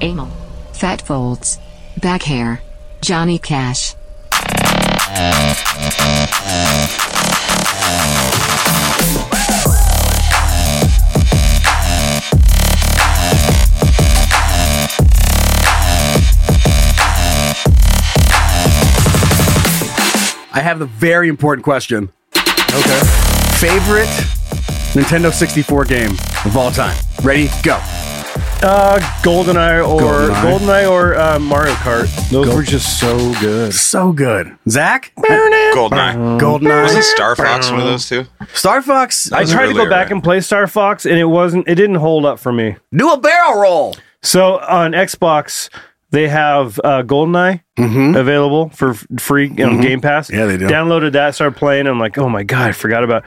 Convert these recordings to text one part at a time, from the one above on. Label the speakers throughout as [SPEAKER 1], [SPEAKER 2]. [SPEAKER 1] Amel. Fat folds. Back hair. Johnny Cash.
[SPEAKER 2] I have the very important question.
[SPEAKER 3] Okay.
[SPEAKER 2] Favorite Nintendo 64 game of all time. Ready? Go.
[SPEAKER 3] Uh, GoldenEye or
[SPEAKER 2] GoldenEye.
[SPEAKER 3] GoldenEye, or uh, Mario Kart. Those
[SPEAKER 2] Go-
[SPEAKER 3] were just so good.
[SPEAKER 2] So good. Zach?
[SPEAKER 4] Goldeneye. Wasn't
[SPEAKER 2] Goldeneye.
[SPEAKER 4] Star Fox one of those two?
[SPEAKER 2] Star Fox?
[SPEAKER 3] I
[SPEAKER 4] Wasn't
[SPEAKER 3] tried to go
[SPEAKER 4] really
[SPEAKER 3] back
[SPEAKER 4] right.
[SPEAKER 3] and play Star Fox, and it wasn't. It didn't hold up for me.
[SPEAKER 2] Do a barrel roll.
[SPEAKER 3] So on Xbox, they have uh, GoldenEye available for f- free you know, Game Pass.
[SPEAKER 2] Mm-hmm. Yeah, they do.
[SPEAKER 3] Downloaded that, started playing. I'm like, oh my god, I forgot about.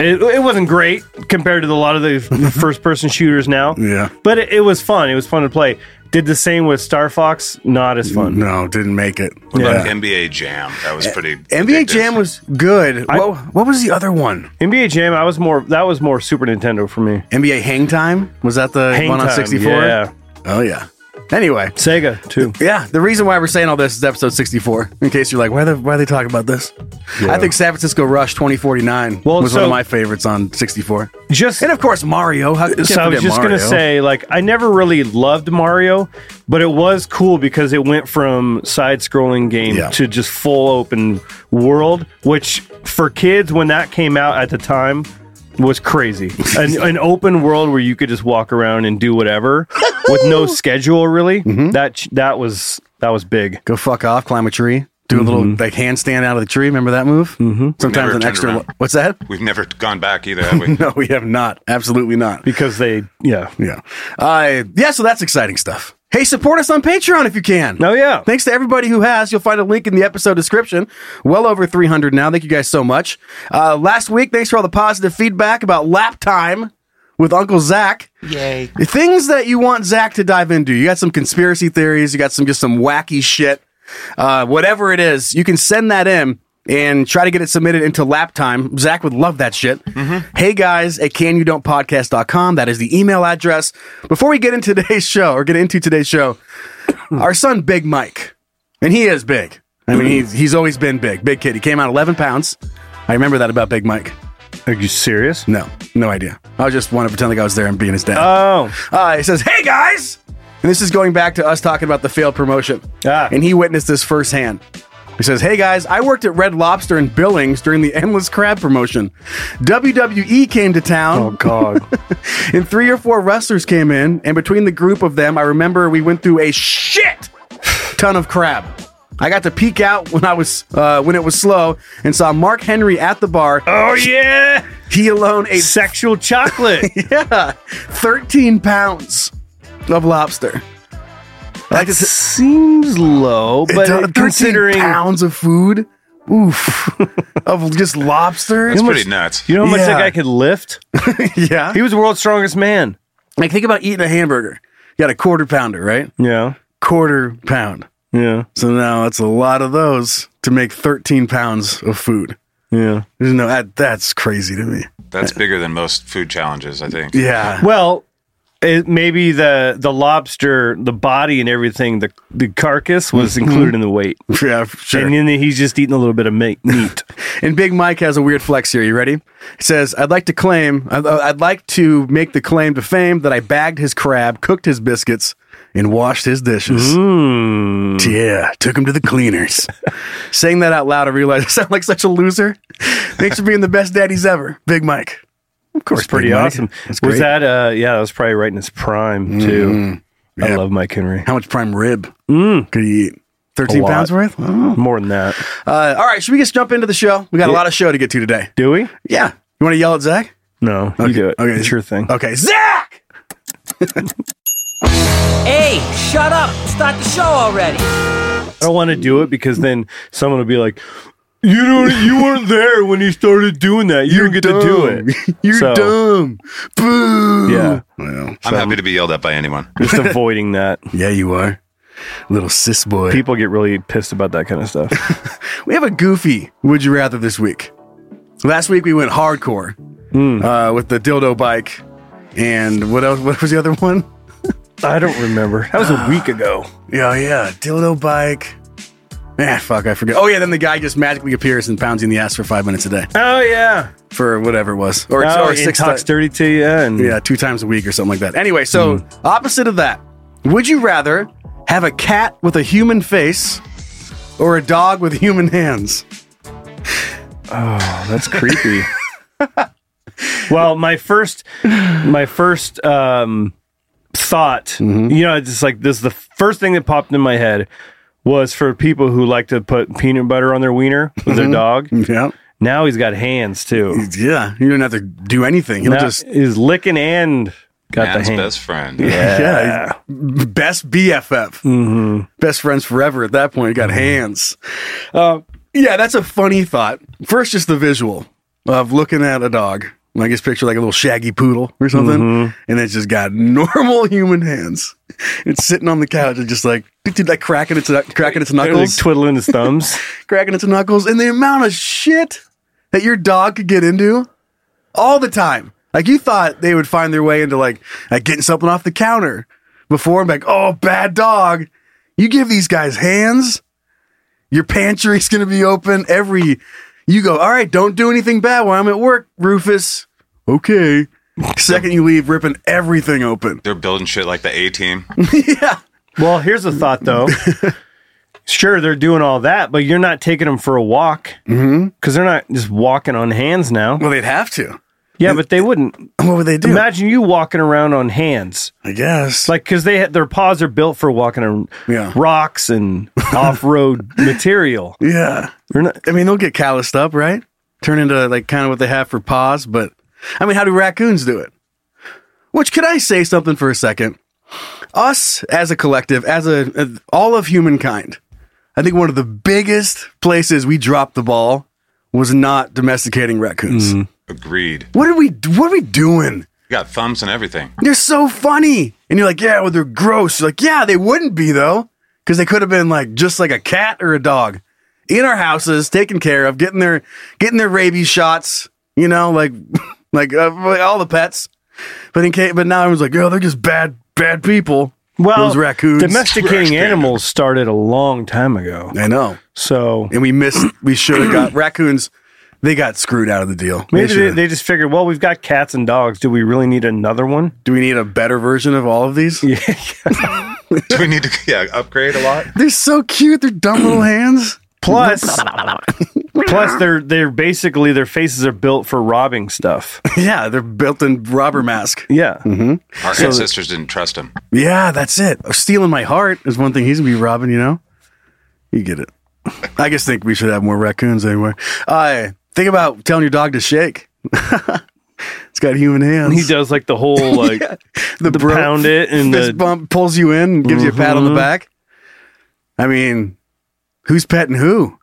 [SPEAKER 3] It, it wasn't great compared to the- a lot of the first person shooters now.
[SPEAKER 2] Mm-hmm. Yeah.
[SPEAKER 3] but it, it was fun. It was fun to play. Did the same with Star Fox. Not as fun.
[SPEAKER 2] No, didn't make it.
[SPEAKER 3] Yeah.
[SPEAKER 4] Like NBA Jam. That was pretty.
[SPEAKER 2] NBA
[SPEAKER 4] addictive.
[SPEAKER 2] Jam was good. what, what was the other one?
[SPEAKER 3] NBA Jam. I was more. That was more Super Nintendo for me.
[SPEAKER 2] NBA Hang Time? Was that the
[SPEAKER 3] Hang
[SPEAKER 2] one on
[SPEAKER 3] Time,
[SPEAKER 2] 64?
[SPEAKER 3] Yeah.
[SPEAKER 2] Oh, yeah. Anyway,
[SPEAKER 3] Sega too.
[SPEAKER 2] Yeah, the reason why we're saying all this is episode 64. In case you're like, why, the, why are they talking about this? I think San Francisco Rush 2049
[SPEAKER 3] Well,
[SPEAKER 2] was one
[SPEAKER 3] so-
[SPEAKER 2] of my favorites on 64.
[SPEAKER 3] Just
[SPEAKER 2] And of course, Mario. How,
[SPEAKER 3] so I was just gonna say, like, I never really loved Mario, but it was cool because it went from side-scrolling game
[SPEAKER 2] Yeah.
[SPEAKER 3] to just full open world, which for kids when that came out at the time was crazy. an, an open world where you could just walk around and do whatever with no schedule, really. That ch- that was that was big.
[SPEAKER 2] go fuck off, climb a tree, do a little
[SPEAKER 3] Mm-hmm.
[SPEAKER 2] like handstand out of the tree. Remember that move? Mm-hmm. Sometimes
[SPEAKER 4] Never
[SPEAKER 2] an
[SPEAKER 4] turned
[SPEAKER 2] extra.
[SPEAKER 4] around.
[SPEAKER 2] What's that?
[SPEAKER 4] We've never gone back either, have we?
[SPEAKER 2] No, we have not. Absolutely not.
[SPEAKER 3] Because they, yeah,
[SPEAKER 2] Yeah. Uh, yeah, so that's exciting stuff. Hey, support us on Patreon if you can.
[SPEAKER 3] Oh, yeah.
[SPEAKER 2] Thanks to everybody who has. You'll find a link in the episode description. Well over 300 now. Thank you guys so much. Uh, last week, thanks for all the positive feedback about lap time with Uncle Zach. Yay. Things that you want Zach to dive into. You got some conspiracy theories. You got some just some wacky shit. Uh, whatever it is, you can send that in and try to get it submitted into lap time. Zach would love that shit. Hey guys at canyoudon'tpodcast.com. That is the email address. Before we get into today's show or get into today's show, our son Big Mike, and he is big. I mean, he's he's always been big, big kid. He came out 11 pounds. I remember that about Big Mike.
[SPEAKER 3] are you serious?
[SPEAKER 2] No, no idea. I just want to pretend like I was there and being his dad.
[SPEAKER 3] Oh,
[SPEAKER 2] Uh, he says, "Hey guys," and this is going back to us talking about the failed promotion,
[SPEAKER 3] Ah.
[SPEAKER 2] and he witnessed this firsthand. He says, "Hey guys, I worked at Red Lobster in Billings during the Endless Crab promotion. WWE came to town.
[SPEAKER 3] oh God.
[SPEAKER 2] and three or four wrestlers came in, and between the group of them, I remember we went through a shit ton of crap. I got to peek out when I was uh, when it was slow and saw Mark Henry at the bar.
[SPEAKER 3] oh yeah,
[SPEAKER 2] He alone ate
[SPEAKER 3] sexual chocolate.
[SPEAKER 2] yeah, thirteen pounds of lobster.
[SPEAKER 3] That seems low, but
[SPEAKER 2] It's, uh, 13
[SPEAKER 3] considering
[SPEAKER 2] pounds of food, oof, of just lobster.
[SPEAKER 4] That's pretty nuts.
[SPEAKER 3] you know how much
[SPEAKER 2] Yeah.
[SPEAKER 3] that guy could lift,
[SPEAKER 2] yeah,
[SPEAKER 3] he was the world's strongest man.
[SPEAKER 2] like think about eating a hamburger. You got a quarter pounder, right?
[SPEAKER 3] Yeah,
[SPEAKER 2] Quarter pound.
[SPEAKER 3] yeah,
[SPEAKER 2] So now it's a lot of those to make 13 pounds of food.
[SPEAKER 3] yeah.
[SPEAKER 2] There's no that, that's crazy to me.
[SPEAKER 4] That's bigger than most food challenges, I think.
[SPEAKER 2] Yeah.
[SPEAKER 3] Well, it, maybe the the lobster, the body and everything, the the carcass was included in the weight,
[SPEAKER 2] Yeah, for sure.
[SPEAKER 3] and then he's just eating a little bit of meat. meat.
[SPEAKER 2] And Big Mike has a weird flex here. You ready? He says, I'd like to claim, I'd, uh, I'd like to make the claim to fame that I bagged his crab, cooked his biscuits, and washed his dishes.
[SPEAKER 3] Hmm.
[SPEAKER 2] Yeah, took him to the cleaners. Saying that out loud, I realized I sound like such a loser. Thanks for being the best daddies ever, Big Mike. Of course,
[SPEAKER 3] Pretty
[SPEAKER 2] Big Mike.
[SPEAKER 3] awesome.
[SPEAKER 2] That's great.
[SPEAKER 3] was that? Uh, yeah, that was probably right in his prime too. I
[SPEAKER 2] Yeah.
[SPEAKER 3] love Mike Henry.
[SPEAKER 2] How much prime rib
[SPEAKER 3] Mm.
[SPEAKER 2] could he eat? 13
[SPEAKER 3] lot.
[SPEAKER 2] pounds worth? I don't know.
[SPEAKER 3] More than that,
[SPEAKER 2] Uh, all right, should we just jump into the show? We got a lot of show to get to today.
[SPEAKER 3] do we?
[SPEAKER 2] Yeah. You want to yell at Zach?
[SPEAKER 3] No, you do it.
[SPEAKER 2] Okay.
[SPEAKER 3] it's your thing.
[SPEAKER 2] Okay, Zach!
[SPEAKER 5] shut up. Start the show already.
[SPEAKER 3] I don't want to do it because then someone will be like, "You don't, you weren't there when he started doing that. You didn't get to do it.
[SPEAKER 2] You're
[SPEAKER 3] So,
[SPEAKER 2] dumb. Boo.
[SPEAKER 3] Yeah.
[SPEAKER 2] Well,
[SPEAKER 4] I'm happy to be yelled at by anyone.
[SPEAKER 3] Just avoiding that.
[SPEAKER 2] yeah, you are. Little cis boy.
[SPEAKER 3] People get really pissed about that kind of stuff.
[SPEAKER 2] we have a goofy would you rather this week. Last week we went hardcore
[SPEAKER 3] Mm.
[SPEAKER 2] uh, with the dildo bike. And what else? What was the other one?
[SPEAKER 3] I don't remember. That was a week ago.
[SPEAKER 2] Yeah, oh, yeah. Dildo bike. Ah, fuck, I forgot. Oh, yeah, then the guy just magically appears and pounds you in the ass for five minutes a day
[SPEAKER 3] Oh yeah,
[SPEAKER 2] for whatever it was. Or,
[SPEAKER 3] oh,
[SPEAKER 2] or
[SPEAKER 3] six
[SPEAKER 2] six
[SPEAKER 3] talks
[SPEAKER 2] times.
[SPEAKER 3] dirty to you. Hmm. And
[SPEAKER 2] Yeah, two times a week or something like that. Anyway, so opposite of that, would you rather have a cat with a human face or a dog with human hands?
[SPEAKER 3] That's creepy. well, my first, my first um, thought, you know, it's just like this. is The first thing that popped in my head was for people who like to put peanut butter on their wiener with their dog.
[SPEAKER 2] Yeah.
[SPEAKER 3] Now he's got hands too.
[SPEAKER 2] Yeah. You don't have to do anything. He'll
[SPEAKER 3] Now
[SPEAKER 2] just
[SPEAKER 3] he's licking and got
[SPEAKER 4] Man's
[SPEAKER 3] the hands.
[SPEAKER 4] best friend.
[SPEAKER 2] yeah. he's Best BFF. Best friends forever at that point. You got hands. Uh, yeah, that's a funny thought. First, just the visual of looking at a dog. Like his picture, like a little shaggy poodle or something. And it's just got normal human hands. It's sitting on the couch and just like, like cracking its, cracking its
[SPEAKER 3] They're like
[SPEAKER 2] knuckles,
[SPEAKER 3] twiddling his thumbs.
[SPEAKER 2] cracking its knuckles. And the amount of shit that your dog could get into all the time. Like you thought they would find their way into like, like getting something off the counter before and be like, oh, bad dog. You give these guys hands, your pantry's gonna be open. Every you go, all right, don't do anything bad while I'm at work, Rufus. Okay. Second you leave, ripping everything open.
[SPEAKER 4] They're building shit like the A team.
[SPEAKER 2] yeah.
[SPEAKER 3] well, here's a thought though. Sure, they're doing all that, but you're not taking them for a walk because they're not just walking on hands now.
[SPEAKER 2] Well, they'd have to.
[SPEAKER 3] Yeah, but they wouldn't.
[SPEAKER 2] What would they do?
[SPEAKER 3] Imagine you walking around on hands,
[SPEAKER 2] I guess.
[SPEAKER 3] like because they their paws are built for walking on
[SPEAKER 2] Yeah.
[SPEAKER 3] rocks and off road material.
[SPEAKER 2] yeah.
[SPEAKER 3] You're not-
[SPEAKER 2] I mean, they'll get calloused up, right? Turn into like kind of what they have for paws, but I mean, how do raccoons do it? Which could I say something for a second? Us as a collective, as a as all of humankind, I think one of the biggest places we dropped the ball was not domesticating raccoons.
[SPEAKER 4] Agreed.
[SPEAKER 2] What are we? What are we doing?
[SPEAKER 4] You got thumbs and everything.
[SPEAKER 2] They're so funny, and you're like, yeah, well, they're gross. You're like, yeah, they wouldn't be though, because they could have been like just like a cat or a dog in our houses, taken care of, getting their getting their rabies shots. You know, like like, uh, like all the pets. But in case, but now everyone's like, yo, they're just bad bad people.
[SPEAKER 3] well,
[SPEAKER 2] those raccoons.
[SPEAKER 3] domesticating
[SPEAKER 4] Raccoon.
[SPEAKER 3] animals started a long time ago.
[SPEAKER 2] I know,
[SPEAKER 3] So
[SPEAKER 2] and we missed. We should have got raccoons. They got screwed out of the deal. They
[SPEAKER 3] maybe they,
[SPEAKER 2] should've-
[SPEAKER 3] they just figured, well, we've got cats and dogs. Do we really need another one?
[SPEAKER 2] do we need a better version of all of these?
[SPEAKER 4] Do we need to yeah, upgrade a lot?
[SPEAKER 2] They're so cute. They're dumb little hands.
[SPEAKER 3] Plus, plus they're they're basically their faces are built for robbing stuff.
[SPEAKER 2] Yeah, they're built-in robber mask.
[SPEAKER 3] Yeah,
[SPEAKER 2] Mm-hmm.
[SPEAKER 4] Our ancestors didn't trust him.
[SPEAKER 2] Yeah, that's it. Stealing my heart is one thing he's gonna be robbing. You know, you get it. I just think we should have more raccoons anywhere. Uh, think about telling your dog to shake. it's got human hands.
[SPEAKER 3] he does like the whole like
[SPEAKER 2] the,
[SPEAKER 3] the
[SPEAKER 2] bro-
[SPEAKER 3] pound it and
[SPEAKER 2] fist
[SPEAKER 3] the Mm-hmm.
[SPEAKER 2] bump pulls you in, and gives you a pat on the back. I mean, who's petting who?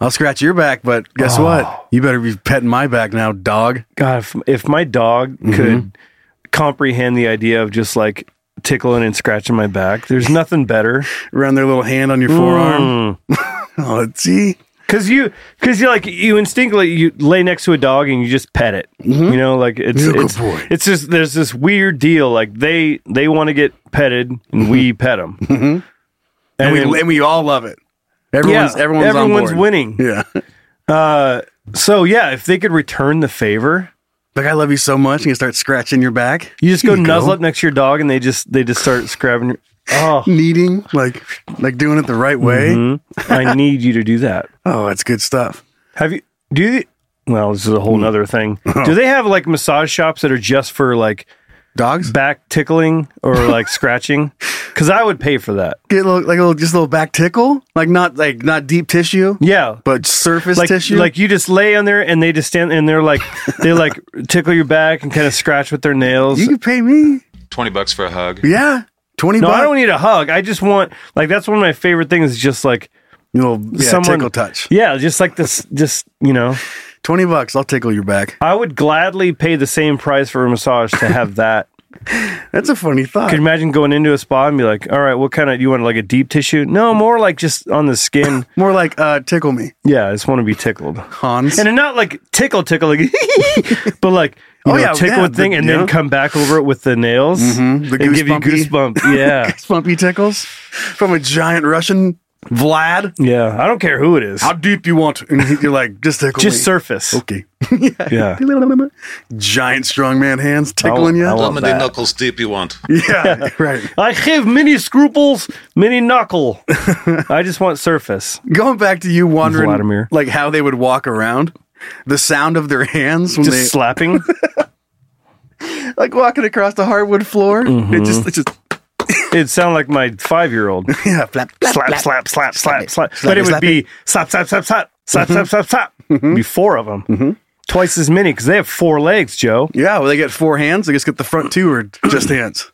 [SPEAKER 2] I'll scratch your back, but guess
[SPEAKER 3] Oh.
[SPEAKER 2] what? You better be petting my back now, dog.
[SPEAKER 3] God, if, if my dog
[SPEAKER 2] Mm-hmm.
[SPEAKER 3] could comprehend the idea of just like tickling and scratching my back, there's nothing better.
[SPEAKER 2] Around their little hand on your forearm.
[SPEAKER 3] Mm.
[SPEAKER 2] oh, see,
[SPEAKER 3] Cause you, cause you like you instinctively you lay next to a dog and you just pet it. You know, like
[SPEAKER 2] Mm-hmm.
[SPEAKER 3] it's
[SPEAKER 2] You're a good
[SPEAKER 3] it's,
[SPEAKER 2] boy.
[SPEAKER 3] it's just there's this weird deal. Like they they want to get petted and
[SPEAKER 2] Mm-hmm.
[SPEAKER 3] we pet them. And,
[SPEAKER 2] and,
[SPEAKER 3] then-
[SPEAKER 2] we and we all love it. Everyone's
[SPEAKER 3] Yeah,
[SPEAKER 2] everyone's on
[SPEAKER 3] everyone's
[SPEAKER 2] board.
[SPEAKER 3] winning. Uh,
[SPEAKER 2] Yeah,
[SPEAKER 3] so yeah, if they could return the favor,
[SPEAKER 2] like I love you so much, and you start scratching your back,
[SPEAKER 3] you just go nuzzle up next to your dog and they just they just start scrubbing. your- Oh, mm,
[SPEAKER 2] kneading like like doing it the right way.
[SPEAKER 3] Mm-hmm. I need you to do that.
[SPEAKER 2] Oh, that's good stuff.
[SPEAKER 3] Have you do you, well, this is a whole nother thing. Do they have like massage shops that are just for like
[SPEAKER 2] Dogs
[SPEAKER 3] back tickling or like scratching? Because I would pay for that.
[SPEAKER 2] get a little, like a little, just a little back tickle, like not like not deep tissue,
[SPEAKER 3] Yeah.
[SPEAKER 2] but surface
[SPEAKER 3] like,
[SPEAKER 2] tissue.
[SPEAKER 3] like you just lay on there and they just stand and they're like they like tickle your back and kind of scratch with their nails.
[SPEAKER 2] you could pay me,
[SPEAKER 4] Twenty bucks for a hug.
[SPEAKER 2] yeah, Twenty
[SPEAKER 3] No,
[SPEAKER 2] bucks.
[SPEAKER 3] I don't need a hug. I just want like that's one of my favorite things. Is just like
[SPEAKER 2] Well, yeah,
[SPEAKER 3] someone
[SPEAKER 2] tickle touch.
[SPEAKER 3] Yeah, just like this. Just you know,
[SPEAKER 2] Twenty bucks. I'll tickle your back.
[SPEAKER 3] I would gladly pay the same price for a massage to have that.
[SPEAKER 2] That's a funny thought.
[SPEAKER 3] Could you imagine going into a spa and be like, all right, what kind of, you want like a deep tissue? No, more like just on the skin.
[SPEAKER 2] More like uh, tickle me,
[SPEAKER 3] yeah, I just want to be tickled.
[SPEAKER 2] Hans.
[SPEAKER 3] And not like tickle, tickle, like, but like, you
[SPEAKER 2] Oh,
[SPEAKER 3] know,
[SPEAKER 2] yeah,
[SPEAKER 3] tickle
[SPEAKER 2] yeah,
[SPEAKER 3] a thing
[SPEAKER 2] the-
[SPEAKER 3] and
[SPEAKER 2] yeah.
[SPEAKER 3] then come back over it with the nails
[SPEAKER 2] the
[SPEAKER 3] and give you
[SPEAKER 2] goosebumpy-
[SPEAKER 3] goosebump. Yeah.
[SPEAKER 2] Spumpy tickles from a giant Russian Vlad.
[SPEAKER 3] yeah. I don't care who it is.
[SPEAKER 2] How deep you want? And he- you're like, just tickle
[SPEAKER 3] just
[SPEAKER 2] me.
[SPEAKER 3] surface.
[SPEAKER 2] Okay. yeah.
[SPEAKER 3] Yeah.
[SPEAKER 2] Giant strongman hands tickling you.
[SPEAKER 3] I
[SPEAKER 4] How
[SPEAKER 3] want- Love
[SPEAKER 4] many
[SPEAKER 3] that.
[SPEAKER 4] knuckles deep you want?
[SPEAKER 2] yeah. Right.
[SPEAKER 3] I have many scruples, many knuckle. I just want surface.
[SPEAKER 2] Going back to you wondering,
[SPEAKER 3] Vladimir.
[SPEAKER 2] like how they would walk around, the sound of their hands when
[SPEAKER 3] Just
[SPEAKER 2] they
[SPEAKER 3] slapping.
[SPEAKER 2] like walking across the hardwood floor.
[SPEAKER 3] Mm-hmm.
[SPEAKER 2] It just, it just,
[SPEAKER 3] It'd sound like my five year old.
[SPEAKER 2] yeah, flap, flap,
[SPEAKER 3] slap,
[SPEAKER 2] flap.
[SPEAKER 3] slap, slap, slap, slap.
[SPEAKER 2] Slap
[SPEAKER 3] But
[SPEAKER 2] it, Mm-hmm.
[SPEAKER 3] it would
[SPEAKER 2] slap
[SPEAKER 3] be slap, slap, slap, slap, slap, slap, slap, slap. Be four of them. Twice as many because they have four legs, Joe.
[SPEAKER 2] Yeah, well, they get four hands. They just get the front two or just hands.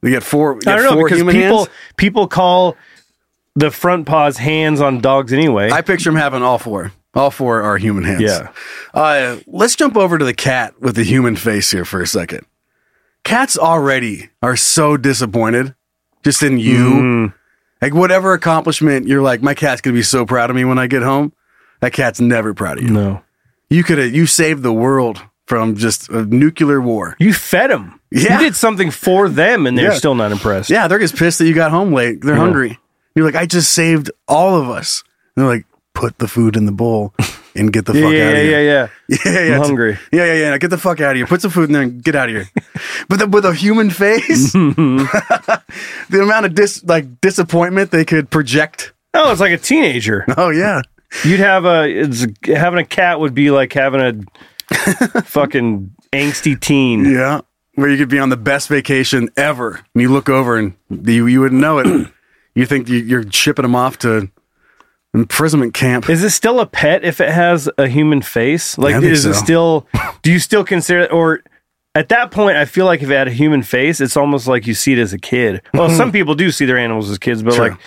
[SPEAKER 2] They get four.
[SPEAKER 3] I
[SPEAKER 2] get
[SPEAKER 3] don't know
[SPEAKER 2] four
[SPEAKER 3] because
[SPEAKER 2] human
[SPEAKER 3] people
[SPEAKER 2] hands.
[SPEAKER 3] people call the front paws hands on dogs anyway.
[SPEAKER 2] I picture him having all four. All four are human hands.
[SPEAKER 3] Yeah.
[SPEAKER 2] Uh, let's jump over to the cat with the human face here for a second. Cats already are so disappointed just in you.
[SPEAKER 3] Mm-hmm.
[SPEAKER 2] Like, whatever accomplishment you're like, my cat's going to be so proud of me when I get home. That cat's never proud of you.
[SPEAKER 3] no,
[SPEAKER 2] You could have, you saved the world from just a nuclear war.
[SPEAKER 3] you fed them.
[SPEAKER 2] Yeah.
[SPEAKER 3] You did something for them, and they're
[SPEAKER 2] Yeah.
[SPEAKER 3] still not impressed.
[SPEAKER 2] Yeah, they're just pissed that you got home late. They're hungry. You're like, I just saved all of us. And they're like, put the food in the bowl and get the
[SPEAKER 3] yeah,
[SPEAKER 2] fuck
[SPEAKER 3] yeah,
[SPEAKER 2] out
[SPEAKER 3] yeah,
[SPEAKER 2] of here.
[SPEAKER 3] yeah, yeah.
[SPEAKER 2] Yeah, yeah, yeah.
[SPEAKER 3] I'm hungry.
[SPEAKER 2] Yeah, yeah, yeah. Get the fuck out of here. Put some food in there and get out of here. but the, with a human face, the amount of dis like disappointment they could project.
[SPEAKER 3] Oh, it's like a teenager.
[SPEAKER 2] Oh yeah,
[SPEAKER 3] You'd have a it's, having a cat would be like having a fucking angsty teen.
[SPEAKER 2] yeah. Where you could be on the best vacation ever, and you look over and you you wouldn't know it. you think you, you're shipping them off to imprisonment camp.
[SPEAKER 3] Is it still a pet if it has a human face? Like,
[SPEAKER 2] think
[SPEAKER 3] is it
[SPEAKER 2] so.
[SPEAKER 3] still? Do you still consider it? Or at that point, I feel like if it had a human face, it's almost like you see it as a kid. Well, some people do see their animals as kids, but
[SPEAKER 2] True.
[SPEAKER 3] like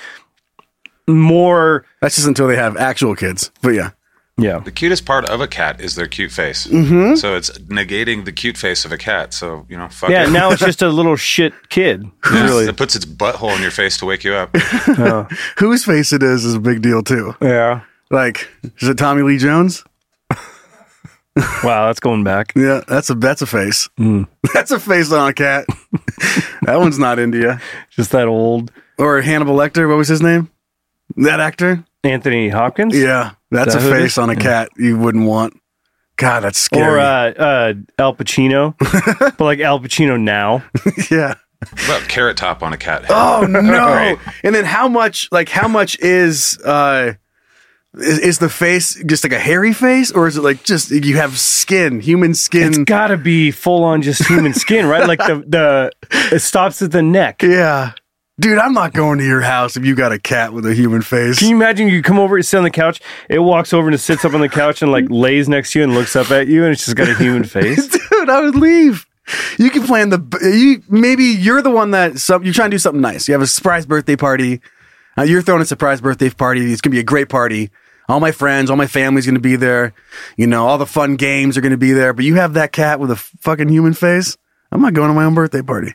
[SPEAKER 3] more,
[SPEAKER 2] That's just until they have actual kids. But yeah,
[SPEAKER 3] yeah.
[SPEAKER 4] The cutest part of a cat is their cute face. Mm-hmm. So it's negating the cute face of a cat. So you know, fuck
[SPEAKER 3] Yeah,
[SPEAKER 4] it.
[SPEAKER 3] now it's just a little shit kid.
[SPEAKER 4] Yeah,
[SPEAKER 3] Really?
[SPEAKER 4] It puts its butthole in your face to wake you up.
[SPEAKER 2] whose face it is is a big deal too.
[SPEAKER 3] Yeah.
[SPEAKER 2] Like, is it Tommy Lee Jones?
[SPEAKER 3] Wow, that's going back.
[SPEAKER 2] Yeah, that's a that's a face.
[SPEAKER 3] Mm.
[SPEAKER 2] That's a face on a cat. that one's not India
[SPEAKER 3] Just that old
[SPEAKER 2] or Hannibal Lecter. What was his name? That actor.
[SPEAKER 3] Anthony Hopkins.
[SPEAKER 2] Yeah, that's
[SPEAKER 3] That
[SPEAKER 2] a
[SPEAKER 3] who it
[SPEAKER 2] face
[SPEAKER 3] is? Mm.
[SPEAKER 2] on a cat you wouldn't want. God, that's
[SPEAKER 3] Or
[SPEAKER 2] scary.
[SPEAKER 3] uh, uh, Al Pacino, but like Al Pacino now.
[SPEAKER 2] yeah.
[SPEAKER 4] What about carrot top on a cat?
[SPEAKER 2] Oh no!
[SPEAKER 4] Right.
[SPEAKER 2] And then how much? Like how much is uh is, is the face just like a hairy face, or is it like just you have skin, human
[SPEAKER 3] It's
[SPEAKER 2] skin?
[SPEAKER 3] got to be full on just human skin, right? Like the the it stops at the neck.
[SPEAKER 2] yeah, dude, I'm not going to your house if you got a cat with a human face.
[SPEAKER 3] Can you imagine you come over, you sit on the couch, it walks over and it sits up on the couch and like lays next to you and looks up at you and it's just got a human face?
[SPEAKER 2] dude, I would leave. You can plan the you maybe you're the one that some you're trying to do something nice. You have a surprise birthday party. Uh, you're throwing a surprise birthday party. It's gonna be a great party. All my friends, all my family's gonna be there. You know, all the fun games are gonna be there. But you have that cat with a fucking human face. I'm not going to my own birthday party.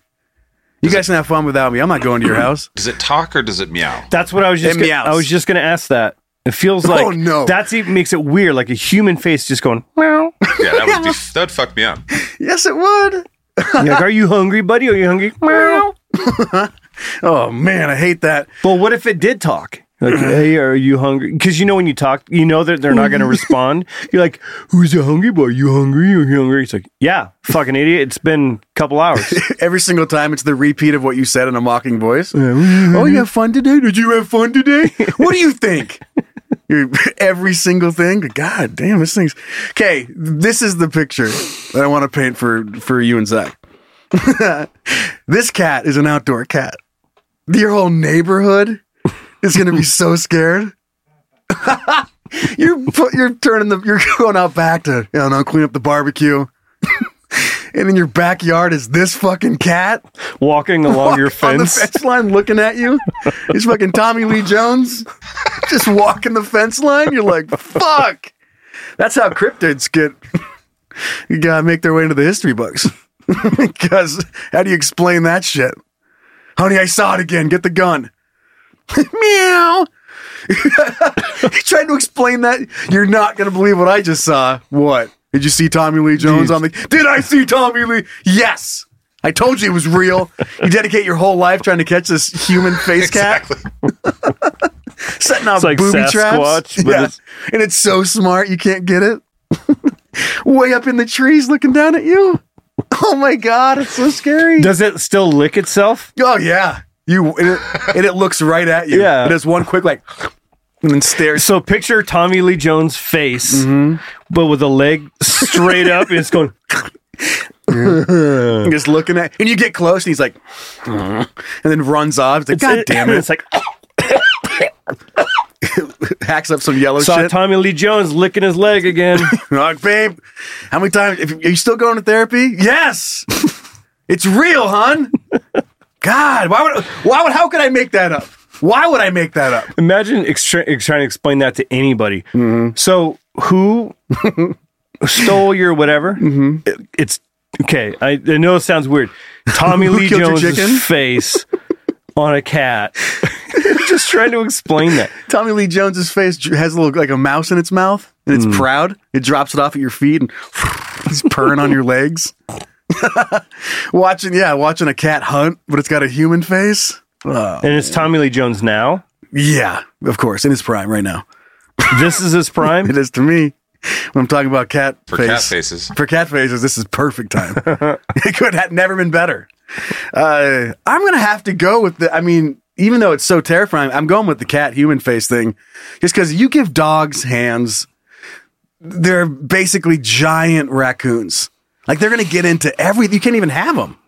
[SPEAKER 2] You guys can have fun without me. I'm not going to your house.
[SPEAKER 4] Does it talk or does it meow?
[SPEAKER 3] That's what I was just
[SPEAKER 2] It
[SPEAKER 3] gonna,
[SPEAKER 2] meows.
[SPEAKER 3] I was just gonna ask that. It feels like
[SPEAKER 2] Oh, no.
[SPEAKER 3] that's even makes it weird, like a human face just going, meow.
[SPEAKER 4] Yeah, that would be that would fuck me up.
[SPEAKER 2] Yes, it would.
[SPEAKER 3] You're like, are you hungry, buddy? Are you hungry? Meow.
[SPEAKER 2] Oh man, I hate that.
[SPEAKER 3] Well, what if it did talk? Like, hey, are you hungry? Because you know when you talk, you know that they're not going to respond. You're like, who's a hungry boy? You hungry? Are you hungry? It's like, yeah, fucking idiot. It's been a couple hours.
[SPEAKER 2] Every single time, it's the repeat of what you said in a mocking voice. oh, you have fun today? Did you have fun today? What do you think? You're- Every single thing. God damn, this thing's okay. This is the picture that I want to paint for for you and Zach. this cat is an outdoor cat. Your whole neighborhood is going to be so scared. you're put, you're turning the you're going out back to you know clean up the barbecue. and in your backyard is this fucking cat
[SPEAKER 3] Walking along your
[SPEAKER 2] on the
[SPEAKER 3] fence.
[SPEAKER 2] fence line looking at you. It's fucking Tommy Lee Jones just walking the fence line. You're like, fuck. That's how cryptids get you gotta make their way into the history books. because how do you explain that shit? Honey, I saw it again. Get the gun. Meow. he tried to explain that. You're not gonna believe what I just saw. What? Did you see Tommy Lee Jones on the? Did I see Tommy Lee? Yes. I told you it was real. You dedicate your whole life trying to catch this human face cat. Setting up
[SPEAKER 3] It's like
[SPEAKER 2] booby traps.
[SPEAKER 3] Sasquatch, but
[SPEAKER 2] Yeah.
[SPEAKER 3] it's-
[SPEAKER 2] And it's so smart you can't get it. Way up in the trees looking down at you. Oh my god, it's so scary.
[SPEAKER 3] Does it still lick itself?
[SPEAKER 2] Oh yeah, you and it, and it looks right at you.
[SPEAKER 3] Yeah.
[SPEAKER 2] it does one quick like, and then stares.
[SPEAKER 3] So picture Tommy Lee Jones' face,
[SPEAKER 2] Mm-hmm.
[SPEAKER 3] but with a leg straight up, and it's going.
[SPEAKER 2] and just looking at, and you get close, and he's like, and then runs off. It's like, God damn it! Oh,
[SPEAKER 3] It's like
[SPEAKER 2] Hacks up some yellow
[SPEAKER 3] saw
[SPEAKER 2] shit.
[SPEAKER 3] Tommy Lee Jones licking his leg again.
[SPEAKER 2] Like, babe, how many times? If, are you still going to therapy? Yes, it's real, hon. God, why would why would how could I make that up? Why would I make that up?
[SPEAKER 3] Imagine extra- ex- trying to explain that to anybody.
[SPEAKER 2] Mm-hmm.
[SPEAKER 3] So who stole your whatever?
[SPEAKER 2] Mm-hmm.
[SPEAKER 3] It- it's okay. I, I know it sounds weird. Tommy Lee
[SPEAKER 2] killed your chicken?
[SPEAKER 3] Jones' face on a cat. Just trying to explain that.
[SPEAKER 2] Tommy Lee Jones's face j- has a little like a mouse in its mouth, and it's proud. It drops it off at your feet, and he's purring on your legs. watching, yeah, watching a cat hunt, but it's got a human face.
[SPEAKER 3] And it's Tommy Lee Jones now.
[SPEAKER 2] Yeah, of course, in his prime right now.
[SPEAKER 3] This is his prime.
[SPEAKER 2] It is to me when I'm talking about cat
[SPEAKER 4] For
[SPEAKER 2] face.
[SPEAKER 4] cat faces.
[SPEAKER 2] For cat faces, this is perfect time. it could have never been better. Uh, I'm gonna have to go with the. I mean, even though it's so terrifying, I'm going with the cat human face thing, just because you give dogs hands, they're basically giant raccoons. Like they're gonna get into everything. You can't even have them.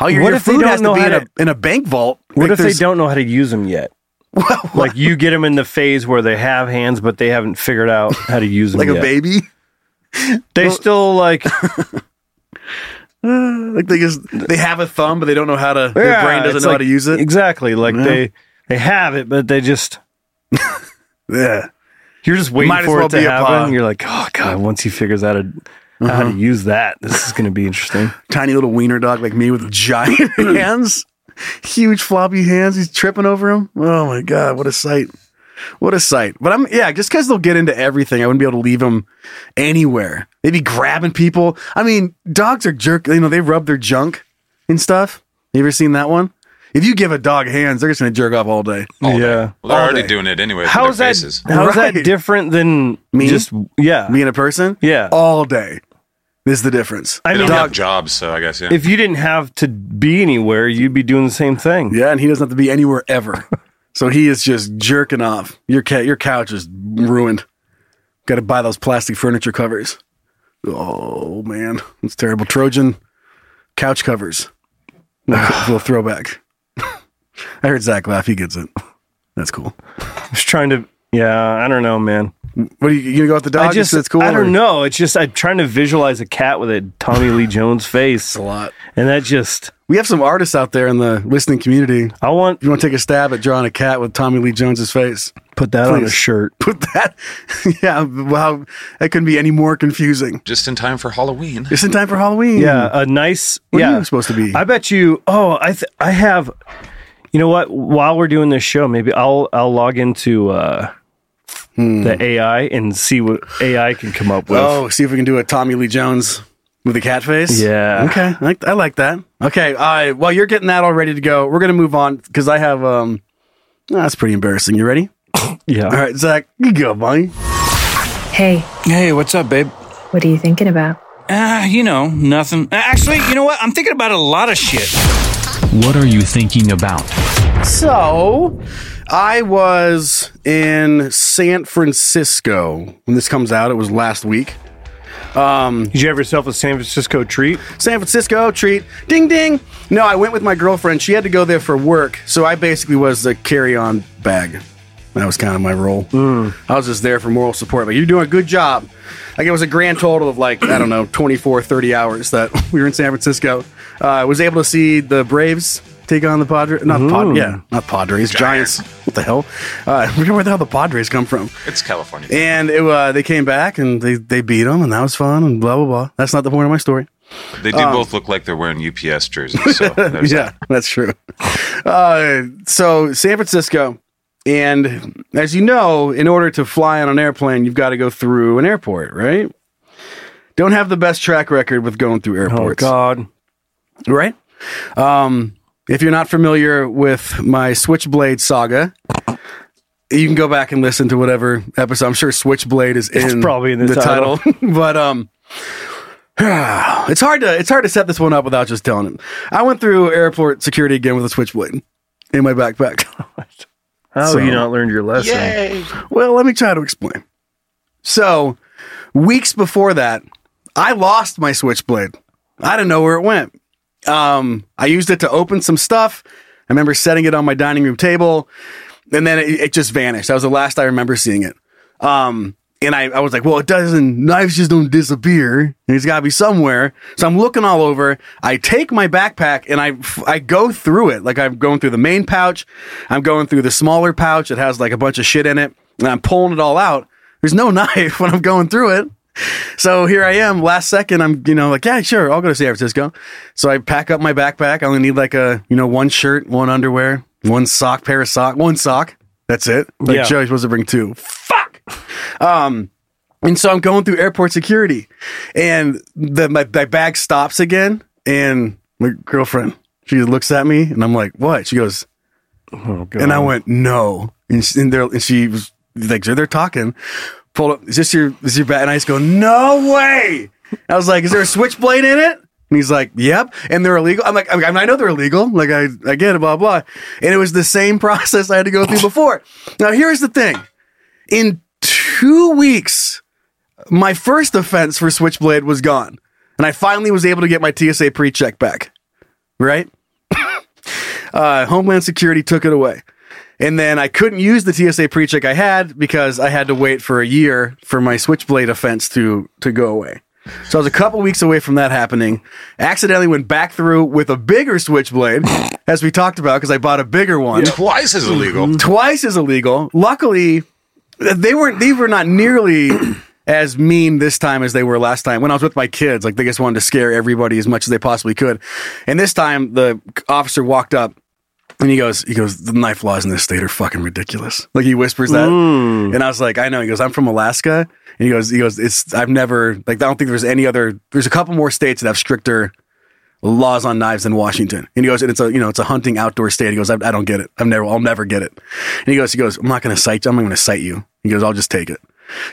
[SPEAKER 2] All your,
[SPEAKER 3] What
[SPEAKER 2] your
[SPEAKER 3] if they
[SPEAKER 2] food
[SPEAKER 3] don't
[SPEAKER 2] has to
[SPEAKER 3] know
[SPEAKER 2] be
[SPEAKER 3] how
[SPEAKER 2] in,
[SPEAKER 3] to-
[SPEAKER 2] a, in a bank vault.
[SPEAKER 3] What
[SPEAKER 2] Like,
[SPEAKER 3] if they
[SPEAKER 2] there's-
[SPEAKER 3] don't know how to use them yet? Like you get them in the phase where they have hands, but they haven't figured out how to use them.
[SPEAKER 2] Like
[SPEAKER 3] yet.
[SPEAKER 2] a baby.
[SPEAKER 3] they still like
[SPEAKER 2] Like they just they have a thumb, but they don't know how to. their
[SPEAKER 3] Yeah,
[SPEAKER 2] brain doesn't
[SPEAKER 3] it's
[SPEAKER 2] know how
[SPEAKER 3] like-
[SPEAKER 2] to use it.
[SPEAKER 3] Exactly. Like they they have it, but they just
[SPEAKER 2] Yeah.
[SPEAKER 3] you're just waiting
[SPEAKER 2] Might as
[SPEAKER 3] for
[SPEAKER 2] well
[SPEAKER 3] it to
[SPEAKER 2] be a
[SPEAKER 3] happen.
[SPEAKER 2] paw.
[SPEAKER 3] You're like, oh god, once he figures out a, how
[SPEAKER 2] Uh-huh.
[SPEAKER 3] to use that, this is going to be interesting.
[SPEAKER 2] tiny little wiener dog like me with giant hands, huge floppy hands. He's tripping over him. Oh my god, what a sight! What a sight! But I'm yeah, just because they'll get into everything, I wouldn't be able to leave them anywhere. They'd be grabbing people. I mean, dogs are jerk. You know, they rub their junk and stuff. You ever seen that one? If you give a dog hands, they're just gonna jerk off all day.
[SPEAKER 4] All day.
[SPEAKER 3] Yeah.
[SPEAKER 4] Well, they're
[SPEAKER 2] All
[SPEAKER 4] already
[SPEAKER 2] day.
[SPEAKER 4] doing it anyway. with
[SPEAKER 3] How's
[SPEAKER 4] their
[SPEAKER 3] that?
[SPEAKER 4] faces.
[SPEAKER 3] How's
[SPEAKER 2] Right.
[SPEAKER 3] that different than
[SPEAKER 2] Me?
[SPEAKER 3] Just yeah.
[SPEAKER 2] Me and a person,
[SPEAKER 3] Yeah.
[SPEAKER 2] all day is the difference.
[SPEAKER 3] I
[SPEAKER 4] They
[SPEAKER 3] mean,
[SPEAKER 4] don't have
[SPEAKER 3] dog,
[SPEAKER 4] jobs, so I guess yeah.
[SPEAKER 3] if you didn't have to be anywhere, you'd be doing the same thing.
[SPEAKER 2] Yeah, and he doesn't have to be anywhere ever. so he is just jerking off. Your cat, your couch is ruined. Got to buy those plastic furniture covers. Oh man, it's terrible. Trojan couch covers. Little, little throwback. I heard Zach laugh. He gets it. That's cool.
[SPEAKER 3] Just trying to. Yeah, I don't know, man.
[SPEAKER 2] What are you, you gonna go with the dog?
[SPEAKER 3] I
[SPEAKER 2] You
[SPEAKER 3] just,
[SPEAKER 2] said it's cool.
[SPEAKER 3] I
[SPEAKER 2] or-
[SPEAKER 3] don't know. It's just I'm trying to visualize a cat with a Tommy Lee Jones face,
[SPEAKER 2] It's a
[SPEAKER 3] and
[SPEAKER 2] lot.
[SPEAKER 3] that just
[SPEAKER 2] We have some artists out there in the listening community.
[SPEAKER 3] I want
[SPEAKER 2] You want to take a stab at drawing a cat with Tommy Lee Jones's face?
[SPEAKER 3] put that on a
[SPEAKER 2] Please.
[SPEAKER 3] shirt.
[SPEAKER 2] Put that. yeah. Wow. That couldn't be any more confusing.
[SPEAKER 4] Just in time for Halloween.
[SPEAKER 2] It's in time for Halloween.
[SPEAKER 3] Yeah, a nice.
[SPEAKER 2] Hmm. What
[SPEAKER 3] yeah,
[SPEAKER 2] are you supposed to be?
[SPEAKER 3] I bet you. Oh, I th- I have. You know what? While we're doing this show, maybe I'll I'll log into uh, the AI and see what AI can come up with.
[SPEAKER 2] Hmm. oh, see if we can do a Tommy Lee Jones with a cat face.
[SPEAKER 3] Yeah.
[SPEAKER 2] Okay. I like, I like that. Okay. I while you're getting that all ready to go, we're gonna move on because I have um. oh, that's pretty embarrassing. You ready?
[SPEAKER 3] yeah.
[SPEAKER 2] All right, Zach, you go, buddy.
[SPEAKER 6] Hey,
[SPEAKER 7] Hey, what's up, babe?
[SPEAKER 6] what are you thinking about?
[SPEAKER 7] Ah, you know, nothing. Ah, Actually, you know what? I'm thinking about a lot of shit.
[SPEAKER 8] What are you thinking about?
[SPEAKER 2] So, I was in San Francisco when this comes out. It was last week.
[SPEAKER 3] Did you have yourself a San Francisco treat?
[SPEAKER 2] San Francisco treat. Ding ding. No, I went with my girlfriend. She had to go there for work, so I basically was the carry-on bag. That was kind of my role. I was just there for moral support, but you're doing a good job. Like it was a grand total of like, I don't know, 24, 30 hours that we were in San Francisco. Uh, I was able to see the Braves take on the Padres. Not Padres. Yeah, not Padres. Giants. What the hell? Uh, I forget where the hell the Padres come from.
[SPEAKER 4] It's California.
[SPEAKER 2] And it, uh, they came back and they, they beat them, and that was fun, and blah, blah, blah. That's not the point of my story.
[SPEAKER 4] they do both look like they're wearing UPS jerseys. So there's
[SPEAKER 2] Um, yeah, that's true. Uh, so San Francisco, and as you know, in order to fly on an airplane, you've got to go through an airport, right? Don't have the best track record with going through
[SPEAKER 3] Oh
[SPEAKER 2] airports,
[SPEAKER 3] God.
[SPEAKER 2] right? Um, if you're not familiar with my Switchblade saga. You can go back and listen to whatever episode. I'm sure Switchblade is in,
[SPEAKER 3] probably in the title.
[SPEAKER 2] but um, it's hard to it's hard to set this one up without just telling it. I went through airport security again with a Switchblade in my backpack.
[SPEAKER 3] How
[SPEAKER 2] So-
[SPEAKER 3] have you not learned your lesson?
[SPEAKER 2] Well, let me try to explain. So, weeks before that, I lost my switchblade. I didn't know where it went. Um, I used it to open some stuff. I remember setting it on my dining room table, and then it, it just vanished. That was the last I remember seeing it. Um, and I, I was like, well, it doesn't, knives just don't disappear. It's got to be somewhere. So I'm looking all over. I take my backpack and I, I go through it. Like I'm going through the main pouch. I'm going through the smaller pouch. It has like a bunch of shit in it. And I'm pulling it all out. There's no knife when I'm going through it. So here I am, last second. I'm, you know, like, yeah, sure, I'll go to San Francisco. So I pack up my backpack. I only need like a, you know, one shirt, one underwear, one sock, pair of sock, one sock. That's it. Like
[SPEAKER 3] Yeah.
[SPEAKER 2] Joe, you're supposed to bring two. Fuck. Um, and so I'm going through airport security, and the, my, my bag stops again, and my girlfriend she looks at me, and I'm like, "What?" She goes,
[SPEAKER 3] Oh, God.
[SPEAKER 2] and I went, "No," and she, and, there, and she was like, "They're talking." Pulled up, is this your is your bag? And I just go, "No way!" I was like, "Is there a switchblade in it?" And he's like, "Yep." And they're illegal. I'm like, I, mean, I know they're illegal. Like I I get it, blah blah. And it was the same process I had to go through before. Now here's the thing: in two weeks my first offense for Switchblade was gone, and I finally was able to get my TSA pre-check back. Right? uh, Homeland Security took it away, and then I couldn't use the TSA pre-check I had because I had to wait for a year for my Switchblade offense to to go away. So I was a couple weeks away from that happening. Accidentally went back through with a bigger Switchblade, as we talked about, because I bought a bigger one
[SPEAKER 4] Twice as illegal.
[SPEAKER 2] Mm-hmm. twice as illegal. Luckily, they weren't. They were not nearly as mean this time as they were last time. When I was with my kids, like they just wanted to scare everybody as much as they possibly could. And this time, the officer walked up and he goes, he goes, the knife laws in this state are fucking ridiculous. Like he whispers that,
[SPEAKER 3] Mm.
[SPEAKER 2] and I was like, I know. He goes, I'm from Alaska, and he goes, he goes, it's I've never like I don't think there's any other. There's a couple more states that have stricter laws on knives in Washington. And he goes, and it's a you know it's a hunting outdoor state. He goes, I, I don't get it. I've never, I'll never get it. And he goes, he goes, I'm not going to cite you. I'm not going to cite you. He goes, I'll just take it.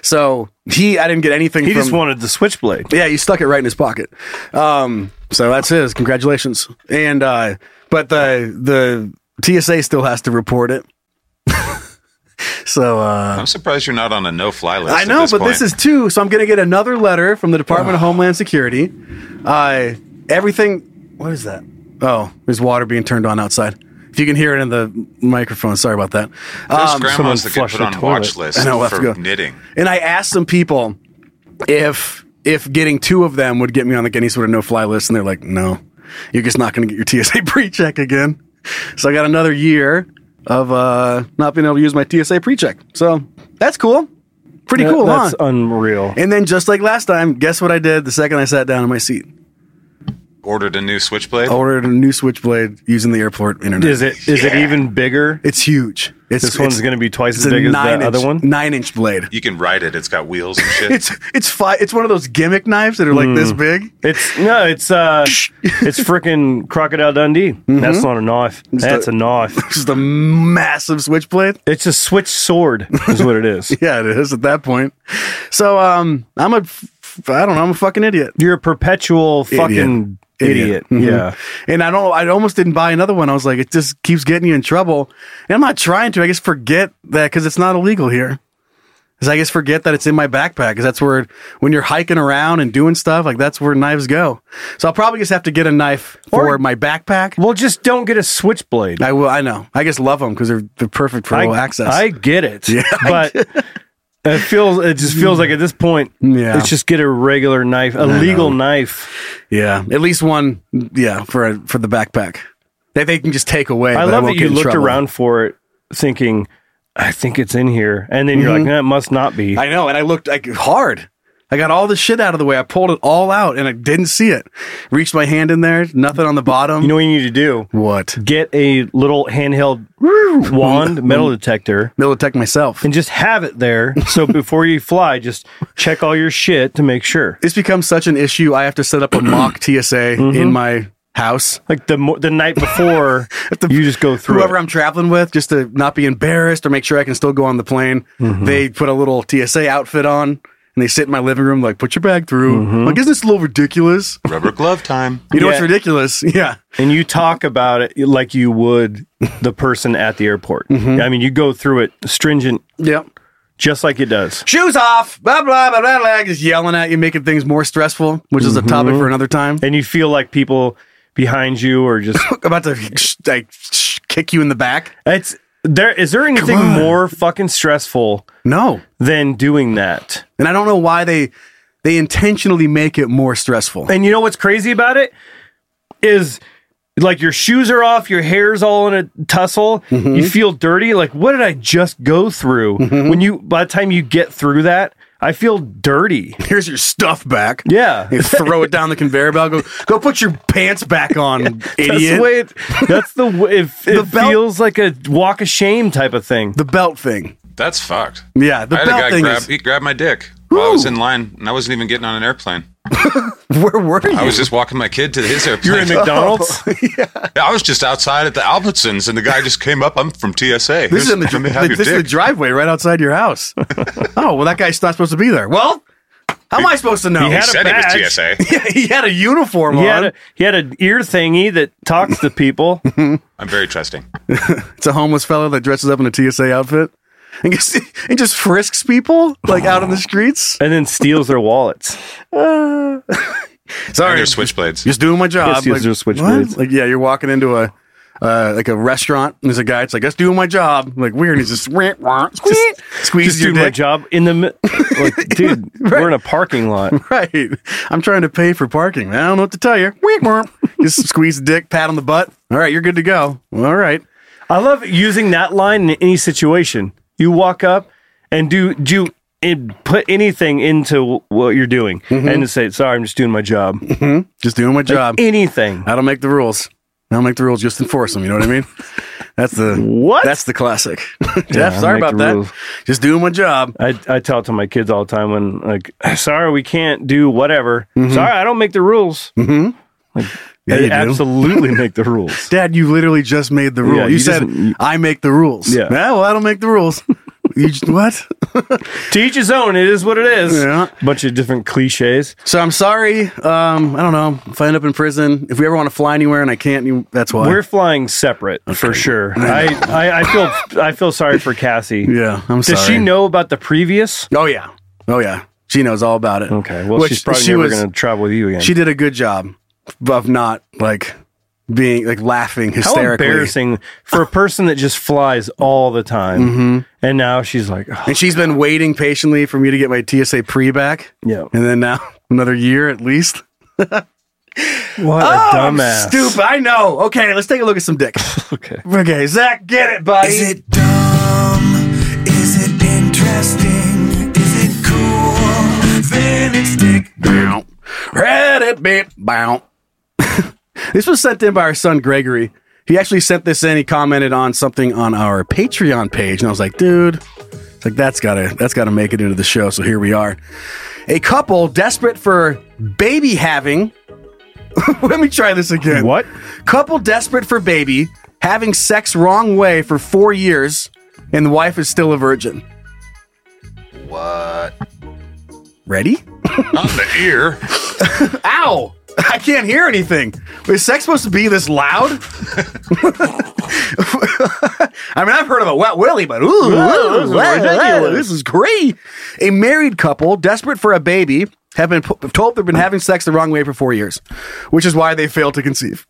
[SPEAKER 2] So he, I didn't get anything.
[SPEAKER 3] he
[SPEAKER 2] from,
[SPEAKER 3] just wanted the switchblade.
[SPEAKER 2] yeah, he stuck it right in his pocket. Um, so that's his. Congratulations. And uh, but the the TSA still has to report it. so uh,
[SPEAKER 4] I'm surprised you're not on a no-fly list.
[SPEAKER 2] I
[SPEAKER 4] at
[SPEAKER 2] know, but
[SPEAKER 4] point.
[SPEAKER 2] this is two. So I'm going to get another letter from the Department of Homeland Security. Uh, everything. What is that? Oh, there's water being turned on outside. If you can hear it in the microphone, sorry about that.
[SPEAKER 4] Those
[SPEAKER 2] Um,
[SPEAKER 3] someone
[SPEAKER 4] grandmas that get
[SPEAKER 3] flushed
[SPEAKER 4] put
[SPEAKER 3] the
[SPEAKER 4] on
[SPEAKER 3] toilet.
[SPEAKER 4] watch list
[SPEAKER 2] I know, we'll have to go.
[SPEAKER 4] for knitting.
[SPEAKER 2] and I asked some people if if getting two of them would get me on like any sort of no fly list, and they're like, "No, you're just not going to get your TSA pre-check again." So I got another year of uh, not being able to use my TSA pre-check. So that's cool, pretty
[SPEAKER 3] That-
[SPEAKER 2] cool, huh?
[SPEAKER 3] That's unreal.
[SPEAKER 2] and then just like last time, guess what I did the second I sat down in my seat?
[SPEAKER 4] Ordered a new switchblade.
[SPEAKER 2] I ordered a new switchblade using the airport internet.
[SPEAKER 3] Is it is it even bigger?
[SPEAKER 2] It's huge. It's,
[SPEAKER 3] This one's gonna be twice
[SPEAKER 2] it's
[SPEAKER 3] as
[SPEAKER 2] a
[SPEAKER 3] big as that
[SPEAKER 2] nine
[SPEAKER 3] other
[SPEAKER 2] inch-
[SPEAKER 3] one?
[SPEAKER 2] Nine inch blade.
[SPEAKER 4] You can ride it. It's got wheels and shit.
[SPEAKER 2] It's it's fi- It's one of those gimmick knives that are like
[SPEAKER 3] Mm.
[SPEAKER 2] this big.
[SPEAKER 3] It's no, it's uh, it's freaking crocodile Dundee. That's not a knife.
[SPEAKER 2] Mm-hmm.
[SPEAKER 3] That's
[SPEAKER 2] the-
[SPEAKER 3] a knife.
[SPEAKER 2] just a massive switchblade.
[SPEAKER 3] It's a switch sword, is what it is.
[SPEAKER 2] Yeah, it is at that point. So um, I'm a, f- I don't know, I'm a fucking idiot.
[SPEAKER 3] You're a perpetual fucking idiot.
[SPEAKER 2] Mhm.
[SPEAKER 3] Yeah.
[SPEAKER 2] and I don't. I almost didn't buy another one. I was like, it just keeps getting you in trouble. And I'm not trying to. I just forget that because it's not illegal here. Is I just forget that it's in my backpack because that's where when you're hiking around and doing stuff like that's where knives go. So I'll probably just have to get a knife for
[SPEAKER 3] Or-
[SPEAKER 2] my backpack.
[SPEAKER 3] Well, just don't get a switchblade.
[SPEAKER 2] I will. I know. I just love them because they're they're perfect for all access.
[SPEAKER 3] I get it. but it feels it just feels like at this point,
[SPEAKER 2] Yeah.
[SPEAKER 3] let's just get a regular knife, a legal knife.
[SPEAKER 2] yeah, at least one. Yeah, for a, for the backpack that they can just take away.
[SPEAKER 3] I
[SPEAKER 2] but
[SPEAKER 3] love
[SPEAKER 2] won't
[SPEAKER 3] that
[SPEAKER 2] get
[SPEAKER 3] you
[SPEAKER 2] in
[SPEAKER 3] looked
[SPEAKER 2] trouble.
[SPEAKER 3] around for it thinking, I think it's in here. And then you're like, no, it must not be.
[SPEAKER 2] Mm-hmm. I know, and I looked like hard. I got all the shit out of the way. I pulled it all out, and I didn't see it. Reached my hand in there, nothing on the bottom.
[SPEAKER 3] you know what you need to do?
[SPEAKER 2] what?
[SPEAKER 3] Get a little handheld wand
[SPEAKER 2] Mm-hmm.
[SPEAKER 3] metal detector
[SPEAKER 2] They'll attack myself.
[SPEAKER 3] and just have it there. So before you fly, just check all your shit to make sure.
[SPEAKER 2] It's become such an issue. I have to set up a mock TSA
[SPEAKER 3] Mm-hmm.
[SPEAKER 2] in my house.
[SPEAKER 3] Like the mo- the night before, you just go through.
[SPEAKER 2] Whoever
[SPEAKER 3] it.
[SPEAKER 2] I'm traveling with, just to not be embarrassed or make sure I can still go on the plane,
[SPEAKER 3] Mm-hmm.
[SPEAKER 2] they put a little TSA outfit on and they sit in my living room, like, put your bag through.
[SPEAKER 3] Mm-hmm.
[SPEAKER 2] Like, isn't this a little ridiculous?
[SPEAKER 4] Rubber glove time.
[SPEAKER 2] You know what's
[SPEAKER 3] Yeah.
[SPEAKER 2] ridiculous? Yeah.
[SPEAKER 3] and you talk about it like you would the person at the airport.
[SPEAKER 2] Mm-hmm.
[SPEAKER 3] I mean, you go through it stringent,
[SPEAKER 2] Yep.
[SPEAKER 3] just like it does.
[SPEAKER 2] Shoes off, blah, blah, blah, blah, blah, just yelling at you, making things more stressful, which is a
[SPEAKER 3] Mm-hmm.
[SPEAKER 2] topic for another time.
[SPEAKER 3] And you feel like people behind you are just.
[SPEAKER 2] About to like, kick you in the back.
[SPEAKER 3] It's there. Is there anything more fucking stressful
[SPEAKER 2] No.
[SPEAKER 3] than doing that?
[SPEAKER 2] And I don't know why they they intentionally make it more stressful.
[SPEAKER 3] And you know what's crazy about it is like your shoes are off, your hair's all in a tussle,
[SPEAKER 2] Mm-hmm.
[SPEAKER 3] you feel dirty. Like, what did I just go through? When you by the time you get through that, I feel dirty.
[SPEAKER 2] Here's your stuff back.
[SPEAKER 3] Yeah.
[SPEAKER 2] You throw it down the conveyor belt. Go, go put your pants back on,
[SPEAKER 3] That's
[SPEAKER 2] idiot.
[SPEAKER 3] the way it, that's the way it,
[SPEAKER 2] The
[SPEAKER 3] it
[SPEAKER 2] belt-
[SPEAKER 3] feels like a walk of shame type of thing.
[SPEAKER 2] the belt thing.
[SPEAKER 4] That's fucked.
[SPEAKER 2] Yeah, the
[SPEAKER 4] I had a
[SPEAKER 2] belt
[SPEAKER 4] guy
[SPEAKER 2] thing
[SPEAKER 4] grab,
[SPEAKER 2] is.
[SPEAKER 4] he grabbed my dick while I was in line, and I wasn't even getting on an airplane.
[SPEAKER 2] Where were you?
[SPEAKER 4] I was just walking my kid to his airplane.
[SPEAKER 3] You're in McDonald's.
[SPEAKER 4] I was just outside at the Albertsons, and the guy just came up. I'm from TSA.
[SPEAKER 2] this is in the,
[SPEAKER 4] Let me have your
[SPEAKER 2] this is the
[SPEAKER 4] dick.
[SPEAKER 2] driveway right outside your house. oh well, that guy's not supposed to be there. Well, how am I supposed to know?
[SPEAKER 3] He
[SPEAKER 4] he
[SPEAKER 3] had a
[SPEAKER 4] said it
[SPEAKER 3] badge.
[SPEAKER 4] was TSA.
[SPEAKER 2] he had a uniform
[SPEAKER 3] he
[SPEAKER 2] on.
[SPEAKER 3] had a, he had an ear thingy that talks to people.
[SPEAKER 4] I'm very trusting.
[SPEAKER 2] it's a homeless fellow that dresses up in a TSA outfit and just, and just frisks people like out on the streets.
[SPEAKER 3] and then steals their wallets.
[SPEAKER 4] And
[SPEAKER 2] Sorry,
[SPEAKER 4] there's switchblades.
[SPEAKER 2] just doing my job.
[SPEAKER 3] Yes, yes, there's switchblades.
[SPEAKER 2] what? Like, yeah, you're walking into a uh, like a restaurant, and there's a guy. It's like, just doing my job. like weird. And he's just, just squeeze
[SPEAKER 3] Just
[SPEAKER 2] your
[SPEAKER 3] doing my
[SPEAKER 2] dick.
[SPEAKER 3] job in the mi- like, dude. We're in a parking lot.
[SPEAKER 2] Right. I'm trying to pay for parking. man. I don't know what to tell you. just squeeze the dick, pat on the butt. All right, you're good to go. All right.
[SPEAKER 3] I love using that line in any situation. You walk up and do do and put anything into what you're doing, and say, "Sorry, I'm just doing my job."
[SPEAKER 2] Just doing my Mm-hmm. job.
[SPEAKER 3] Anything.
[SPEAKER 2] I don't make the rules. I don't make the rules. Just enforce them. You know what I mean? That's the
[SPEAKER 3] What?
[SPEAKER 2] That's the classic. Jeff,
[SPEAKER 3] Yeah, I
[SPEAKER 2] sorry
[SPEAKER 3] make
[SPEAKER 2] about
[SPEAKER 3] the
[SPEAKER 2] that.
[SPEAKER 3] rules.
[SPEAKER 2] Just doing my job.
[SPEAKER 3] I, I tell it to my kids all the time when like, sorry, we can't do whatever. Sorry, I don't make the rules. Mm-hmm. Like,
[SPEAKER 2] Mm-hmm. you
[SPEAKER 3] I
[SPEAKER 2] do.
[SPEAKER 3] absolutely make the rules.
[SPEAKER 2] Dad, you literally just made the rule.
[SPEAKER 3] Yeah,
[SPEAKER 2] you,
[SPEAKER 3] you
[SPEAKER 2] said
[SPEAKER 3] just- you-
[SPEAKER 2] I make the rules.
[SPEAKER 3] Yeah.
[SPEAKER 2] well, I don't make the rules. you just, what?
[SPEAKER 3] to each his own. It is what it is.
[SPEAKER 2] Yeah.
[SPEAKER 3] Bunch of different cliches.
[SPEAKER 2] So I'm sorry. Um, I don't know. If I end up in prison, if we ever want to fly anywhere and I can't, you, that's why.
[SPEAKER 3] We're flying separate for sure. I, I, I feel I feel sorry for Cassie.
[SPEAKER 2] yeah, I'm sorry.
[SPEAKER 3] Does she know about the previous?
[SPEAKER 2] Oh yeah. Oh yeah. She knows all about it.
[SPEAKER 3] Okay. Well,
[SPEAKER 2] Which
[SPEAKER 3] she's probably
[SPEAKER 2] she
[SPEAKER 3] never
[SPEAKER 2] was-
[SPEAKER 3] going to travel with you again.
[SPEAKER 2] She did a good job of not like being like laughing
[SPEAKER 3] How
[SPEAKER 2] hysterically.
[SPEAKER 3] embarrassing for a person that just flies all the time, and now she's like, oh,
[SPEAKER 2] And she's been waiting patiently for me to get my TSA pre back.
[SPEAKER 3] Yeah.
[SPEAKER 2] And then now another year at least.
[SPEAKER 3] "What a dumbass!"
[SPEAKER 2] Oh, Stupid. I know. Okay, let's take a look at some dick.
[SPEAKER 3] Okay.
[SPEAKER 2] Okay, Zach, get it, buddy.
[SPEAKER 9] Is it dumb? Is it interesting? Is it cool? Then it's dick.
[SPEAKER 2] Bow. Reddit bit. Bow. this was sent in by our son Gregory. He actually sent this in. He commented on something on our Patreon page, and I was like, dude, it's like that's gotta that's gotta make it into the show. So here we are. A couple desperate for baby having. Let me try this again.
[SPEAKER 3] What?
[SPEAKER 2] Couple desperate for baby having sex wrong way for four years, and the wife is still a virgin.
[SPEAKER 4] What?
[SPEAKER 2] Ready?
[SPEAKER 4] Not in the ear.
[SPEAKER 2] Ow! I can't hear anything. Is sex supposed to be this loud? I mean, I've heard about Wet Willie, but ooh, ooh,
[SPEAKER 3] this is
[SPEAKER 2] wow, wow,
[SPEAKER 3] ridiculous.
[SPEAKER 2] this is great. A married couple, desperate for a baby, have been po- told they've been having sex the wrong way for four years, which is why they failed to conceive.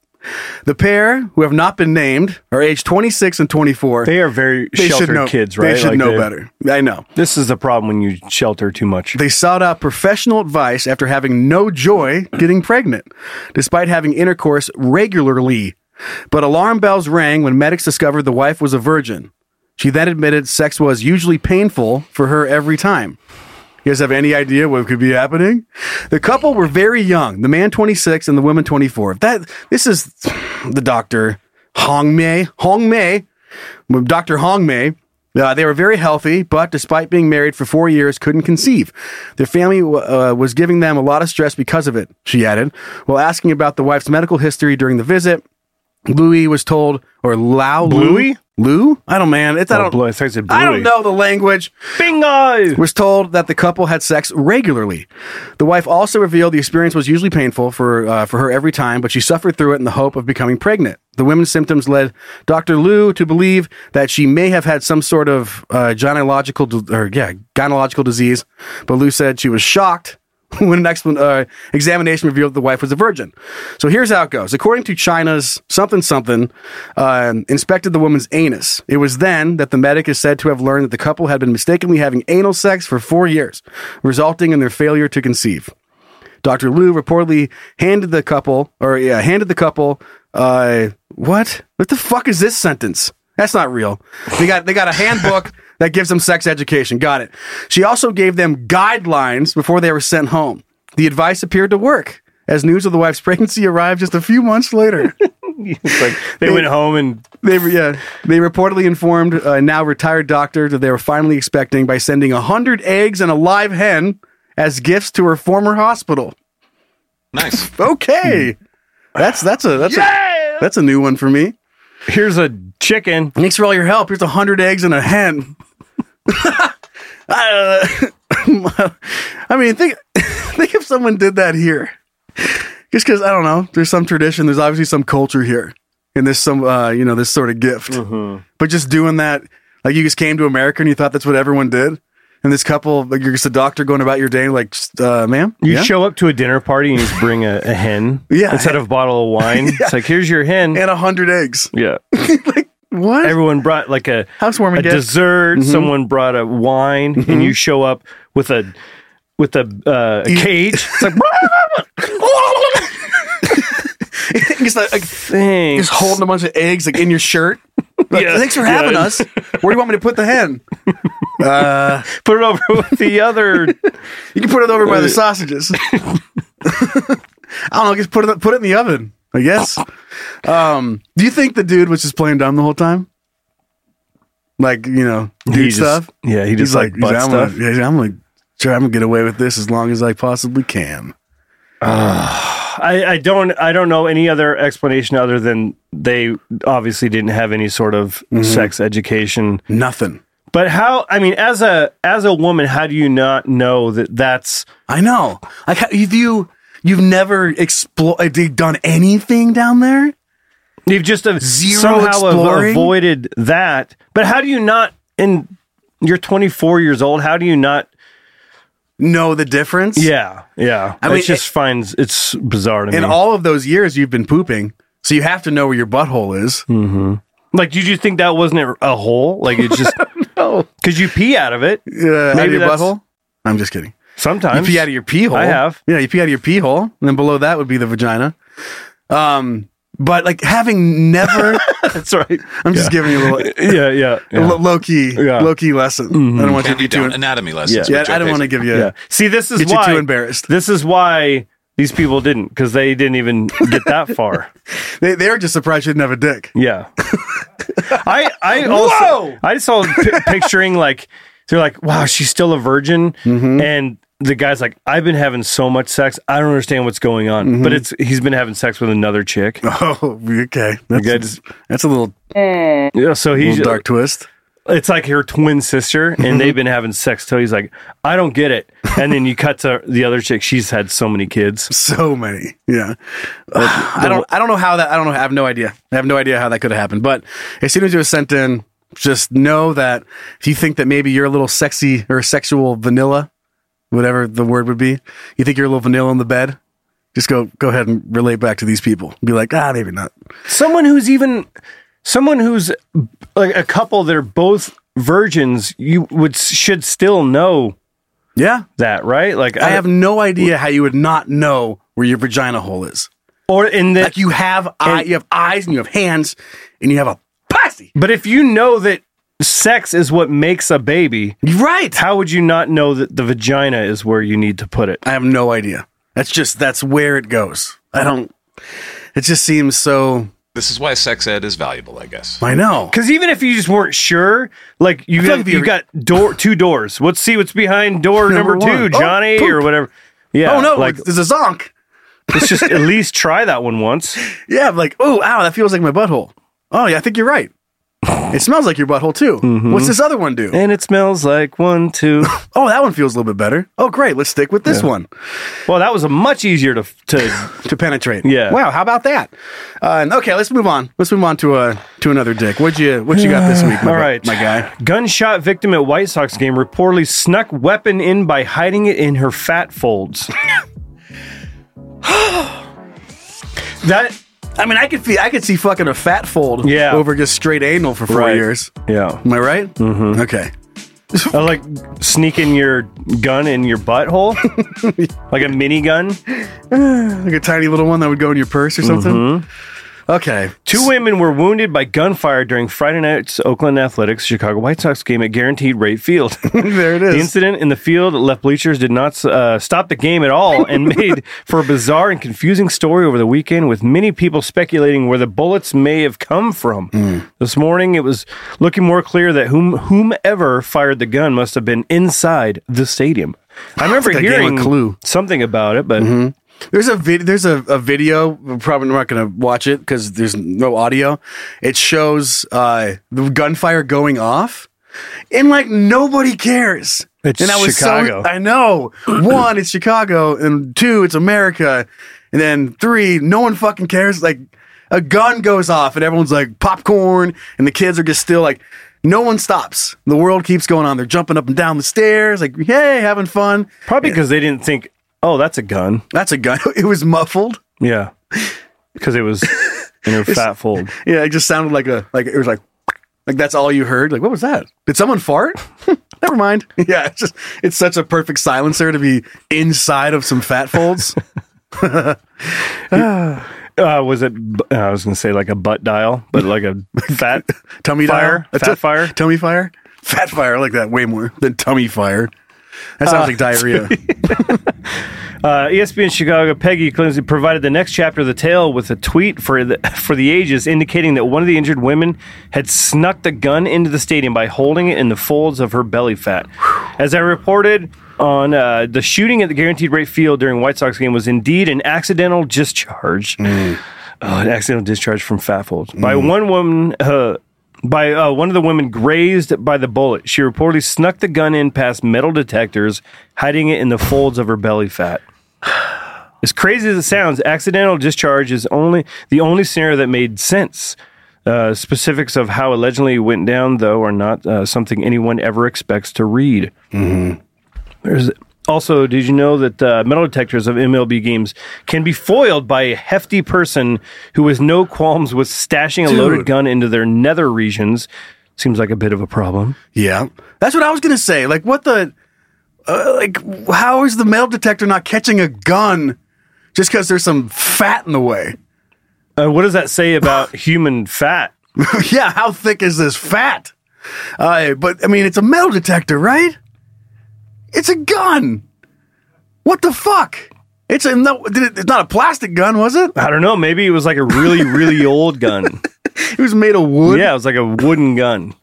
[SPEAKER 2] The pair, who have not been named, are aged 26 and 24.
[SPEAKER 3] They are very
[SPEAKER 2] They
[SPEAKER 3] sheltered
[SPEAKER 2] know,
[SPEAKER 3] kids, right?
[SPEAKER 2] They should
[SPEAKER 3] Like,
[SPEAKER 2] know better. I know.
[SPEAKER 3] This is the problem when you shelter too much.
[SPEAKER 2] They sought out professional advice after having no joy getting pregnant, despite having intercourse regularly. But alarm bells rang when medics discovered the wife was a virgin. She then admitted sex was usually painful for her every time. You guys have any idea what could be happening? The couple were very young, the man 26 and the woman 24. That this is the doctor Hong Mei, Hong Mei, Dr. Hong Mei. Uh, they were very healthy, but despite being married for four years, couldn't conceive. Their family uh, was giving them a lot of stress because of it, she added. While asking about the wife's medical history during the visit, Louis was told, or Lao Louis? Lou? I don't, man. It's, I,
[SPEAKER 3] Oh,
[SPEAKER 2] don't,
[SPEAKER 3] Blue- I thought you said
[SPEAKER 2] I don't
[SPEAKER 3] Bluey.
[SPEAKER 2] know the language
[SPEAKER 3] Bingo!
[SPEAKER 2] was told that the couple had sex regularly. The wife also revealed the experience was usually painful for uh, for her every time, but she suffered through it in the hope of becoming pregnant. The women's symptoms led Dr. Liu to believe that she may have had some sort of uh, gynecological d- or yeah gynecological disease, but Liu said she was shocked. When an explan- uh, examination revealed the wife was a virgin. So here's how it goes. According to China's something something, um, inspected the woman's anus. It was then that the medic is said to have learned that the couple had been mistakenly having anal sex for four years, resulting in their failure to conceive. Dr. Liu reportedly handed the couple, or yeah, handed the couple, uh, what? What the fuck is this sentence? That's not real. They got they got a handbook that gives them sex education. Got it. She also gave them guidelines before they were sent home. The advice appeared to work as news of the wife's pregnancy arrived just a few months later.
[SPEAKER 3] It's like they went home and
[SPEAKER 2] They yeah. They reportedly informed a now retired doctor that they were finally expecting by sending hundred eggs and a live hen as gifts to her former hospital.
[SPEAKER 4] Nice.
[SPEAKER 2] Okay, that's that's a that's a that's a new one for me.
[SPEAKER 3] here's a chicken.
[SPEAKER 2] Thanks for all your help. Here's hundred eggs and a hen. I, uh, I mean, think think if someone did that here, just because I don't know. There's some tradition. There's obviously some culture here, and there's some uh, you know this sort of gift. But just doing that, like you just came to America and you thought that's what everyone did. And this couple, like you're just a doctor going about your day, like, uh, ma'am,
[SPEAKER 3] You
[SPEAKER 2] yeah?
[SPEAKER 3] show up to a dinner party and you just bring a, a hen
[SPEAKER 2] Yeah.
[SPEAKER 3] instead of a bottle of wine. It's like, here's your hen.
[SPEAKER 2] and a hundred eggs.
[SPEAKER 3] yeah.
[SPEAKER 2] What?
[SPEAKER 3] Everyone brought like a,
[SPEAKER 2] Housewarming
[SPEAKER 3] a
[SPEAKER 2] gift. Mm-hmm.
[SPEAKER 3] dessert. Someone brought a wine and you show up with a with a, uh, a cage. It's like,
[SPEAKER 2] He's like, like
[SPEAKER 3] thanks.
[SPEAKER 2] just holding a bunch of eggs like in your shirt. Like,
[SPEAKER 3] Yeah.
[SPEAKER 2] Thanks for having
[SPEAKER 3] Yeah.
[SPEAKER 2] us. Where do you want me to put the hen?
[SPEAKER 3] Put it over with the other.
[SPEAKER 2] You can put it over by
[SPEAKER 3] Uh,
[SPEAKER 2] the sausages. I don't know. Just put it put it in the oven. I guess. Um, do you think the dude was just playing dumb the whole time? Like you know, dude
[SPEAKER 3] He just-
[SPEAKER 2] stuff.
[SPEAKER 3] yeah, he just, like, butt
[SPEAKER 2] I'm
[SPEAKER 3] stuff.
[SPEAKER 2] Gonna, yeah, I'm gonna try. I'm gonna get away with this as long as I possibly can.
[SPEAKER 3] I, I don't I don't know any other explanation other than they obviously didn't have any sort of
[SPEAKER 2] Mm-hmm.
[SPEAKER 3] sex education.
[SPEAKER 2] Nothing.
[SPEAKER 3] But how? I mean, as a as a woman, how do you not know that that's
[SPEAKER 2] I know. Like how- if you you've never explored done anything down there.
[SPEAKER 3] you've just have
[SPEAKER 2] Zero
[SPEAKER 3] somehow av-
[SPEAKER 2] exploring?
[SPEAKER 3] avoided that? But how do you not? And you're 24 years old. How do you not?
[SPEAKER 2] Know the difference?
[SPEAKER 3] Yeah, yeah.
[SPEAKER 2] I
[SPEAKER 3] I
[SPEAKER 2] mean,
[SPEAKER 3] it just finds it's bizarre to
[SPEAKER 2] in
[SPEAKER 3] me.
[SPEAKER 2] all of those years you've been pooping, so you have to know where your butthole is.
[SPEAKER 3] Hmm. like, did you think that wasn't a hole? Like, it's just because you pee out of it
[SPEAKER 2] Uh, out of
[SPEAKER 3] Maybe
[SPEAKER 2] your
[SPEAKER 3] that's-
[SPEAKER 2] butthole. I'm just kidding.
[SPEAKER 3] sometimes.
[SPEAKER 2] you pee out of your pee hole.
[SPEAKER 3] I have.
[SPEAKER 2] Yeah, you pee out of your pee hole, and then below that would be the vagina. Um, but like having never,
[SPEAKER 3] That's right.
[SPEAKER 2] I'm just giving you a little
[SPEAKER 3] Yeah, yeah, yeah.
[SPEAKER 2] lo- low key,
[SPEAKER 3] Yeah. Mm-hmm.
[SPEAKER 2] low key lesson. I don't want you to
[SPEAKER 4] And
[SPEAKER 2] be
[SPEAKER 4] you
[SPEAKER 2] too.
[SPEAKER 4] don't anatomy lessons.
[SPEAKER 2] yeah,
[SPEAKER 4] with Joe
[SPEAKER 2] I don't want to
[SPEAKER 4] Pacey.
[SPEAKER 2] give you.
[SPEAKER 3] Yeah. See, this is
[SPEAKER 2] Get you
[SPEAKER 3] why
[SPEAKER 2] too embarrassed.
[SPEAKER 3] This is why these people didn't because they didn't even get that far.
[SPEAKER 2] They they're just surprised you didn't have a dick.
[SPEAKER 3] yeah. I I also I saw p- picturing like they're like, wow, she's still a virgin,
[SPEAKER 2] Mm-hmm.
[SPEAKER 3] and the guy's like, I've been having so much sex, I don't understand what's going on, but it's he's been having sex with another chick.
[SPEAKER 2] Mm-hmm. Oh, okay. That's,
[SPEAKER 3] Okay, just-
[SPEAKER 2] that's a little,
[SPEAKER 3] Yeah, so he's
[SPEAKER 2] little dark Mm-hmm. twist.
[SPEAKER 3] it's like her twin sister, and they've been having sex till he's like, I don't get it, and then you cut to the other chick, she's had so many kids.
[SPEAKER 2] So many. Yeah. I don't I don't know how that I don't know I have no idea. I have no idea how that could have happened. But as soon as it was sent in, Just know that if you think that maybe you're a little sexy or sexual vanilla, whatever the word would be, you think you're a little vanilla in the bed, just go go ahead and relate back to these people. Be like, ah, maybe not.
[SPEAKER 3] someone who's even someone who's like a couple that are both virgins you would should still know
[SPEAKER 2] Yeah.
[SPEAKER 3] that right like
[SPEAKER 2] I have no idea how you would not know where your vagina hole is.
[SPEAKER 3] or in the
[SPEAKER 2] Like you have eye, you have eyes and you have hands and you have a pussy.
[SPEAKER 3] but if you know that sex is what makes a baby
[SPEAKER 2] Right.
[SPEAKER 3] how would you not know that the vagina is where you need to put it
[SPEAKER 2] I have no idea. That's just that's where it goes. I don't. It just seems so.
[SPEAKER 4] This is why sex ed is valuable, I guess.
[SPEAKER 2] I know.
[SPEAKER 3] because even if you just weren't sure like you
[SPEAKER 2] I feel
[SPEAKER 3] got,
[SPEAKER 2] like the-
[SPEAKER 3] you got door two doors let's see what's behind door number,
[SPEAKER 2] Number
[SPEAKER 3] two
[SPEAKER 2] one. Oh,
[SPEAKER 3] johnny or
[SPEAKER 2] poop.
[SPEAKER 3] whatever yeah
[SPEAKER 2] oh no!
[SPEAKER 3] like
[SPEAKER 2] Like there's a zonk.
[SPEAKER 3] let's just at least try that one once
[SPEAKER 2] Yeah. I'm like oh ow that feels like my butthole. Oh yeah, I think you're right. It smells like your butthole too.
[SPEAKER 3] Mm-hmm.
[SPEAKER 2] What's this other one do?
[SPEAKER 3] and it smells like one two
[SPEAKER 2] Oh, that one feels a little bit better. Oh great, let's stick with this one
[SPEAKER 3] Well, that was a much easier to to.
[SPEAKER 2] to penetrate.
[SPEAKER 3] Yeah.
[SPEAKER 2] Wow, how about that? Uh, and- okay, let's move on. Let's move on to uh, to another dick. What you what you got this week? My,
[SPEAKER 3] All
[SPEAKER 2] bu-
[SPEAKER 3] right,
[SPEAKER 2] my guy.
[SPEAKER 3] Gunshot victim at White Sox game reportedly snuck weapon in by hiding it in her fat folds. that
[SPEAKER 2] I mean, I could feel, I could see fucking a fat fold.
[SPEAKER 3] Yeah.
[SPEAKER 2] Over just straight anal for four
[SPEAKER 3] Right.
[SPEAKER 2] years.
[SPEAKER 3] yeah,
[SPEAKER 2] Am I right? Mm-hmm. Okay.
[SPEAKER 3] I like sneaking your gun in your butthole, like a minigun.
[SPEAKER 2] Like a tiny little one that would go in your purse or something.
[SPEAKER 3] Mm-hmm.
[SPEAKER 2] Okay.
[SPEAKER 3] Two women were wounded by gunfire during Friday night's Oakland Athletics Chicago White Sox game at Guaranteed Rate Field.
[SPEAKER 2] there it
[SPEAKER 3] The
[SPEAKER 2] is.
[SPEAKER 3] incident in the field left bleachers did not uh, stop the game at all and made for a bizarre and confusing story over the weekend with many people speculating where the bullets may have come from.
[SPEAKER 2] Hmm.
[SPEAKER 3] This morning, it was looking more clear that whom, whomever fired the gun must have been inside the stadium. I remember
[SPEAKER 2] They gave a
[SPEAKER 3] hearing
[SPEAKER 2] clue. Mm-hmm.
[SPEAKER 3] something about it, but
[SPEAKER 2] There's a vid- there's a, a video. We're probably not going to watch it because there's no audio. It shows uh, the gunfire going off, and like nobody cares.
[SPEAKER 3] It's
[SPEAKER 2] and so-
[SPEAKER 3] Chicago.
[SPEAKER 2] I know. One, it's Chicago, and two, it's America, and then three, no one fucking cares. Like a gun goes off, and everyone's like popcorn, and the kids are just still like. No one stops. The world keeps going on. They're jumping up and down the stairs, like, hey, having fun.
[SPEAKER 3] probably because they didn't think, oh, that's a gun.
[SPEAKER 2] That's a gun. It was muffled.
[SPEAKER 3] Yeah. Because it was in her fat fold.
[SPEAKER 2] Yeah, it just sounded like a like it was like like that's all you heard. Like, what was that? Did someone fart? Never mind. Yeah, it's just it's such a perfect silencer to be inside of some fat folds.
[SPEAKER 3] Uh, was it, bu- uh, I was going to say like a butt dial, but like a fat
[SPEAKER 2] tummy
[SPEAKER 3] Fire?
[SPEAKER 2] dial.
[SPEAKER 3] Fat fire?
[SPEAKER 2] Tummy fire. Fat fire. I like that way more than tummy fire. That sounds like diarrhea.
[SPEAKER 3] Uh, ESPN Chicago Peggy Clinton provided the next chapter of the tale with a tweet for the for the ages, indicating that one of the injured women had snuck the gun into the stadium by holding it in the folds of her belly fat. As I reported on uh, the shooting at the Guaranteed Rate Field during White Sox game was indeed an accidental discharge, Oh, an accidental discharge from fat folds by one woman. Uh, by uh, one of the women grazed by the bullet. She reportedly snuck the gun in past metal detectors, hiding it in the folds of her belly fat. As crazy as it sounds, accidental discharge is only the only scenario that made sense. Uh, specifics of how allegedly it went down, though, are not uh, something anyone ever expects to read. There's also, did you know that uh, metal detectors of MLB games can be foiled by a hefty person who has no qualms with stashing a loaded
[SPEAKER 2] Dude.
[SPEAKER 3] gun into their nether regions? Seems like a bit of a problem.
[SPEAKER 2] yeah. That's what I was gonna say. Like what the uh, like how is the metal detector not catching a gun just because there's some fat in the way?
[SPEAKER 3] Uh, what does that say about human fat?
[SPEAKER 2] yeah, how thick is this fat? Uh, but I mean, it's a metal detector, right? It's a gun. What the fuck? It's a no. Did it, it's not a plastic gun, was it?
[SPEAKER 3] I don't know. Maybe it was like a really, really old gun.
[SPEAKER 2] It was made of wood.
[SPEAKER 3] Yeah, it was like a wooden gun.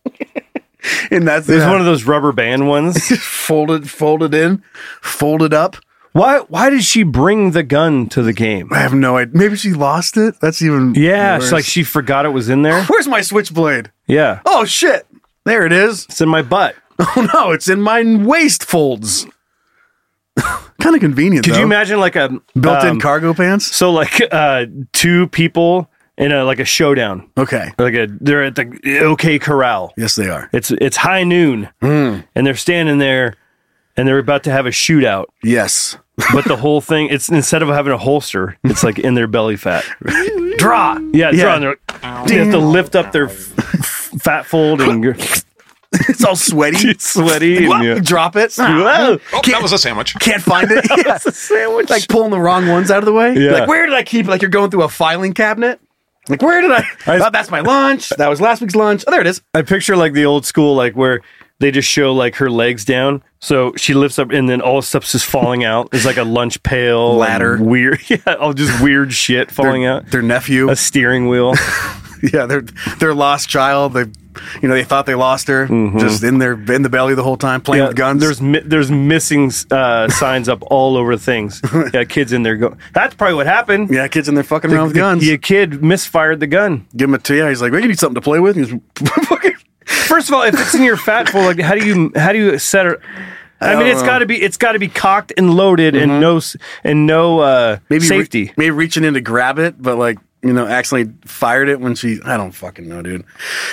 [SPEAKER 2] and that's
[SPEAKER 3] It was
[SPEAKER 2] yeah.
[SPEAKER 3] one of those rubber band ones.
[SPEAKER 2] folded, folded in, folded up.
[SPEAKER 3] why? Why did she bring the gun to the game?
[SPEAKER 2] I have no idea. Maybe she lost it. That's even
[SPEAKER 3] Yeah,
[SPEAKER 2] worse.
[SPEAKER 3] it's like she forgot it was in there.
[SPEAKER 2] where's my switchblade?
[SPEAKER 3] Yeah,
[SPEAKER 2] Oh shit! There it is.
[SPEAKER 3] it's in my butt.
[SPEAKER 2] Oh no, it's in my waist folds. kind of convenient.
[SPEAKER 3] Could you Um,
[SPEAKER 2] though.
[SPEAKER 3] imagine like a
[SPEAKER 2] built-in
[SPEAKER 3] um,
[SPEAKER 2] cargo pants?
[SPEAKER 3] So like uh, two people in a like a showdown.
[SPEAKER 2] Okay.
[SPEAKER 3] Like a they're at the OK Corral.
[SPEAKER 2] Yes, they are.
[SPEAKER 3] It's it's high noon, and they're standing there, and they're about to have a shootout.
[SPEAKER 2] Yes.
[SPEAKER 3] But the whole thing, it's instead of having a holster, it's like in their belly fat.
[SPEAKER 2] Draw.
[SPEAKER 3] Yeah, it's on their- They have to lift up their f- f- fat fold and you're
[SPEAKER 2] It's all sweaty.
[SPEAKER 3] sweaty. And
[SPEAKER 2] Whoop,
[SPEAKER 3] you-
[SPEAKER 2] Drop it.
[SPEAKER 3] Whoa.
[SPEAKER 4] Oh,
[SPEAKER 2] Can't-
[SPEAKER 4] that was a sandwich.
[SPEAKER 2] Can't find it. Yes.
[SPEAKER 3] sandwich.
[SPEAKER 2] Like pulling the wrong ones out of the way.
[SPEAKER 3] Yeah.
[SPEAKER 2] Like, where did I keep it? Like you're going through a filing cabinet. Like, where did I?
[SPEAKER 3] I-
[SPEAKER 2] oh, that's my lunch. That was last week's lunch. Oh, there it is.
[SPEAKER 3] I picture like the old school, like where they just show like her legs down. So she lifts up and then all the stuff's just falling out. There's like a lunch pail, and
[SPEAKER 2] Ladder.
[SPEAKER 3] weird, yeah, all just weird shit falling
[SPEAKER 2] their,
[SPEAKER 3] out.
[SPEAKER 2] Their nephew.
[SPEAKER 3] A steering wheel.
[SPEAKER 2] yeah, their their lost child. They, you know, they thought they lost her. Just in their in the belly the whole time, playing
[SPEAKER 3] Mm-hmm. Yeah,
[SPEAKER 2] with guns.
[SPEAKER 3] There's mi- there's missing uh, signs up all over things. Yeah, kids in there go. That's probably what happened.
[SPEAKER 2] yeah, kids in there fucking around with
[SPEAKER 3] The-
[SPEAKER 2] guns.
[SPEAKER 3] Your kid misfired the gun.
[SPEAKER 2] Give him a two. Yeah, he's like, we can need something to play with. He's fucking-
[SPEAKER 3] First of all, if it's in your fat full, like how do you how do you set it? I, mean,
[SPEAKER 2] don't
[SPEAKER 3] it's
[SPEAKER 2] know.
[SPEAKER 3] got to be it's got to be cocked and loaded and no s- and no uh,
[SPEAKER 2] maybe re-
[SPEAKER 3] safety.
[SPEAKER 2] maybe reaching in to grab it, but like you know, accidentally fired it when she. I don't fucking know, dude.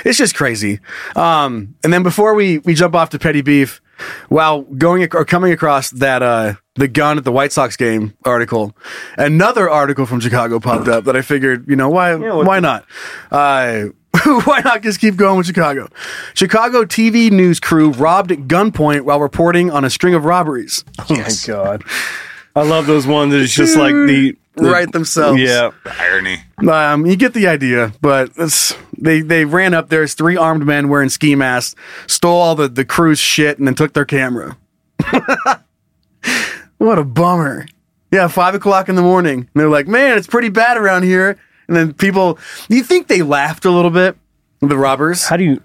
[SPEAKER 2] It's just crazy. Um, and then before we we jump off to petty beef, while going ac- or coming across that uh the gun at the White Sox game article, another article from Chicago popped up that I figured, you know, why
[SPEAKER 3] what-
[SPEAKER 2] why not? Uh. Why not just keep going with Chicago? Chicago TV news crew robbed at gunpoint while reporting on a string of robberies.
[SPEAKER 3] Oh my god. I love those ones that it's just like the, the-
[SPEAKER 2] Right themselves.
[SPEAKER 3] Yeah.
[SPEAKER 4] The irony.
[SPEAKER 2] Um, you get the idea, but it's, they they ran up there as three armed men wearing ski masks, stole all the the crew's shit, and then took their camera. what a bummer! Yeah, five o'clock in the morning, and they're like, "Man, it's pretty bad around here." And then people, do you think they laughed a little bit? The robbers,
[SPEAKER 3] How do you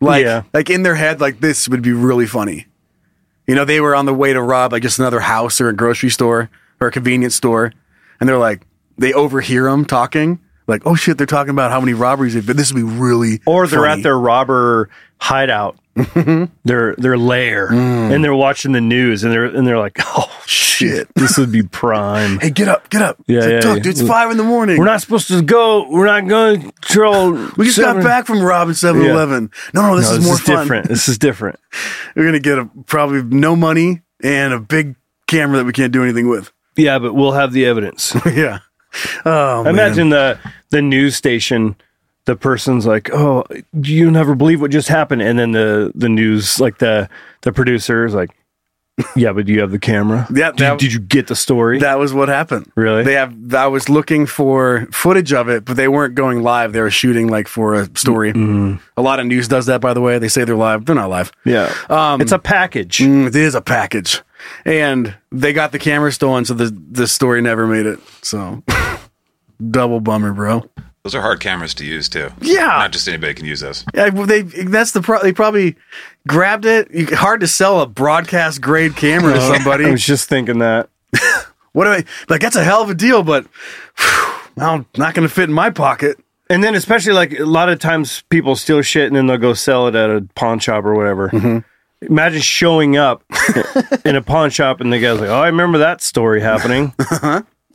[SPEAKER 2] like
[SPEAKER 3] yeah.
[SPEAKER 2] like in their head, like this would be really funny. You know, they were on the way to rob like just another house or a grocery store or a convenience store, and they're like they overhear them talking. Like, oh shit, they're talking about how many robberies they've been. This would be really
[SPEAKER 3] or they're at
[SPEAKER 2] funny.
[SPEAKER 3] their robber hideout.
[SPEAKER 2] Mm-hmm.
[SPEAKER 3] their their lair.
[SPEAKER 2] Mm.
[SPEAKER 3] And they're watching the news and they're and they're like, "Oh shit, this would be prime."
[SPEAKER 2] Hey, get up, get up.
[SPEAKER 3] Yeah,
[SPEAKER 2] It's like,
[SPEAKER 3] yeah,
[SPEAKER 2] "Duck,
[SPEAKER 3] yeah.
[SPEAKER 2] dude, it's five in the morning.
[SPEAKER 3] We're not supposed to go. We're not going to control.
[SPEAKER 2] we just got back from robbing 7 Eleven. No, no, this
[SPEAKER 3] No,
[SPEAKER 2] is more fun.
[SPEAKER 3] different. This is different.
[SPEAKER 2] We're going to get a, probably no money and a big camera that we can't do anything with.
[SPEAKER 3] Yeah, but we'll have the evidence.
[SPEAKER 2] yeah. Oh, man.
[SPEAKER 3] Imagine the the news station. The person's like, "Oh, you never believe what just happened," and then the the news, like the the producer is like, "Yeah, but do you have the camera?
[SPEAKER 2] Yeah,
[SPEAKER 3] did, you-
[SPEAKER 2] that-
[SPEAKER 3] did you get the story?
[SPEAKER 2] That was what happened.
[SPEAKER 3] Really?
[SPEAKER 2] They have. I was looking for footage of it, but they weren't going live. They were shooting like for a story. A lot of news does that, by the way. They say they're live. They're not live.
[SPEAKER 3] Mm-hmm. yeah,
[SPEAKER 2] Um,
[SPEAKER 3] it's a package.
[SPEAKER 2] Mm, it is a package, and they got the camera stolen, so the the story never made it. So, double bummer, bro.
[SPEAKER 4] Those are hard cameras to use too.
[SPEAKER 2] Yeah.
[SPEAKER 4] Not just anybody can use those.
[SPEAKER 2] Yeah, well, they that's the pro- they probably grabbed it. You, hard to sell a broadcast grade camera to
[SPEAKER 3] I
[SPEAKER 2] somebody.
[SPEAKER 3] was just thinking that.
[SPEAKER 2] what do I like? That's a hell of a deal, but whew, I'm not going to fit in my pocket.
[SPEAKER 3] And then, especially like a lot of times, people steal shit and then they'll go sell it at a pawn shop or whatever.
[SPEAKER 2] Mm-hmm.
[SPEAKER 3] Imagine showing up in a pawn shop and the guy's like, "Oh, I remember that story happening."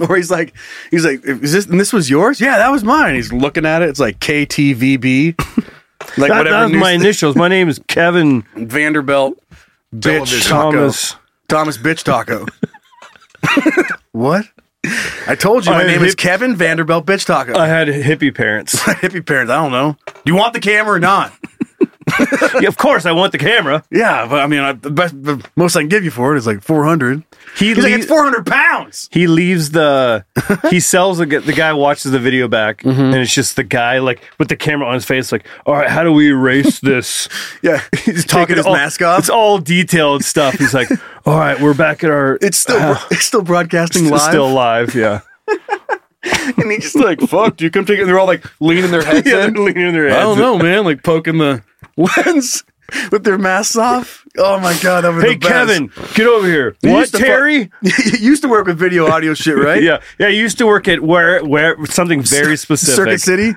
[SPEAKER 2] Or he's like, he's like, is this and this was yours? Yeah, that was mine. He's looking at it. It's like KTVB, like
[SPEAKER 3] that,
[SPEAKER 2] whatever.
[SPEAKER 3] that was
[SPEAKER 2] news-
[SPEAKER 3] my initials. My name is Kevin
[SPEAKER 2] Vanderbilt, bitch
[SPEAKER 4] Television.
[SPEAKER 2] taco. Thomas.
[SPEAKER 3] Thomas.
[SPEAKER 2] bitch taco. what? I told you my
[SPEAKER 3] I
[SPEAKER 2] name is
[SPEAKER 3] hit-
[SPEAKER 2] Kevin Vanderbilt bitch taco.
[SPEAKER 3] I had hippie parents.
[SPEAKER 2] Hippie parents, I don't know. Do you want the camera or not?
[SPEAKER 3] Yeah, of course, I want the camera.
[SPEAKER 2] yeah, but I mean, I, the best, the most I can give you for it is like four hundred.
[SPEAKER 3] He
[SPEAKER 2] He's like,
[SPEAKER 3] lea-
[SPEAKER 2] it's four hundred pounds.
[SPEAKER 3] he leaves the he sells the g- the guy watches the video back
[SPEAKER 2] Mm-hmm.
[SPEAKER 3] and it's just the guy like with the camera on his face like all right how do we erase this
[SPEAKER 2] Yeah, he's taking
[SPEAKER 3] Taking
[SPEAKER 2] his
[SPEAKER 3] all-
[SPEAKER 2] mask off.
[SPEAKER 3] it's all detailed stuff he's like all right we're back at our
[SPEAKER 2] It's still Ah. it's still broadcasting
[SPEAKER 3] it's
[SPEAKER 2] live.
[SPEAKER 3] still live yeah
[SPEAKER 2] and he's just like, "Fuck, dude, come take it." And they're all like leaning their heads
[SPEAKER 3] yeah they're
[SPEAKER 2] in.
[SPEAKER 3] leaning their heads
[SPEAKER 2] I don't know, man. Like poking the lens with their masks off. Oh my god, that was
[SPEAKER 3] hey
[SPEAKER 2] the best.
[SPEAKER 3] Kevin get over here
[SPEAKER 2] You
[SPEAKER 3] what
[SPEAKER 2] used to fu-
[SPEAKER 3] Terry
[SPEAKER 2] you used to work with video audio shit, right?
[SPEAKER 3] yeah yeah you used to work at where where something very specific
[SPEAKER 2] Circuit City.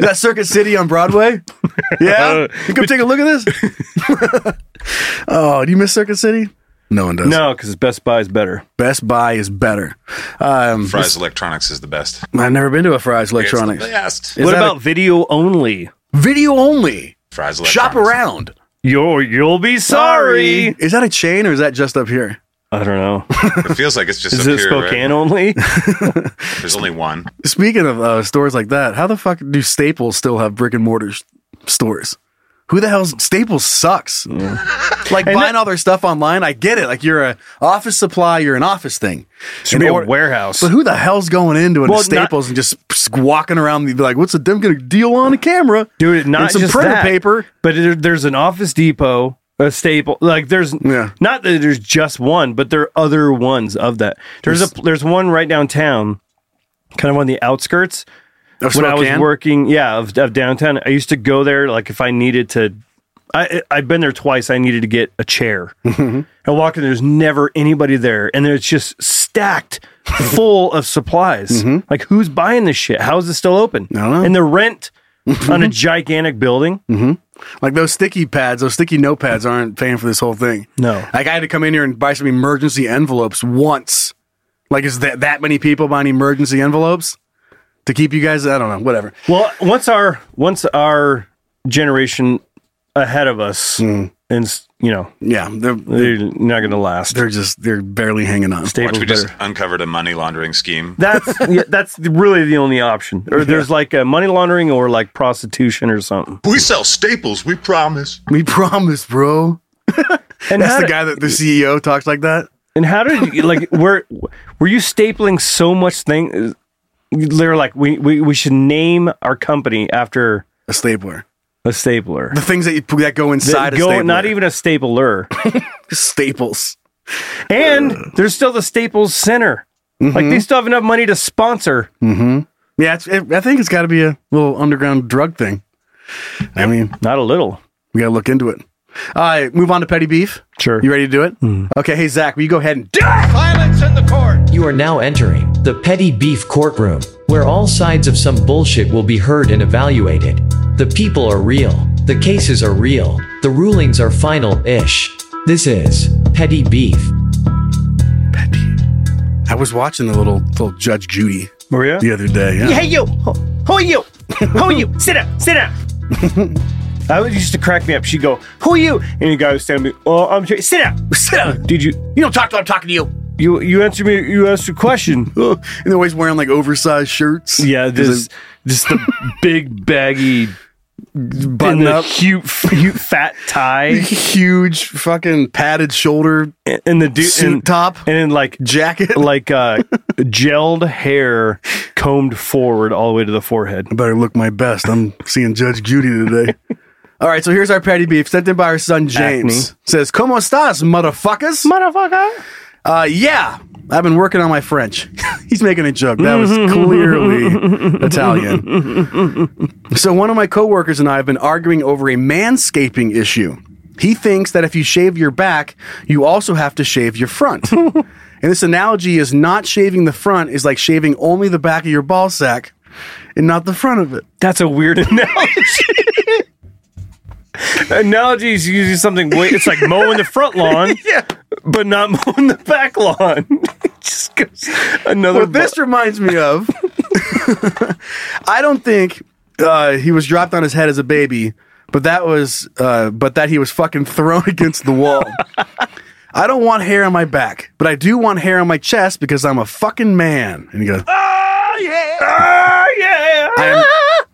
[SPEAKER 2] That Circuit City on Broadway. Uh, Yeah, you come take a look at this. oh, do you miss Circuit City? No one does.
[SPEAKER 3] No, because Best Buy is better.
[SPEAKER 2] Best Buy is better. Um,
[SPEAKER 4] Fry's Electronics is the best.
[SPEAKER 2] I've never been to a Fry's Electronics.
[SPEAKER 4] It's the best.
[SPEAKER 2] Is
[SPEAKER 3] what
[SPEAKER 2] that a-
[SPEAKER 3] about video only?
[SPEAKER 2] video only?
[SPEAKER 4] Fry's Electronics.
[SPEAKER 2] Shop around.
[SPEAKER 3] You're, you'll be sorry.
[SPEAKER 2] Is that a chain or is that just up here?
[SPEAKER 3] I don't know.
[SPEAKER 4] It feels like it's just
[SPEAKER 3] Is
[SPEAKER 4] up
[SPEAKER 3] it
[SPEAKER 4] here, right?
[SPEAKER 3] Spokane only?
[SPEAKER 4] There's only one.
[SPEAKER 2] Speaking of uh, stores like that, how the fuck do Staples still have brick and mortar s- stores? Who the hell's Staples sucks? like buying all their stuff online, I get it. Like you're a office supply, you're an office thing.
[SPEAKER 3] Should
[SPEAKER 2] An
[SPEAKER 3] be a
[SPEAKER 2] or-
[SPEAKER 3] warehouse.
[SPEAKER 2] But who the hell's going into a
[SPEAKER 3] Well, not-
[SPEAKER 2] Staples and just s- walking around the, like, what's the them gonna deal on a camera?
[SPEAKER 3] dude. Not
[SPEAKER 2] and some
[SPEAKER 3] just
[SPEAKER 2] printer
[SPEAKER 3] that,
[SPEAKER 2] paper.
[SPEAKER 3] but there, there's an Office Depot, a staple. Like there's
[SPEAKER 2] Yeah.
[SPEAKER 3] not that there's just one, but there are other ones of that. There's a there's one right downtown, kind of on the outskirts.
[SPEAKER 2] Of
[SPEAKER 3] when I was
[SPEAKER 2] Spokane?
[SPEAKER 3] working, yeah, of, of downtown, I used to go there. Like if I needed to, I I've been there twice. I needed to get a chair.
[SPEAKER 2] Mm-hmm.
[SPEAKER 3] I walk in, there's never anybody there, and it's just stacked full of supplies. Like who's buying this shit? How is it still open?
[SPEAKER 2] Mm-hmm. I don't know.
[SPEAKER 3] And the rent on a gigantic building.
[SPEAKER 2] Like those sticky pads, those sticky notepads aren't paying for this whole thing.
[SPEAKER 3] No.
[SPEAKER 2] Like I had to come in here and buy some emergency envelopes once. Like is that that many people buying emergency envelopes to keep you guys? I don't know. Whatever.
[SPEAKER 3] Well, once our once our generation ahead of us,
[SPEAKER 2] Mm.
[SPEAKER 3] and s- you know
[SPEAKER 2] Yeah, they're they're,
[SPEAKER 3] they're not going to last.
[SPEAKER 2] they're just they're barely hanging on.
[SPEAKER 4] Once
[SPEAKER 3] Staples
[SPEAKER 4] we just
[SPEAKER 3] better.
[SPEAKER 4] uncovered a money laundering scheme.
[SPEAKER 3] That's yeah, that's really the only option. Or there's like a money laundering or like prostitution or something.
[SPEAKER 4] We sell staples, we promise.
[SPEAKER 2] We promise, bro.
[SPEAKER 3] And
[SPEAKER 2] That's
[SPEAKER 3] how
[SPEAKER 2] the
[SPEAKER 3] di-
[SPEAKER 2] guy that the CEO talks like that.
[SPEAKER 3] And how did you, like were were you stapling so much thing? They're like we, we we should name our company after
[SPEAKER 2] A stapler.
[SPEAKER 3] a stapler.
[SPEAKER 2] The things that you that go inside
[SPEAKER 3] That
[SPEAKER 2] a
[SPEAKER 3] go,
[SPEAKER 2] stapler.
[SPEAKER 3] not even a stapler.
[SPEAKER 2] staples.
[SPEAKER 3] and there's still the Staples Center. Like
[SPEAKER 2] Mm-hmm.
[SPEAKER 3] they still have enough money to sponsor.
[SPEAKER 2] Yeah, it's, it, I think it's got to be a little underground drug thing. I mean,
[SPEAKER 3] Not a little.
[SPEAKER 2] we got to look into it. All right, move on to petty beef.
[SPEAKER 3] Sure. Hmm.
[SPEAKER 2] You ready to do it? Okay, hey Zach, will you go ahead and do it?
[SPEAKER 5] Silence in the court!
[SPEAKER 9] You are now entering the Petty Beef Courtroom, where all sides of some bullshit will be heard and evaluated. The people are real, the cases are real, the rulings are final ish. This is Petty Beef.
[SPEAKER 2] I was watching the little little Judge Judy
[SPEAKER 3] Maria?
[SPEAKER 2] the other day. Yeah.
[SPEAKER 3] Hey you, Ho- who are you? Who are you? Sit up, sit up. I was used to crack me up. She'd go, "Who are you?" And the guy would stand me. Oh, I'm Jer- sit up, sit up. Did you?
[SPEAKER 2] You don't talk to I'm talking to you.
[SPEAKER 3] You you answer me. You asked a question.
[SPEAKER 2] and they're always wearing like oversized shirts.
[SPEAKER 3] Yeah,
[SPEAKER 2] Is
[SPEAKER 3] just just the big baggy
[SPEAKER 2] button
[SPEAKER 3] and the
[SPEAKER 2] up.
[SPEAKER 3] cute, f- cute fat tie,
[SPEAKER 2] Huge fucking padded shoulder
[SPEAKER 3] and the dude
[SPEAKER 2] Suit
[SPEAKER 3] and,
[SPEAKER 2] top.
[SPEAKER 3] and then like
[SPEAKER 2] jacket.
[SPEAKER 3] like uh, gelled hair combed forward all the way to the forehead.
[SPEAKER 2] I better look my best. I'm seeing Judge Judy today. All right, so here's our petty beef sent in by our son James. Says, "Como estás, motherfuckers?"
[SPEAKER 3] Motherfucker.
[SPEAKER 2] Uh, yeah, I've been working on my French. He's making a joke. That was clearly Italian. So one of my coworkers and I have been arguing over a manscaping issue. He thinks that if you shave your back, you also have to shave your front. and this analogy is not shaving the front is like shaving only the back of your ball sack and not the front of it.
[SPEAKER 3] That's a weird analogy. Analogies uses something way it's like mowing the front lawn, yeah, but not mowing the back lawn. It Just goes another
[SPEAKER 2] What this
[SPEAKER 3] bu-
[SPEAKER 2] reminds me of, I don't think uh, he was dropped on his head as a baby, but that was, uh, but that he was fucking thrown against the wall. I don't want hair on my back, but I do want hair on my chest because I'm a fucking man. And he goes,
[SPEAKER 3] Ah, yeah. Ah, yeah.
[SPEAKER 2] I am,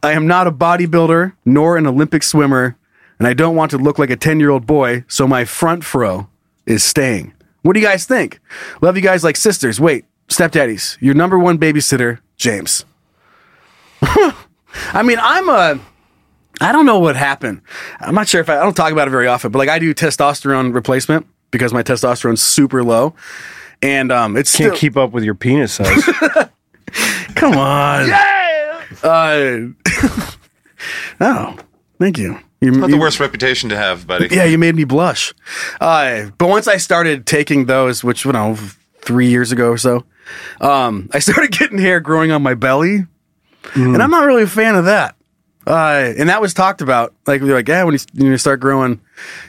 [SPEAKER 2] I am not a bodybuilder nor an Olympic swimmer, and I don't want to look like a 10 year old boy, so my front fro is staying. What do you guys think? Love you guys like sisters. Wait, stepdaddies, your number one babysitter, James. I mean, I'm a. I don't know what happened. I'm not sure if I, I don't talk about it very often, but like I do testosterone replacement because my testosterone's super low. And um, it's
[SPEAKER 3] Can't
[SPEAKER 2] still,
[SPEAKER 3] keep up with your penis size.
[SPEAKER 2] Come on. Uh, oh, thank you. You-
[SPEAKER 4] Not the
[SPEAKER 2] you-
[SPEAKER 4] worst reputation to have, buddy.
[SPEAKER 2] Yeah, you made me blush. Uh, but once I started taking those, which you know, three years ago or so,
[SPEAKER 3] Mm.
[SPEAKER 2] um, I started getting hair growing on my belly, and I'm not really a fan of that. Uh, and that was talked about. Like, we are like, yeah, when you, you start growing,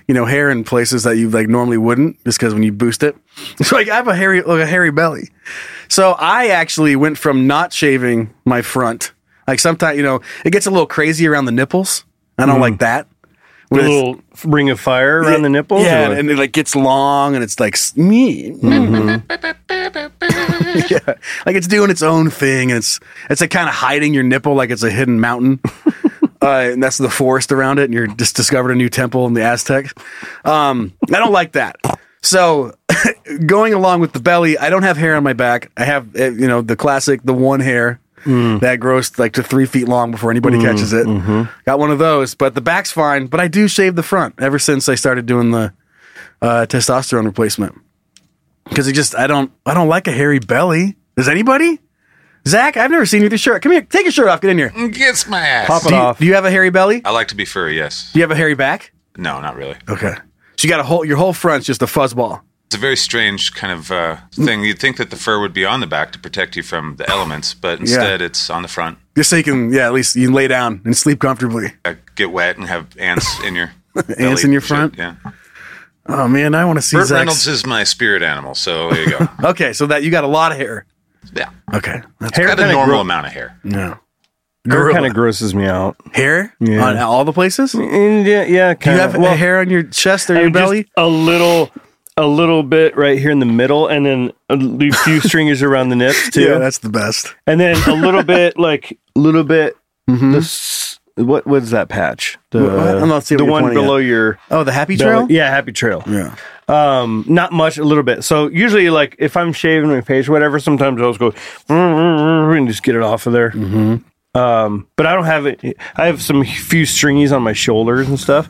[SPEAKER 2] you know, hair in places that you like normally wouldn't, just because when you boost it, it's like I have a hairy, like a hairy belly. So I actually went from not shaving my front. Like sometimes, you know, it gets a little crazy around the nipples. I don't like that.
[SPEAKER 3] Mm. A
[SPEAKER 2] When it's-
[SPEAKER 3] little ring of fire around the nipples.
[SPEAKER 2] Yeah,
[SPEAKER 3] or
[SPEAKER 2] and,
[SPEAKER 3] what?
[SPEAKER 2] and it like gets long and it's like s- me.
[SPEAKER 3] Mm-hmm.
[SPEAKER 2] yeah. Like it's doing its own thing and it's it's like kind of hiding your nipple like it's a hidden mountain. uh, and that's the forest around it and you're just discovered a new temple in the Aztec. Um, I don't like that. So going along with the belly, I don't have hair on my back. I have uh, you know the classic the one hair.
[SPEAKER 3] Mm.
[SPEAKER 2] That grows like to three feet long before anybody catches it.
[SPEAKER 3] mm-hmm.
[SPEAKER 2] Got one of those, but the back's fine. But I do shave the front ever since I started doing the uh, testosterone replacement because it just I don't I don't like a hairy belly. Does anybody? Zach, I've never seen you with your shirt. Come here, take your shirt off. Get in here.
[SPEAKER 4] Gets my ass.
[SPEAKER 3] Pop it
[SPEAKER 2] Do you,
[SPEAKER 3] off.
[SPEAKER 2] do you have a hairy belly? Do
[SPEAKER 4] I like to be furry. Yes.
[SPEAKER 2] you have a hairy back?
[SPEAKER 4] No, not really.
[SPEAKER 2] Okay. So you got a whole your whole front's just a fuzzball.
[SPEAKER 4] It's a very strange kind of uh, thing. You'd think that the fur would be on the back to protect you from the elements, but instead it's on the front.
[SPEAKER 2] Just so you can yeah at least you can lay down and sleep comfortably.
[SPEAKER 4] Uh, get wet and have ants in your
[SPEAKER 2] Ants
[SPEAKER 4] belly
[SPEAKER 2] in your
[SPEAKER 4] and shit,
[SPEAKER 2] front?
[SPEAKER 4] Yeah.
[SPEAKER 2] Oh man, I want to see
[SPEAKER 4] Burt
[SPEAKER 2] Zach's-
[SPEAKER 4] Reynolds is my spirit animal, so there you go.
[SPEAKER 2] Okay, so that you got a lot of hair.
[SPEAKER 4] yeah.
[SPEAKER 2] Okay, that's
[SPEAKER 3] Hair
[SPEAKER 4] Got a
[SPEAKER 3] kinda
[SPEAKER 4] normal
[SPEAKER 3] gro-
[SPEAKER 4] amount of hair.
[SPEAKER 2] no
[SPEAKER 3] Hair
[SPEAKER 2] Gorilla.
[SPEAKER 3] kind of grosses me out.
[SPEAKER 2] hair
[SPEAKER 3] Yeah.
[SPEAKER 2] on all the places. Do
[SPEAKER 3] And yeah, yeah.
[SPEAKER 2] you
[SPEAKER 3] Kind
[SPEAKER 2] have a hair on your chest or your
[SPEAKER 3] And just
[SPEAKER 2] belly?
[SPEAKER 3] a little a little bit right here in the middle and then a l- few stringers around the nips too
[SPEAKER 2] Yeah, that's the best.
[SPEAKER 3] and then a little bit like Mm-hmm. a little bit the s what was that patch the,
[SPEAKER 2] What? I'm not seeing
[SPEAKER 3] the
[SPEAKER 2] what you're
[SPEAKER 3] one
[SPEAKER 2] pointing at.
[SPEAKER 3] below your
[SPEAKER 2] Oh, the happy
[SPEAKER 3] belly-
[SPEAKER 2] trail.
[SPEAKER 3] yeah happy trail
[SPEAKER 2] Yeah.
[SPEAKER 3] um not much a little bit so usually like if i'm shaving my face or whatever sometimes i'll just go and just get it off of there um but i don't have it i have some few stringies on my shoulders and stuff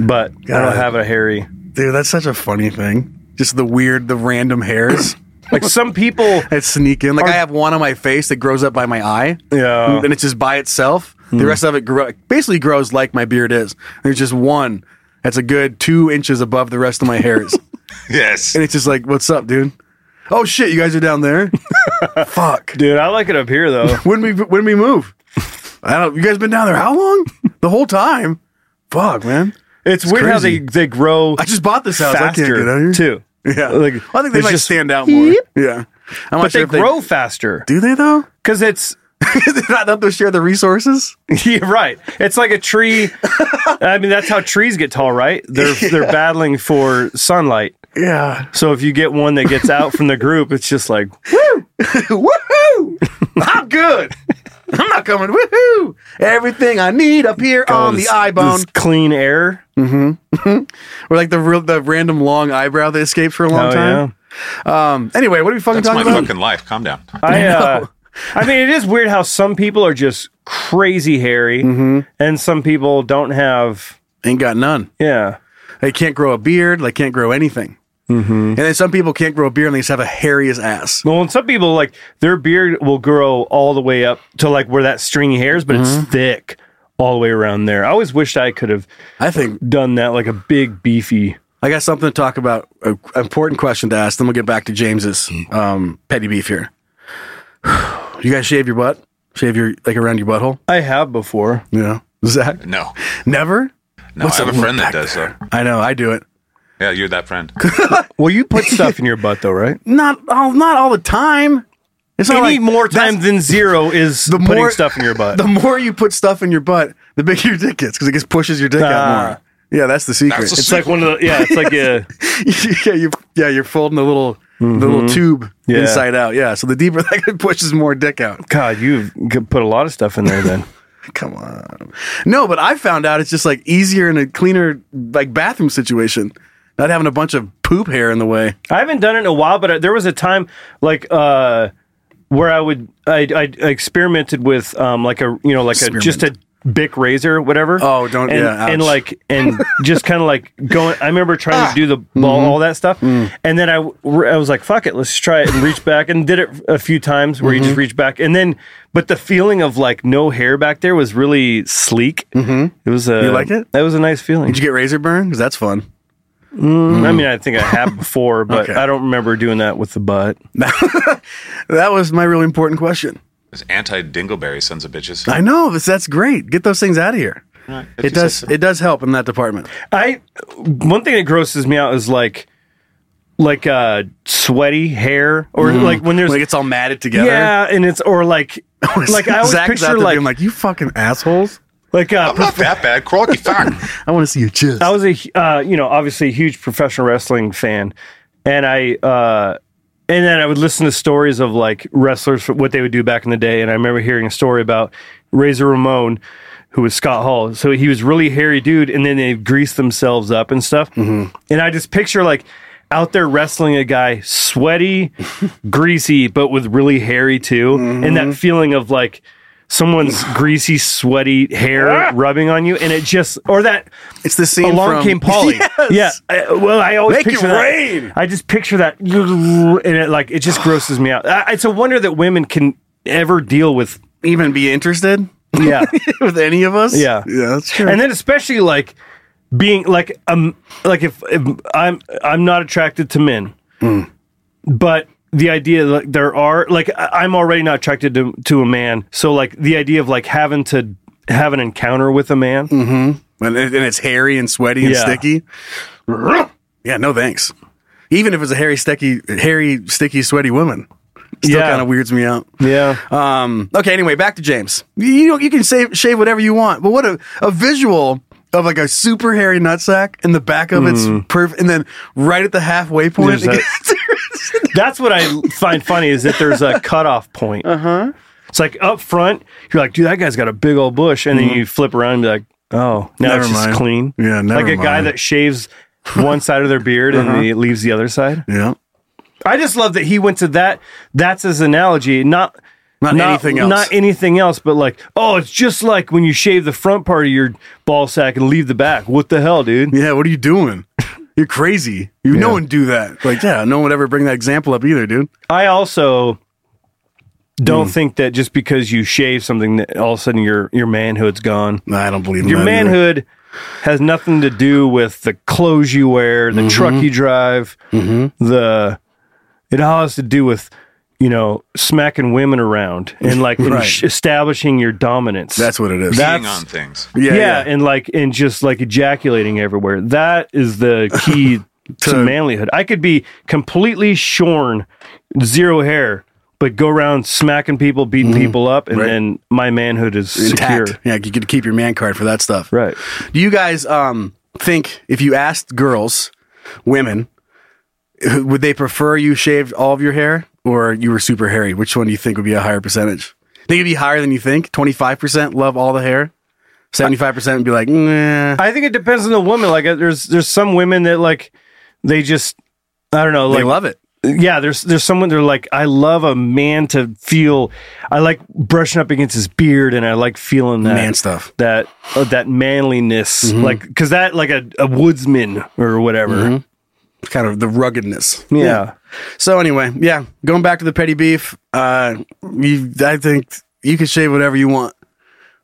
[SPEAKER 3] but i
[SPEAKER 2] God.
[SPEAKER 3] don't have a hairy
[SPEAKER 2] Dude, that's such a funny thing. Just the weird, the random hairs
[SPEAKER 3] like some people
[SPEAKER 2] that sneak in. Like I have one on my face that grows up by my eye.
[SPEAKER 3] Yeah.
[SPEAKER 2] And it's just by itself. The rest of it grow, basically grows like my beard is. There's just one that's a good two inches above the rest of my hairs.
[SPEAKER 4] Yes.
[SPEAKER 2] and it's just like, what's up, dude? Oh shit, you guys are down there? Fuck.
[SPEAKER 3] Dude, I like it up here though.
[SPEAKER 2] When we when we move? I don't you guys been down there how long? The whole time. Fuck, man.
[SPEAKER 3] It's, weird how they,
[SPEAKER 2] crazy.
[SPEAKER 3] they grow.
[SPEAKER 2] I just bought this house. I can't
[SPEAKER 3] faster
[SPEAKER 2] get out of here.
[SPEAKER 3] too.
[SPEAKER 2] Yeah.
[SPEAKER 3] Like,
[SPEAKER 2] I think they
[SPEAKER 3] it's
[SPEAKER 2] might
[SPEAKER 3] just-
[SPEAKER 2] stand out more. Yeah. I'm not
[SPEAKER 3] but
[SPEAKER 2] sure
[SPEAKER 3] they
[SPEAKER 2] if they-
[SPEAKER 3] grow faster
[SPEAKER 2] Do they though?
[SPEAKER 3] because it's
[SPEAKER 2] They're not enough to share the resources.
[SPEAKER 3] yeah, right. It's like a tree. I mean, that's how trees get tall, right? They're they're battling for sunlight.
[SPEAKER 2] Yeah.
[SPEAKER 3] So if you get one that gets out from the group, it's just like
[SPEAKER 2] Woohoo! I'm good. I'm not coming. Woohoo! Everything I need up here on
[SPEAKER 3] this-
[SPEAKER 2] the eye bone.
[SPEAKER 3] this clean air.
[SPEAKER 2] Or like the real, the random long eyebrow that escaped for a long
[SPEAKER 3] Oh,
[SPEAKER 2] time. Um. Anyway, what are we fucking
[SPEAKER 4] That's my
[SPEAKER 2] talking about?
[SPEAKER 4] fucking life. Calm down.
[SPEAKER 3] I uh, I mean, it is weird how some people are just crazy hairy,
[SPEAKER 2] Mm-hmm.
[SPEAKER 3] and some people don't have.
[SPEAKER 2] Ain't got none.
[SPEAKER 3] Yeah,
[SPEAKER 2] They can't grow a beard. They can't grow anything. And then some people can't grow a beard and they just have a hairy as ass.
[SPEAKER 3] Well, and some people like their beard will grow all the way up to like where that stringy hair is, but
[SPEAKER 2] Mm-hmm.
[SPEAKER 3] it's thick all the way around there. I always wished I could have
[SPEAKER 2] I think
[SPEAKER 3] done that like a big beefy.
[SPEAKER 2] I got something to talk about. An important question to ask. Then we'll get back to James's
[SPEAKER 3] Mm-hmm.
[SPEAKER 2] um, petty beef here. you guys shave your butt? Shave your like around your butthole?
[SPEAKER 3] I have before.
[SPEAKER 2] Yeah. Zach,
[SPEAKER 4] No.
[SPEAKER 2] never.
[SPEAKER 4] No,
[SPEAKER 2] What's
[SPEAKER 4] I have
[SPEAKER 2] up
[SPEAKER 4] a
[SPEAKER 2] with
[SPEAKER 4] friend
[SPEAKER 2] back
[SPEAKER 4] that does though.
[SPEAKER 2] I know. I do it.
[SPEAKER 4] Yeah, you're that friend.
[SPEAKER 3] Well, you put stuff in your butt though, right?
[SPEAKER 2] Not all. Not all the time. It's not
[SPEAKER 3] Any
[SPEAKER 2] like-
[SPEAKER 3] more
[SPEAKER 2] that's-
[SPEAKER 3] time than zero is
[SPEAKER 2] the
[SPEAKER 3] putting
[SPEAKER 2] more-
[SPEAKER 3] stuff in your butt.
[SPEAKER 2] The more you put stuff in your butt, the bigger your dick gets because it just pushes your dick
[SPEAKER 3] Ah.
[SPEAKER 2] out more. Yeah, that's the secret.
[SPEAKER 4] That's a
[SPEAKER 3] it's like one of the yeah. It's like a
[SPEAKER 2] yeah, you yeah, you're folding the little the little tube
[SPEAKER 3] Mm-hmm. Yeah.
[SPEAKER 2] inside out. Yeah, so the deeper that it pushes more dick out.
[SPEAKER 3] God. You've g- put a lot of stuff in there then.
[SPEAKER 2] Come on. No, but I found out it's just like easier in a cleaner like bathroom situation, not having a bunch of poop hair in the way.
[SPEAKER 3] I haven't done it in a while, but uh, there was a time like uh, where I would I, I experimented with um, like a you know like a just a Bic razor, whatever.
[SPEAKER 2] Oh, don't-
[SPEAKER 3] and,
[SPEAKER 2] yeah,
[SPEAKER 3] and
[SPEAKER 2] ouch.
[SPEAKER 3] like and just kind of like going. I remember trying to do
[SPEAKER 2] Ah.
[SPEAKER 3] the
[SPEAKER 2] Mm-hmm.
[SPEAKER 3] ball, all that stuff,
[SPEAKER 2] Mm.
[SPEAKER 3] and then I w- I was like, fuck it, let's try it and reach back and did it a few times where you
[SPEAKER 2] Mm-hmm.
[SPEAKER 3] just reach back and then but the feeling of like no hair back there was really sleek. Mm-hmm. It was a
[SPEAKER 2] You like it?
[SPEAKER 3] That was a nice feeling.
[SPEAKER 2] Did you get razor burn? Because that's fun.
[SPEAKER 3] I mean, I think I have before, but
[SPEAKER 2] Okay.
[SPEAKER 3] I don't remember doing that with the butt.
[SPEAKER 2] That was my really important question.
[SPEAKER 4] It's anti dingleberry sons of bitches.
[SPEAKER 2] I know this. That's great. Get those things out of here.
[SPEAKER 4] Right,
[SPEAKER 2] It
[SPEAKER 4] if you say
[SPEAKER 2] does.
[SPEAKER 4] so.
[SPEAKER 2] It does help in that department.
[SPEAKER 3] I one thing that grosses me out is like like uh sweaty hair or like when there's
[SPEAKER 2] Like it's all matted together.
[SPEAKER 3] yeah and it's or like like I always
[SPEAKER 2] Zach's out
[SPEAKER 3] picture
[SPEAKER 2] there
[SPEAKER 3] like
[SPEAKER 2] being like you fucking assholes.
[SPEAKER 3] like uh,
[SPEAKER 4] I'm not that bad. Crocky fuck.
[SPEAKER 2] I want to see your chest.
[SPEAKER 3] I was a hu- uh, you know obviously a huge professional wrestling fan, and I uh, and then I would listen to stories of like wrestlers for what they would do back in the day, and I remember hearing a story about Razor Ramon. Who was Scott Hall? So he was really hairy dude, and then they greased themselves up and stuff. And I just picture like out there wrestling a guy, sweaty, greasy, but with really hairy too, and that feeling of like someone's greasy, sweaty hair rubbing on you, and it just or that
[SPEAKER 2] It's the scene
[SPEAKER 3] Along
[SPEAKER 2] from-
[SPEAKER 3] Came Polly.
[SPEAKER 2] Yes.
[SPEAKER 3] Yeah. I- Uh, well, I always
[SPEAKER 2] Make it
[SPEAKER 3] picture that.
[SPEAKER 2] rain.
[SPEAKER 3] I just picture that, and it like it just grosses me out. I, it's a wonder that women can ever deal with.
[SPEAKER 2] Even be interested
[SPEAKER 3] Yeah.
[SPEAKER 2] with any of us.
[SPEAKER 3] Yeah.
[SPEAKER 2] yeah, that's true.
[SPEAKER 3] and then especially like being like um like if, if I'm I'm not attracted to men,
[SPEAKER 2] Mm.
[SPEAKER 3] but the idea that like, there are like I- I'm already not attracted to to a man, so like the idea of like having to have an encounter with a man.
[SPEAKER 2] Mm-hmm. and, it, and it's hairy and sweaty and
[SPEAKER 3] Yeah.
[SPEAKER 2] sticky. Yeah, no thanks. Even if it's a hairy, sticky, hairy, sticky, sweaty woman, still
[SPEAKER 3] Yeah.
[SPEAKER 2] kind of weirds me out.
[SPEAKER 3] Yeah.
[SPEAKER 2] Um, okay, anyway, back to James. You know, you can save, shave whatever you want, but what a, a visual of like a super hairy nutsack in the back of its perfect, and then right at the halfway point.
[SPEAKER 3] Hmm. There's that- That's what I find funny is that there's a cutoff point. Uh huh.
[SPEAKER 2] Uh-huh.
[SPEAKER 3] It's like up front, you're like, dude, that guy's got a big old bush, and then you flip around and be like, oh, now
[SPEAKER 2] Mm-hmm. Never
[SPEAKER 3] it's
[SPEAKER 2] mind.
[SPEAKER 3] just clean.
[SPEAKER 2] Yeah, never
[SPEAKER 3] like a guy
[SPEAKER 2] mind. Uh-huh.
[SPEAKER 3] that shaves one side of their beard and he leaves the other side.
[SPEAKER 2] yeah,
[SPEAKER 3] I just love that he went to that. That's his analogy, not.
[SPEAKER 2] Not anything else.
[SPEAKER 3] Not anything else, but like, oh, it's just like when you shave the front part of your ball sack and leave the back. What the hell, dude?
[SPEAKER 2] yeah. What are you doing? You're crazy. You no one do that. Like, yeah, no one would ever bring that example up either, dude.
[SPEAKER 3] I also don't
[SPEAKER 2] Hmm.
[SPEAKER 3] think that just because you shave something that all of a sudden your your manhood's gone.
[SPEAKER 2] Nah, I don't believe in
[SPEAKER 3] Your
[SPEAKER 2] that either.
[SPEAKER 3] manhood has nothing to do with the clothes you wear,
[SPEAKER 2] Mm-hmm.
[SPEAKER 3] the truck you drive, the it all has to do with you know smacking women around and like
[SPEAKER 2] Right.
[SPEAKER 3] sh- establishing your dominance.
[SPEAKER 2] That's what it is.
[SPEAKER 4] Peeing
[SPEAKER 3] That's-
[SPEAKER 4] on things.
[SPEAKER 3] yeah, and like and just like ejaculating everywhere. That is the key to,
[SPEAKER 2] To-
[SPEAKER 3] manlyhood. I could be completely shorn, zero hair, but go around smacking people, beating people up, and
[SPEAKER 2] Right.
[SPEAKER 3] then my manhood is
[SPEAKER 2] intact.
[SPEAKER 3] secure.
[SPEAKER 2] Yeah, you could keep your man card for that stuff.
[SPEAKER 3] Right.
[SPEAKER 2] Do you guys um think if you asked girls, women, would they prefer you shaved all of your hair or you were super hairy? Which one do you think would be a higher percentage? Think it'd be higher than you think. Twenty five percent love all the hair. Seventy five percent would be like, nah.
[SPEAKER 3] I think it depends on the woman. Like uh, there's there's some women that like they just I don't know
[SPEAKER 2] They
[SPEAKER 3] like
[SPEAKER 2] love it.
[SPEAKER 3] yeah there's there's someone they're like I love a man to feel I like brushing up against his beard and I like feeling that
[SPEAKER 2] Man stuff.
[SPEAKER 3] that uh, that manliness like because that like a, a woodsman or whatever
[SPEAKER 2] Kind of the ruggedness.
[SPEAKER 3] yeah.
[SPEAKER 2] So anyway, yeah, going back to the petty beef, uh, you, I think you can shave whatever you want.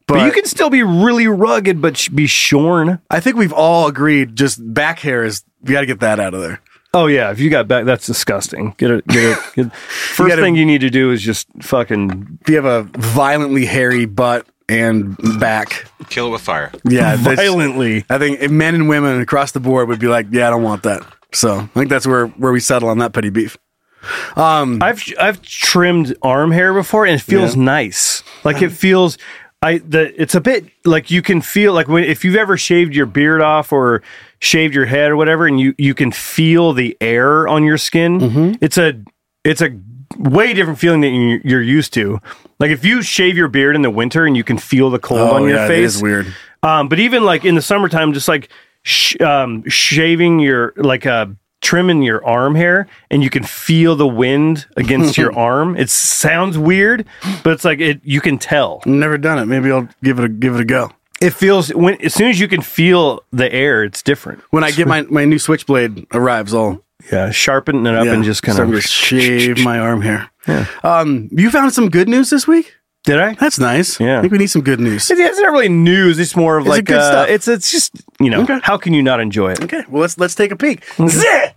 [SPEAKER 3] But, you can still be really rugged but sh- be shorn
[SPEAKER 2] I think we've all agreed just back hair is we got to get that out of there.
[SPEAKER 3] oh yeah if you got back that's disgusting get it get it get, first
[SPEAKER 2] gotta-
[SPEAKER 3] thing you need to do is just fucking
[SPEAKER 2] If you have a violently hairy butt and back,
[SPEAKER 4] Kill it with fire.
[SPEAKER 2] yeah, that's-
[SPEAKER 3] violently
[SPEAKER 2] I think if men and women across the board would be like, yeah, I don't want that. So I think that's where where we settle on that petty beef. Mm.
[SPEAKER 3] I've I've trimmed arm hair before and it feels nice. Like
[SPEAKER 2] Uh-huh.
[SPEAKER 3] it feels I the it's a bit like you can feel like when if you've ever shaved your beard off or shaved your head or whatever and you you can feel the air on your skin.
[SPEAKER 2] Mm-hmm.
[SPEAKER 3] It's a it's a way different feeling than you- you're used to. Like if you shave your beard in the winter and you can feel the cold on your face.
[SPEAKER 2] Oh, it is weird.
[SPEAKER 3] Um, but even like in the summertime, just like sh- um, shaving your like uh, trimming your arm hair, and you can feel the wind against your arm. It sounds weird, but it's like it. You can tell.
[SPEAKER 2] Never done it. Maybe I'll give it a give it a go.
[SPEAKER 3] It feels when as soon as you can feel the air, it's different.
[SPEAKER 2] When I get my, my new switchblade arrives, I'll
[SPEAKER 3] Yeah, sharpen it up
[SPEAKER 2] yeah,
[SPEAKER 3] and just kind
[SPEAKER 2] start to
[SPEAKER 3] of
[SPEAKER 2] shave my arm hair. Yeah. Um, you found some good news this week.
[SPEAKER 3] Did I?
[SPEAKER 2] That's nice.
[SPEAKER 3] Yeah.
[SPEAKER 2] I think we need some good news.
[SPEAKER 3] It's, it's not really news. It's more of
[SPEAKER 2] it
[SPEAKER 3] like
[SPEAKER 2] good
[SPEAKER 3] uh,
[SPEAKER 2] stuff?
[SPEAKER 3] it's it's just you know
[SPEAKER 2] Okay.
[SPEAKER 3] how can you not enjoy it?
[SPEAKER 2] Okay, well let's let's take a peek.
[SPEAKER 3] Zeh!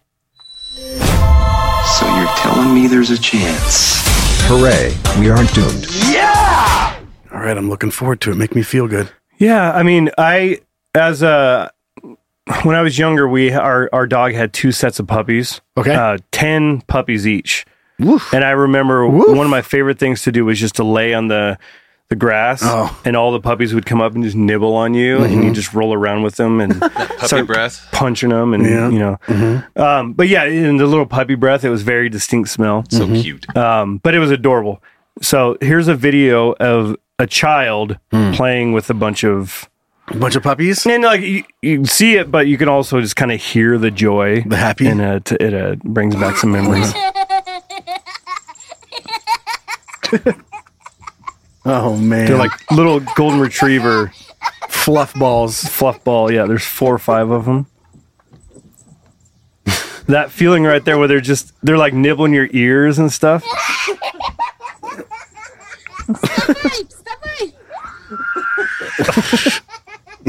[SPEAKER 10] So you're telling me there's a chance?
[SPEAKER 9] Hooray, we aren't doomed.
[SPEAKER 10] Yeah!
[SPEAKER 2] All right, I'm looking forward to it. Make me feel good.
[SPEAKER 3] Yeah, I mean, I as a when I was younger, we our our dog had two sets of puppies.
[SPEAKER 2] Okay.
[SPEAKER 3] uh, ten puppies each.
[SPEAKER 2] Woof.
[SPEAKER 3] And I remember
[SPEAKER 2] Woof.
[SPEAKER 3] one of my favorite things to do was just to lay on the the grass,
[SPEAKER 2] Oh. Mm-hmm.
[SPEAKER 3] and all the puppies would come up and just nibble on you, and you just roll around with them and
[SPEAKER 4] Puppy
[SPEAKER 3] start
[SPEAKER 4] breath.
[SPEAKER 3] punching them, and
[SPEAKER 2] Yeah. Mm-hmm.
[SPEAKER 3] you know. Um, but yeah, in the little puppy breath, it was very distinct smell.
[SPEAKER 4] So cute.
[SPEAKER 3] Um,
[SPEAKER 2] Mm.
[SPEAKER 3] but it was adorable. So here's a video of a child
[SPEAKER 2] Hmm.
[SPEAKER 3] playing with a bunch of
[SPEAKER 2] A bunch of puppies.
[SPEAKER 3] and like you, you see it, but you can also just kind of hear the joy,
[SPEAKER 2] The happy-
[SPEAKER 3] and uh, t- it uh, brings back some memories.
[SPEAKER 2] Oh man,
[SPEAKER 3] They're like little golden retriever
[SPEAKER 2] fluff balls.
[SPEAKER 3] fluff ball. Yeah, there's four or five of them. that feeling right there, where they're just they're like nibbling your ears and stuff.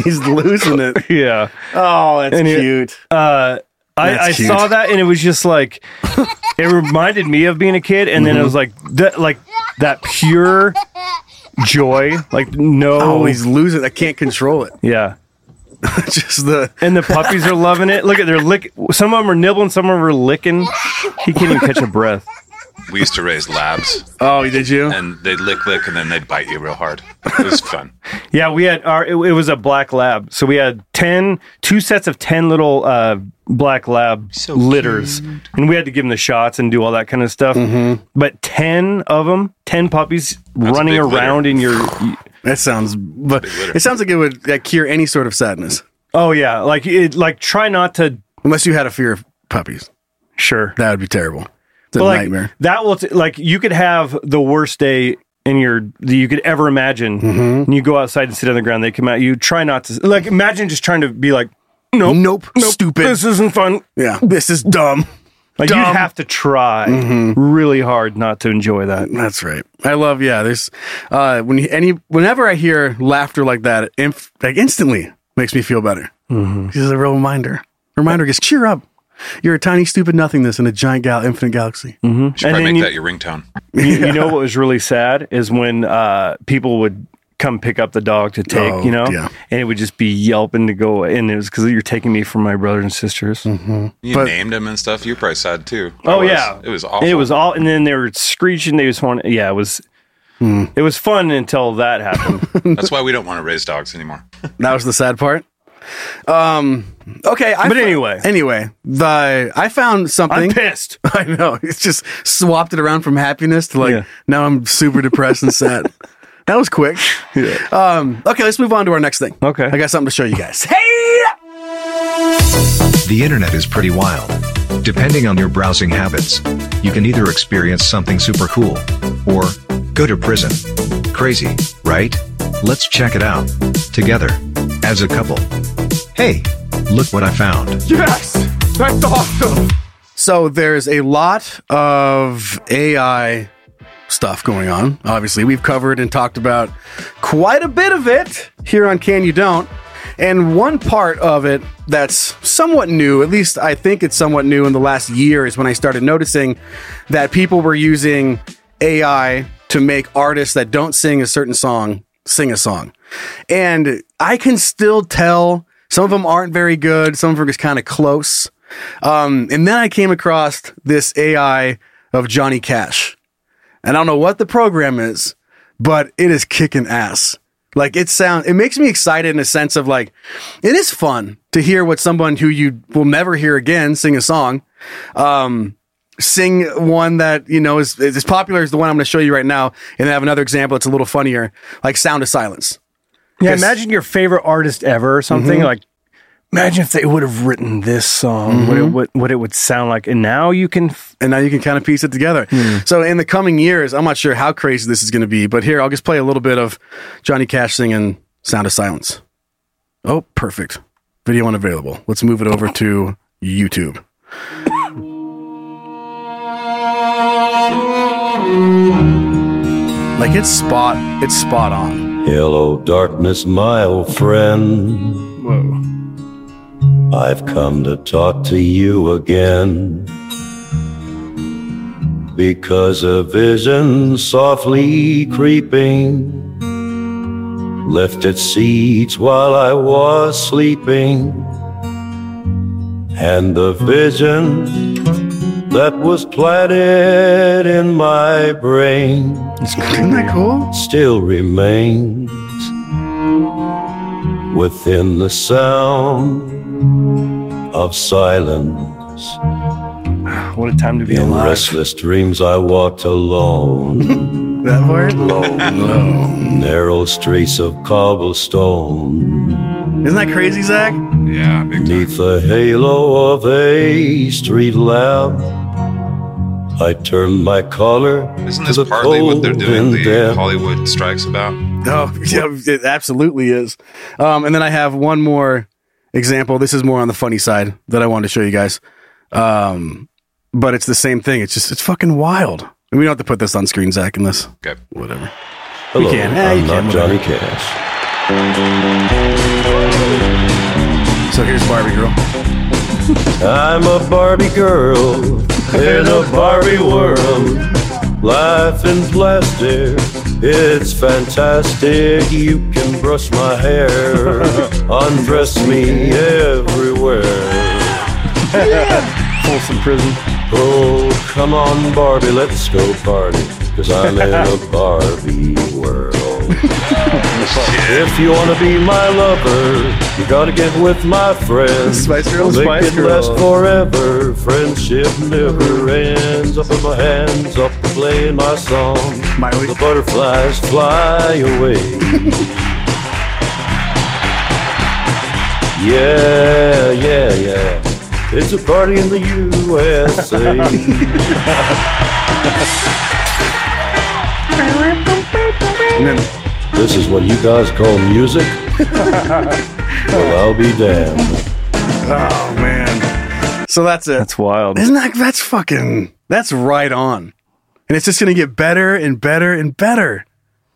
[SPEAKER 2] He's losing it.
[SPEAKER 3] Yeah,
[SPEAKER 2] Oh, that's
[SPEAKER 3] And it-
[SPEAKER 2] cute.
[SPEAKER 3] I,
[SPEAKER 2] That's
[SPEAKER 3] I
[SPEAKER 2] cute.
[SPEAKER 3] saw that, and it was just like it reminded me of being a kid, and
[SPEAKER 2] Mm-hmm.
[SPEAKER 3] then it was like that, like that pure joy, like no,
[SPEAKER 2] oh, he's losing. I can't control it.
[SPEAKER 3] yeah.
[SPEAKER 2] Just the
[SPEAKER 3] and the puppies are loving it. Look at they're lick. Some of them are nibbling, some of them are licking. He can't even catch a breath.
[SPEAKER 4] We used to raise labs,
[SPEAKER 2] oh, did you?
[SPEAKER 4] and they'd lick, lick, and then they'd bite you real hard. It was fun.
[SPEAKER 3] Yeah, we had our. It, it was a black lab, so we had ten, two sets of ten little uh, black lab
[SPEAKER 4] So
[SPEAKER 3] litters, and we had to give them the shots and do all that kind of stuff. But ten of them, ten puppies running
[SPEAKER 4] Mm-hmm. big litter.
[SPEAKER 3] around in your.
[SPEAKER 2] That sounds. But
[SPEAKER 4] litter.
[SPEAKER 2] it sounds like it would like, cure any sort of sadness,
[SPEAKER 3] Oh yeah, like it. Like try not to.
[SPEAKER 2] unless you had a fear of puppies.
[SPEAKER 3] Sure.
[SPEAKER 2] That would be terrible. It's a
[SPEAKER 3] But, like,
[SPEAKER 2] nightmare.
[SPEAKER 3] That will t- like you could have the worst day in your that you could ever imagine.
[SPEAKER 2] Mm-hmm.
[SPEAKER 3] And you go outside and sit on the ground. They come at you. Try not to like imagine just trying to be like, nope,
[SPEAKER 2] Nope, stupid.
[SPEAKER 3] This isn't fun.
[SPEAKER 2] Yeah, this is dumb.
[SPEAKER 3] Like
[SPEAKER 2] Dumb. Mm-hmm.
[SPEAKER 3] you'd have to try really hard not to enjoy that.
[SPEAKER 2] That's right. I love. Yeah, there's uh, when you, any whenever I hear laughter like that, it inf- like instantly makes me feel better.
[SPEAKER 3] Mm-hmm.
[SPEAKER 2] This is a real reminder. Reminder gets cheer up. You're a tiny stupid nothingness in a giant gal infinite galaxy.
[SPEAKER 4] You should
[SPEAKER 3] And then
[SPEAKER 4] probably make
[SPEAKER 3] you-
[SPEAKER 4] that your ringtone.
[SPEAKER 3] You, you know what was really sad is when uh, people would come pick up the dog to take,
[SPEAKER 2] Oh,
[SPEAKER 3] you know,
[SPEAKER 2] yeah.
[SPEAKER 3] and it would just be yelping to go. away. And it was because you're taking me from my brothers and sisters.
[SPEAKER 4] You
[SPEAKER 2] But-
[SPEAKER 4] named him and stuff. You're probably sad too. I
[SPEAKER 3] Oh
[SPEAKER 4] was.
[SPEAKER 3] yeah,
[SPEAKER 4] it was awful.
[SPEAKER 3] It was all, and then they were screeching. They just want, yeah, it was. It was fun until that happened.
[SPEAKER 4] That's why we don't want to raise dogs anymore.
[SPEAKER 2] That was the sad part. Um. Okay. I
[SPEAKER 3] But
[SPEAKER 2] fo-
[SPEAKER 3] anyway.
[SPEAKER 2] Anyway, the I found
[SPEAKER 3] I'm
[SPEAKER 2] something.
[SPEAKER 3] pissed.
[SPEAKER 2] I know. It's just swapped it around from happiness to like
[SPEAKER 3] Yeah.
[SPEAKER 2] now I'm super depressed and sad. That was quick. Um, okay, let's move on to our next thing.
[SPEAKER 3] Okay.
[SPEAKER 2] I got something to show you guys.
[SPEAKER 10] The internet is pretty wild. Depending on your browsing habits, you can either experience something super cool or go to prison. Crazy, right? Let's check it out together as a couple. Hey, look what I found.
[SPEAKER 2] So there's a lot of AI stuff going on. Obviously, we've covered and talked about quite a bit of it here on Can You Don't. And one part of it that's somewhat new, at least I think it's somewhat new in the last year, is when I started noticing that people were using AI to make artists that don't sing a certain song sing a song. And I can still tell some of them aren't very good, some of them are just kind of close. Um, and then I came across this AI of Johnny Cash. And I don't know what the program is, but it is kicking ass. Like it sound it makes me excited in a sense of like it is fun to hear what someone who you will never hear again sing a song. Um sing one that, you know, is is as popular as the one I'm gonna show you right now, and I have another example that's a little funnier, like Sound of Silence.
[SPEAKER 3] Yeah,
[SPEAKER 2] Yes.
[SPEAKER 3] imagine your favorite artist ever or something like. Imagine if they would have written this song, what, it would, what it would sound like, and now you can. F-
[SPEAKER 2] and now you can kind of piece it together. So in the coming years, I'm not sure how crazy this is going to be, but here I'll just play a little bit of Johnny Cash singing "Sound of Silence." Oh, perfect. Video unavailable. Let's move it over to YouTube. Like it's spot, it's spot on.
[SPEAKER 10] Hello, darkness, my old friend.
[SPEAKER 2] Whoa.
[SPEAKER 10] I've come to talk to you again. Because a vision softly creeping
[SPEAKER 11] left its seeds while I was sleeping. And the vision that was planted in my brain
[SPEAKER 2] Isn't that cool?
[SPEAKER 11] still remains within the sound of silence.
[SPEAKER 3] What a time to be
[SPEAKER 11] In
[SPEAKER 3] alive.
[SPEAKER 11] restless dreams, I walked alone.
[SPEAKER 2] That word?
[SPEAKER 11] Alone, narrow streets of cobblestone.
[SPEAKER 2] Isn't that crazy, Zach?
[SPEAKER 11] Yeah, Neath the halo of a street lamp, I turned my collar
[SPEAKER 4] Isn't
[SPEAKER 11] to
[SPEAKER 4] this
[SPEAKER 11] the
[SPEAKER 4] partly
[SPEAKER 11] cold
[SPEAKER 4] what they're doing?
[SPEAKER 11] and
[SPEAKER 4] The
[SPEAKER 11] damp.
[SPEAKER 4] Hollywood strikes about.
[SPEAKER 2] Oh, yeah, it absolutely is. Um, and then I have one more example. This is more on the funny side that I wanted to show you guys. Um, but it's the same thing. It's just, it's fucking wild. And we don't have to put this on screen, Zach, unless.
[SPEAKER 4] Okay.
[SPEAKER 2] Whatever.
[SPEAKER 11] Hello,
[SPEAKER 2] we can. Eh,
[SPEAKER 11] I'm
[SPEAKER 2] you can,
[SPEAKER 11] not
[SPEAKER 2] whatever.
[SPEAKER 11] Johnny Cash.
[SPEAKER 2] So here's Barbie Girl.
[SPEAKER 11] I'm a Barbie girl in a Barbie world. Life in plastic, it's fantastic. You can brush my hair, undress me everywhere.
[SPEAKER 3] Folsom Prison.
[SPEAKER 11] Oh, come on, Barbie, let's go party. Cause I'm in a Barbie world. if you wanna be my lover, you gotta get with my friends.
[SPEAKER 2] Spice Girls,
[SPEAKER 11] Make
[SPEAKER 2] Spice
[SPEAKER 11] it last
[SPEAKER 2] Girls.
[SPEAKER 11] forever. Friendship never ends. Up in my hands, up to playing my song. The butterflies fly away. Yeah, yeah, yeah. It's a party in the USA. this is what you guys call music? well, I'll be damned.
[SPEAKER 2] Oh, man. So that's it. That's
[SPEAKER 3] wild.
[SPEAKER 2] Isn't that, that's fucking, that's right on. And it's just going to get better and better and better.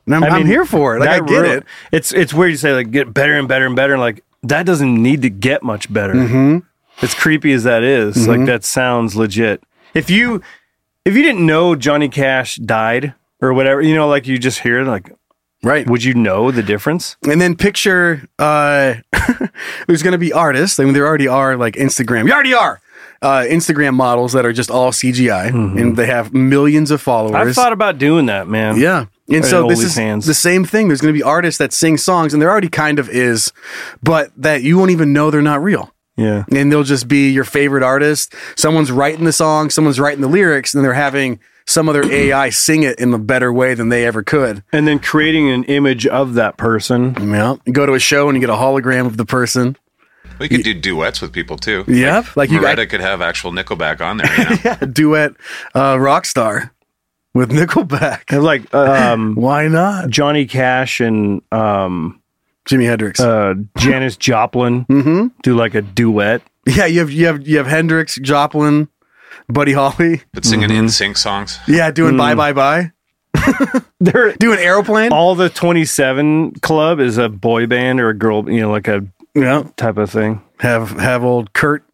[SPEAKER 2] And I'm, I am here for it. Like, I
[SPEAKER 3] that
[SPEAKER 2] get
[SPEAKER 3] ru-
[SPEAKER 2] it.
[SPEAKER 3] It's it's weird you say like get better and better and better. And like that doesn't need to get much better.
[SPEAKER 2] Mhm.
[SPEAKER 3] As creepy as that is, like
[SPEAKER 2] Mhm.
[SPEAKER 3] that sounds legit. If you if you didn't know Johnny Cash died or whatever, you know, like you just hear it, like,
[SPEAKER 2] right?
[SPEAKER 3] Would you know the difference?
[SPEAKER 2] And then picture uh, there's going to be artists. I mean, there already are like Instagram. You already are uh, Instagram models that are just all CGI, and they have millions of followers.
[SPEAKER 3] Mm-hmm. I've thought about doing that, man.
[SPEAKER 2] yeah. And so this is
[SPEAKER 3] OnlyFans.
[SPEAKER 2] the same thing. There's going to be artists that sing songs, and there already kind of is, but that you won't even know they're not real.
[SPEAKER 3] yeah.
[SPEAKER 2] And they'll just be your favorite artist. Someone's writing the song, someone's writing the lyrics, and they're having some other AI sing it in a better way than they ever could.
[SPEAKER 3] And then creating an image of that person.
[SPEAKER 2] Yeah. You go to a show and you get a hologram of the person.
[SPEAKER 4] We could do duets with people too.
[SPEAKER 2] Yep.
[SPEAKER 4] Like,
[SPEAKER 2] Like you-
[SPEAKER 4] Loretta could have actual Nickelback on there. You know?
[SPEAKER 2] yeah, duet uh, rock star with Nickelback.
[SPEAKER 3] And like um
[SPEAKER 2] why not?
[SPEAKER 3] Johnny Cash and um
[SPEAKER 2] Jimi Hendrix.
[SPEAKER 3] Uh Janis Joplin
[SPEAKER 2] Mm-hmm.
[SPEAKER 3] do like a duet.
[SPEAKER 2] Yeah, you have you have you have Hendrix, Joplin, Buddy Holly.
[SPEAKER 4] But singing in sync songs.
[SPEAKER 2] Yeah,
[SPEAKER 3] Hmm.
[SPEAKER 2] doing bye bye bye.
[SPEAKER 3] They're
[SPEAKER 2] doing aeroplane.
[SPEAKER 3] All the 27 club is a boy band or a girl, you know, like a
[SPEAKER 2] Yeah,
[SPEAKER 3] type of thing.
[SPEAKER 2] have have old Kurt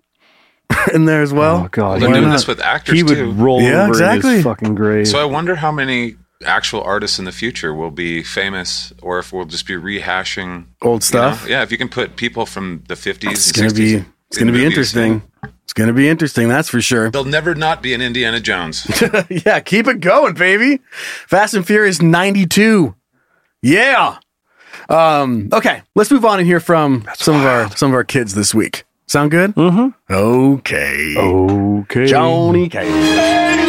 [SPEAKER 2] in there as well.
[SPEAKER 3] Oh god,
[SPEAKER 4] They're
[SPEAKER 3] why
[SPEAKER 4] doing
[SPEAKER 3] not?
[SPEAKER 4] this with actors,
[SPEAKER 3] He would
[SPEAKER 4] too.
[SPEAKER 3] roll
[SPEAKER 2] Yeah,
[SPEAKER 3] over in
[SPEAKER 2] exactly.
[SPEAKER 3] his fucking grave.
[SPEAKER 4] So I wonder how many actual artists in the future will be famous, or if we'll just be rehashing
[SPEAKER 2] Old
[SPEAKER 4] you know?
[SPEAKER 2] stuff.
[SPEAKER 4] Yeah, if you can put people from the 50s,
[SPEAKER 2] It's
[SPEAKER 4] and
[SPEAKER 2] gonna
[SPEAKER 4] 60s
[SPEAKER 2] be it's
[SPEAKER 4] in
[SPEAKER 2] gonna be
[SPEAKER 4] movies,
[SPEAKER 2] interesting. It's gonna be interesting, that's for sure.
[SPEAKER 4] There'll never not be an Indiana Jones.
[SPEAKER 2] yeah, keep it going, baby. Fast and Furious 92. Yeah. Um, okay, let's move on and hear from some of our some of our kids this week. Sound good? Mm-hmm. Okay.
[SPEAKER 3] Okay.
[SPEAKER 2] Johnny Cage.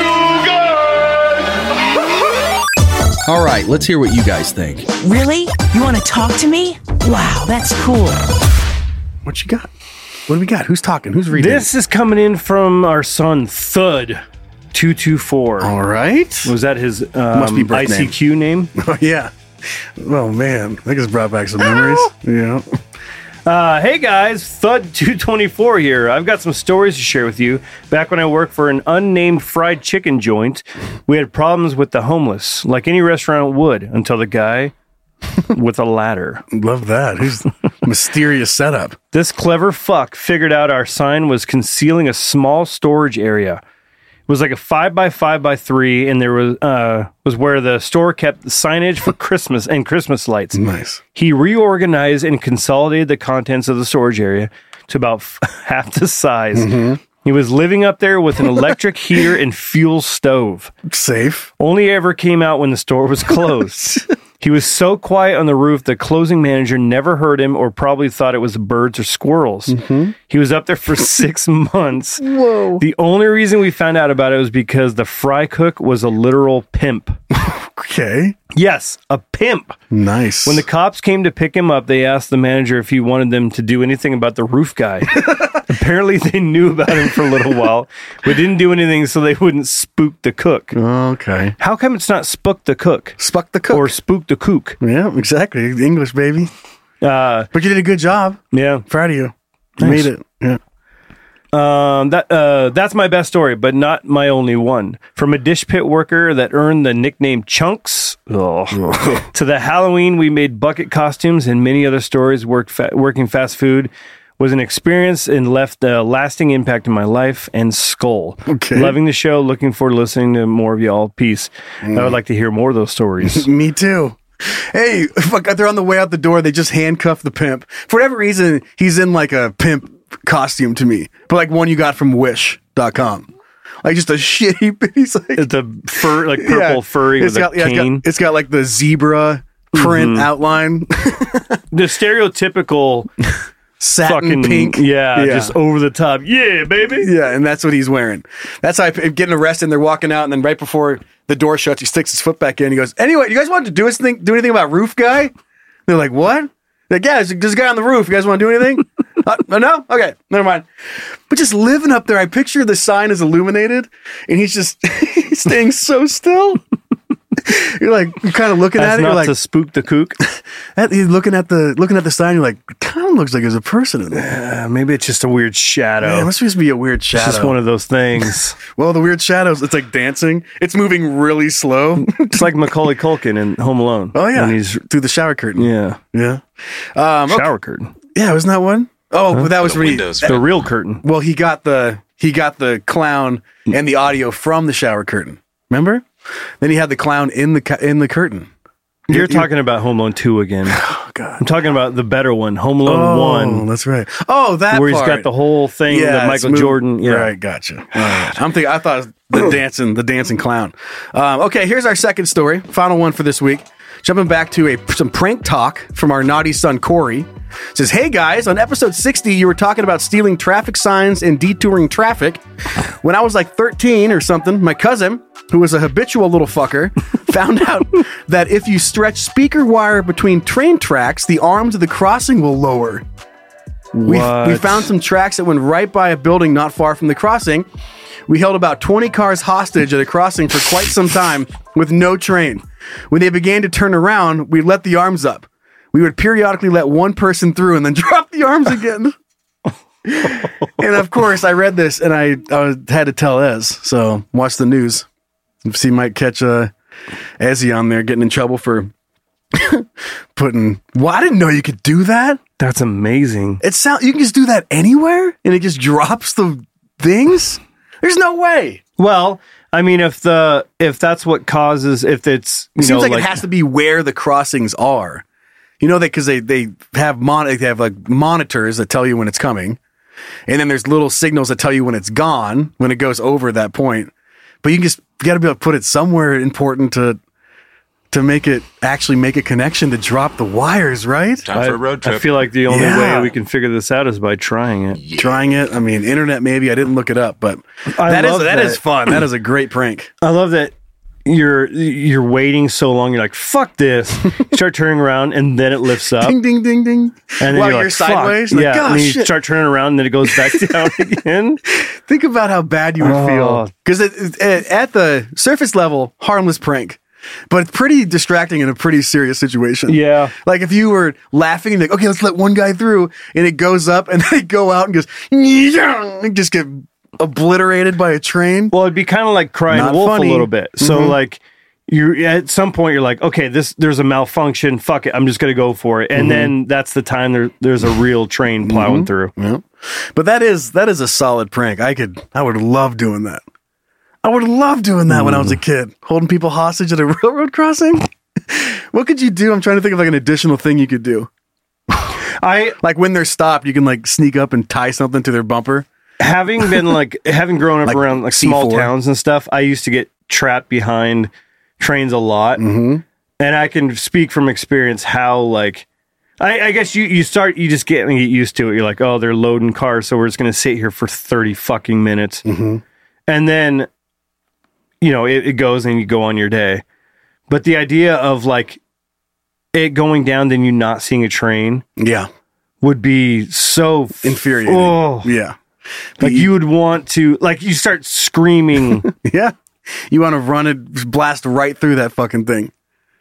[SPEAKER 12] All right, let's hear what you guys think.
[SPEAKER 5] Really? You want to talk to me? Wow, that's cool.
[SPEAKER 2] What you got? What do we got? Who's talking? Who's reading?
[SPEAKER 3] This is coming in from our son Thud. 224.
[SPEAKER 4] Oh.
[SPEAKER 2] All right.
[SPEAKER 3] Was that his um,
[SPEAKER 2] Must be birth name.
[SPEAKER 3] ICQ name?
[SPEAKER 2] Oh yeah. Oh man, that just brought back some memories. Yeah.
[SPEAKER 3] Uh, hey guys, Thud224 here. I've got some stories to share with you. Back when I worked for an unnamed fried chicken joint, we had problems with the homeless, like any restaurant would, until the guy with a ladder.
[SPEAKER 2] Love that. Who's mysterious setup?
[SPEAKER 3] This clever fuck figured out our sign was concealing a small storage area. It was like a five by five by three, and there was uh, was where the store kept signage for Christmas and Christmas lights.
[SPEAKER 2] Nice.
[SPEAKER 3] He reorganized and consolidated the contents of the storage area to about f- half the size. He was living up there with an electric heater and fuel stove.
[SPEAKER 2] Safe.
[SPEAKER 3] Only ever came out when the store was closed. he was so quiet on the roof the closing manager never heard him or probably thought it was birds or squirrels. He was up there for six months.
[SPEAKER 2] Whoa.
[SPEAKER 3] The only reason we found out about it was because the fry cook was a literal pimp.
[SPEAKER 2] Okay.
[SPEAKER 3] Yes, a pimp.
[SPEAKER 2] Nice.
[SPEAKER 3] When the cops came to pick him up, they asked the manager if he wanted them to do anything about the roof guy. Apparently, they knew about him for a little while, but didn't do anything so they wouldn't spook the cook.
[SPEAKER 2] Okay.
[SPEAKER 3] How come it's not spook the cook?
[SPEAKER 2] Spook the cook.
[SPEAKER 3] Or spook the kook.
[SPEAKER 2] Yeah, exactly. English, baby.
[SPEAKER 3] Uh,
[SPEAKER 2] but you did a good job.
[SPEAKER 3] Yeah.
[SPEAKER 2] Proud of you. You
[SPEAKER 3] Thanks.
[SPEAKER 2] made it. Yeah.
[SPEAKER 3] Um, that uh, that's my best story, but not my only one. From a dish pit worker that earned the nickname Chunks, to the Halloween we made bucket costumes and many other stories. Worked fa- working fast food was an experience and left a lasting impact in my life and skull.
[SPEAKER 2] Okay.
[SPEAKER 3] loving the show. Looking forward to listening to more of y'all. Peace. I
[SPEAKER 2] Mm.
[SPEAKER 3] would like to hear more of those stories.
[SPEAKER 2] Me too. Hey, fuck, they're on the way out the door. They just handcuff the pimp. For whatever reason, he's in like a pimp costume to me, but like one you got from wish.com. Like just a shitty, he's like,
[SPEAKER 3] It's a fur, like purple
[SPEAKER 2] yeah,
[SPEAKER 3] furry
[SPEAKER 2] it's
[SPEAKER 3] with
[SPEAKER 2] got,
[SPEAKER 3] a
[SPEAKER 2] yeah, it's got-
[SPEAKER 3] cane.
[SPEAKER 2] it's got like the zebra print
[SPEAKER 3] Mhm.
[SPEAKER 2] outline,
[SPEAKER 3] the stereotypical
[SPEAKER 2] satin pink.
[SPEAKER 3] Yeah, just over the top. Yeah, baby.
[SPEAKER 2] Yeah, and that's what he's wearing. That's how I getting arrested. And they're walking out, and then right before the door shuts, he sticks his foot back in. He goes, "Anyway, you guys wanted to do us thing, do anything about roof guy?" They're like, "What?" Like, yeah, there's this guy on the roof. You guys want to do anything? uh, no, okay, never mind. But just living up there, I picture the sign is illuminated, and he's just he's staying so still. you're like, you're kind of looking
[SPEAKER 3] That's
[SPEAKER 2] at it. You're
[SPEAKER 3] not
[SPEAKER 2] like,
[SPEAKER 3] to spook the kook.
[SPEAKER 2] at, he's looking at the looking at the sign. You're like, kind of looks like there's a person in there.
[SPEAKER 3] Uh, maybe it's just a weird shadow.
[SPEAKER 2] Man, it must just be a weird shadow.
[SPEAKER 3] It's just one of those things.
[SPEAKER 2] Well, the weird shadows. It's like dancing. It's moving really slow.
[SPEAKER 3] it's like Macaulay Culkin in Home Alone.
[SPEAKER 2] Oh yeah,
[SPEAKER 3] When he's
[SPEAKER 2] through the shower curtain.
[SPEAKER 3] yeah,
[SPEAKER 2] Yeah, um, okay.
[SPEAKER 3] shower curtain.
[SPEAKER 2] yeah. Wasn't that one? Oh, but that was
[SPEAKER 4] The
[SPEAKER 2] really.
[SPEAKER 4] windows.
[SPEAKER 3] The real curtain.
[SPEAKER 2] Well, he got the he got the clown and the audio from the shower curtain. Remember? Then he had the clown in the cu- in the curtain.
[SPEAKER 3] You're talking about Home Alone 2 again.
[SPEAKER 2] Oh God.
[SPEAKER 3] I'm talking about the better one, Home Alone
[SPEAKER 2] Oh,
[SPEAKER 3] 1,
[SPEAKER 2] That's right. Oh, that
[SPEAKER 3] where
[SPEAKER 2] part.
[SPEAKER 3] he's got the whole thing, the
[SPEAKER 2] it's
[SPEAKER 3] Michael
[SPEAKER 2] moving-
[SPEAKER 3] Jordan. Yeah.
[SPEAKER 2] Right, gotcha. All right. I'm thinking I thought it was the dancing the dancing clown. Um, okay, here's our second story, final one for this week. Jumping back to a some prank talk from our naughty son Corey. It says, "Hey guys, on episode 60 you were talking about stealing traffic signs and detouring traffic. When I was like 13 or something, my cousin, who was a habitual little fucker, found out that if you stretch speaker wire between train tracks, the arms of the crossing will lower." We, we
[SPEAKER 3] What?
[SPEAKER 2] found some tracks that went right by a building not far from the crossing. We held about 20 cars hostage at a crossing for quite some time with no train. When they began to turn around, we let the arms up. We would periodically let one person through and then drop the arms again. and of course, I read this and I, I was- had to tell Ez. So watch the news. See, might catch uh, Ezzy on there getting in trouble for putting. Well, I didn't know you could do that.
[SPEAKER 3] That's amazing.
[SPEAKER 2] It sound you can just do that anywhere, and it just drops the things. There's no way.
[SPEAKER 3] Well, I mean, if the if that's what causes, if it's you
[SPEAKER 2] It seems
[SPEAKER 3] know,
[SPEAKER 2] like, it has to be where the crossings are. You know that because they they have mon- they have like monitors that tell you when it's coming, and then there's little signals that tell you when it's gone when it goes over that point. But you can just got to be able to put it somewhere important to to make it actually make a connection to drop the wires, right?
[SPEAKER 4] Time for a road trip.
[SPEAKER 3] I feel like the only
[SPEAKER 2] Yeah.
[SPEAKER 3] way we can figure this out is by trying it.
[SPEAKER 2] Trying it. I mean, internet maybe. I didn't look it up, but
[SPEAKER 3] I
[SPEAKER 2] that is
[SPEAKER 3] love
[SPEAKER 2] that
[SPEAKER 3] that.
[SPEAKER 2] is fun. That is a great prank.
[SPEAKER 3] I love that you're you're waiting so long. You're like, fuck this. start turning around, and then it lifts up,
[SPEAKER 2] ding
[SPEAKER 3] and
[SPEAKER 2] ding ding ding.
[SPEAKER 3] then
[SPEAKER 2] While
[SPEAKER 3] you're, like, fuck.
[SPEAKER 2] sideways, like,
[SPEAKER 3] yeah,
[SPEAKER 2] gosh,
[SPEAKER 3] and then you
[SPEAKER 2] shit.
[SPEAKER 3] start turning around, and then it goes back down again.
[SPEAKER 2] think about how bad you would
[SPEAKER 3] Oh.
[SPEAKER 2] feel because at the surface level, harmless prank, but pretty distracting in a pretty serious situation.
[SPEAKER 3] Yeah.
[SPEAKER 2] like if you were laughing and like, okay, let's let one guy through, and it goes up, and they go out and goes, "Nyang," and just get obliterated by a train.
[SPEAKER 3] Well, it'd be kind of like crying
[SPEAKER 2] Not
[SPEAKER 3] wolf
[SPEAKER 2] funny.
[SPEAKER 3] a little bit. So
[SPEAKER 2] Mhm.
[SPEAKER 3] like. You at some point you're like, okay, this there's a malfunction. Fuck it, I'm just gonna go for
[SPEAKER 2] Mm-hmm.
[SPEAKER 3] it. And then that's the time there, there's a real train plowing through.
[SPEAKER 2] Yeah. But that is that is a solid prank. I could I would love doing that. I would love doing that when I
[SPEAKER 3] Mm.
[SPEAKER 2] was a kid, holding people hostage at a railroad crossing. what could you do? I'm trying to think of like an additional thing you could do. I like when they're stopped, you can like sneak up and tie something to their bumper.
[SPEAKER 3] having been like having grown up
[SPEAKER 2] Like
[SPEAKER 3] around like small
[SPEAKER 2] C4.
[SPEAKER 3] towns and stuff, I used to get trapped behind trains a lot, and I can speak from experience how like. I, I guess you, you start you just get, you get used to it. You're like, oh, they're loading cars, so we're just gonna sit here for thirty fucking minutes, and then, you know, it, it goes and you go on your day. But the idea of like it going down, then you not seeing a train,
[SPEAKER 2] yeah,
[SPEAKER 3] would be so
[SPEAKER 2] infuriating.
[SPEAKER 3] Oh,
[SPEAKER 2] yeah,
[SPEAKER 3] like you would want to like you start screaming
[SPEAKER 2] yeah. You want to run it, blast right through that fucking thing.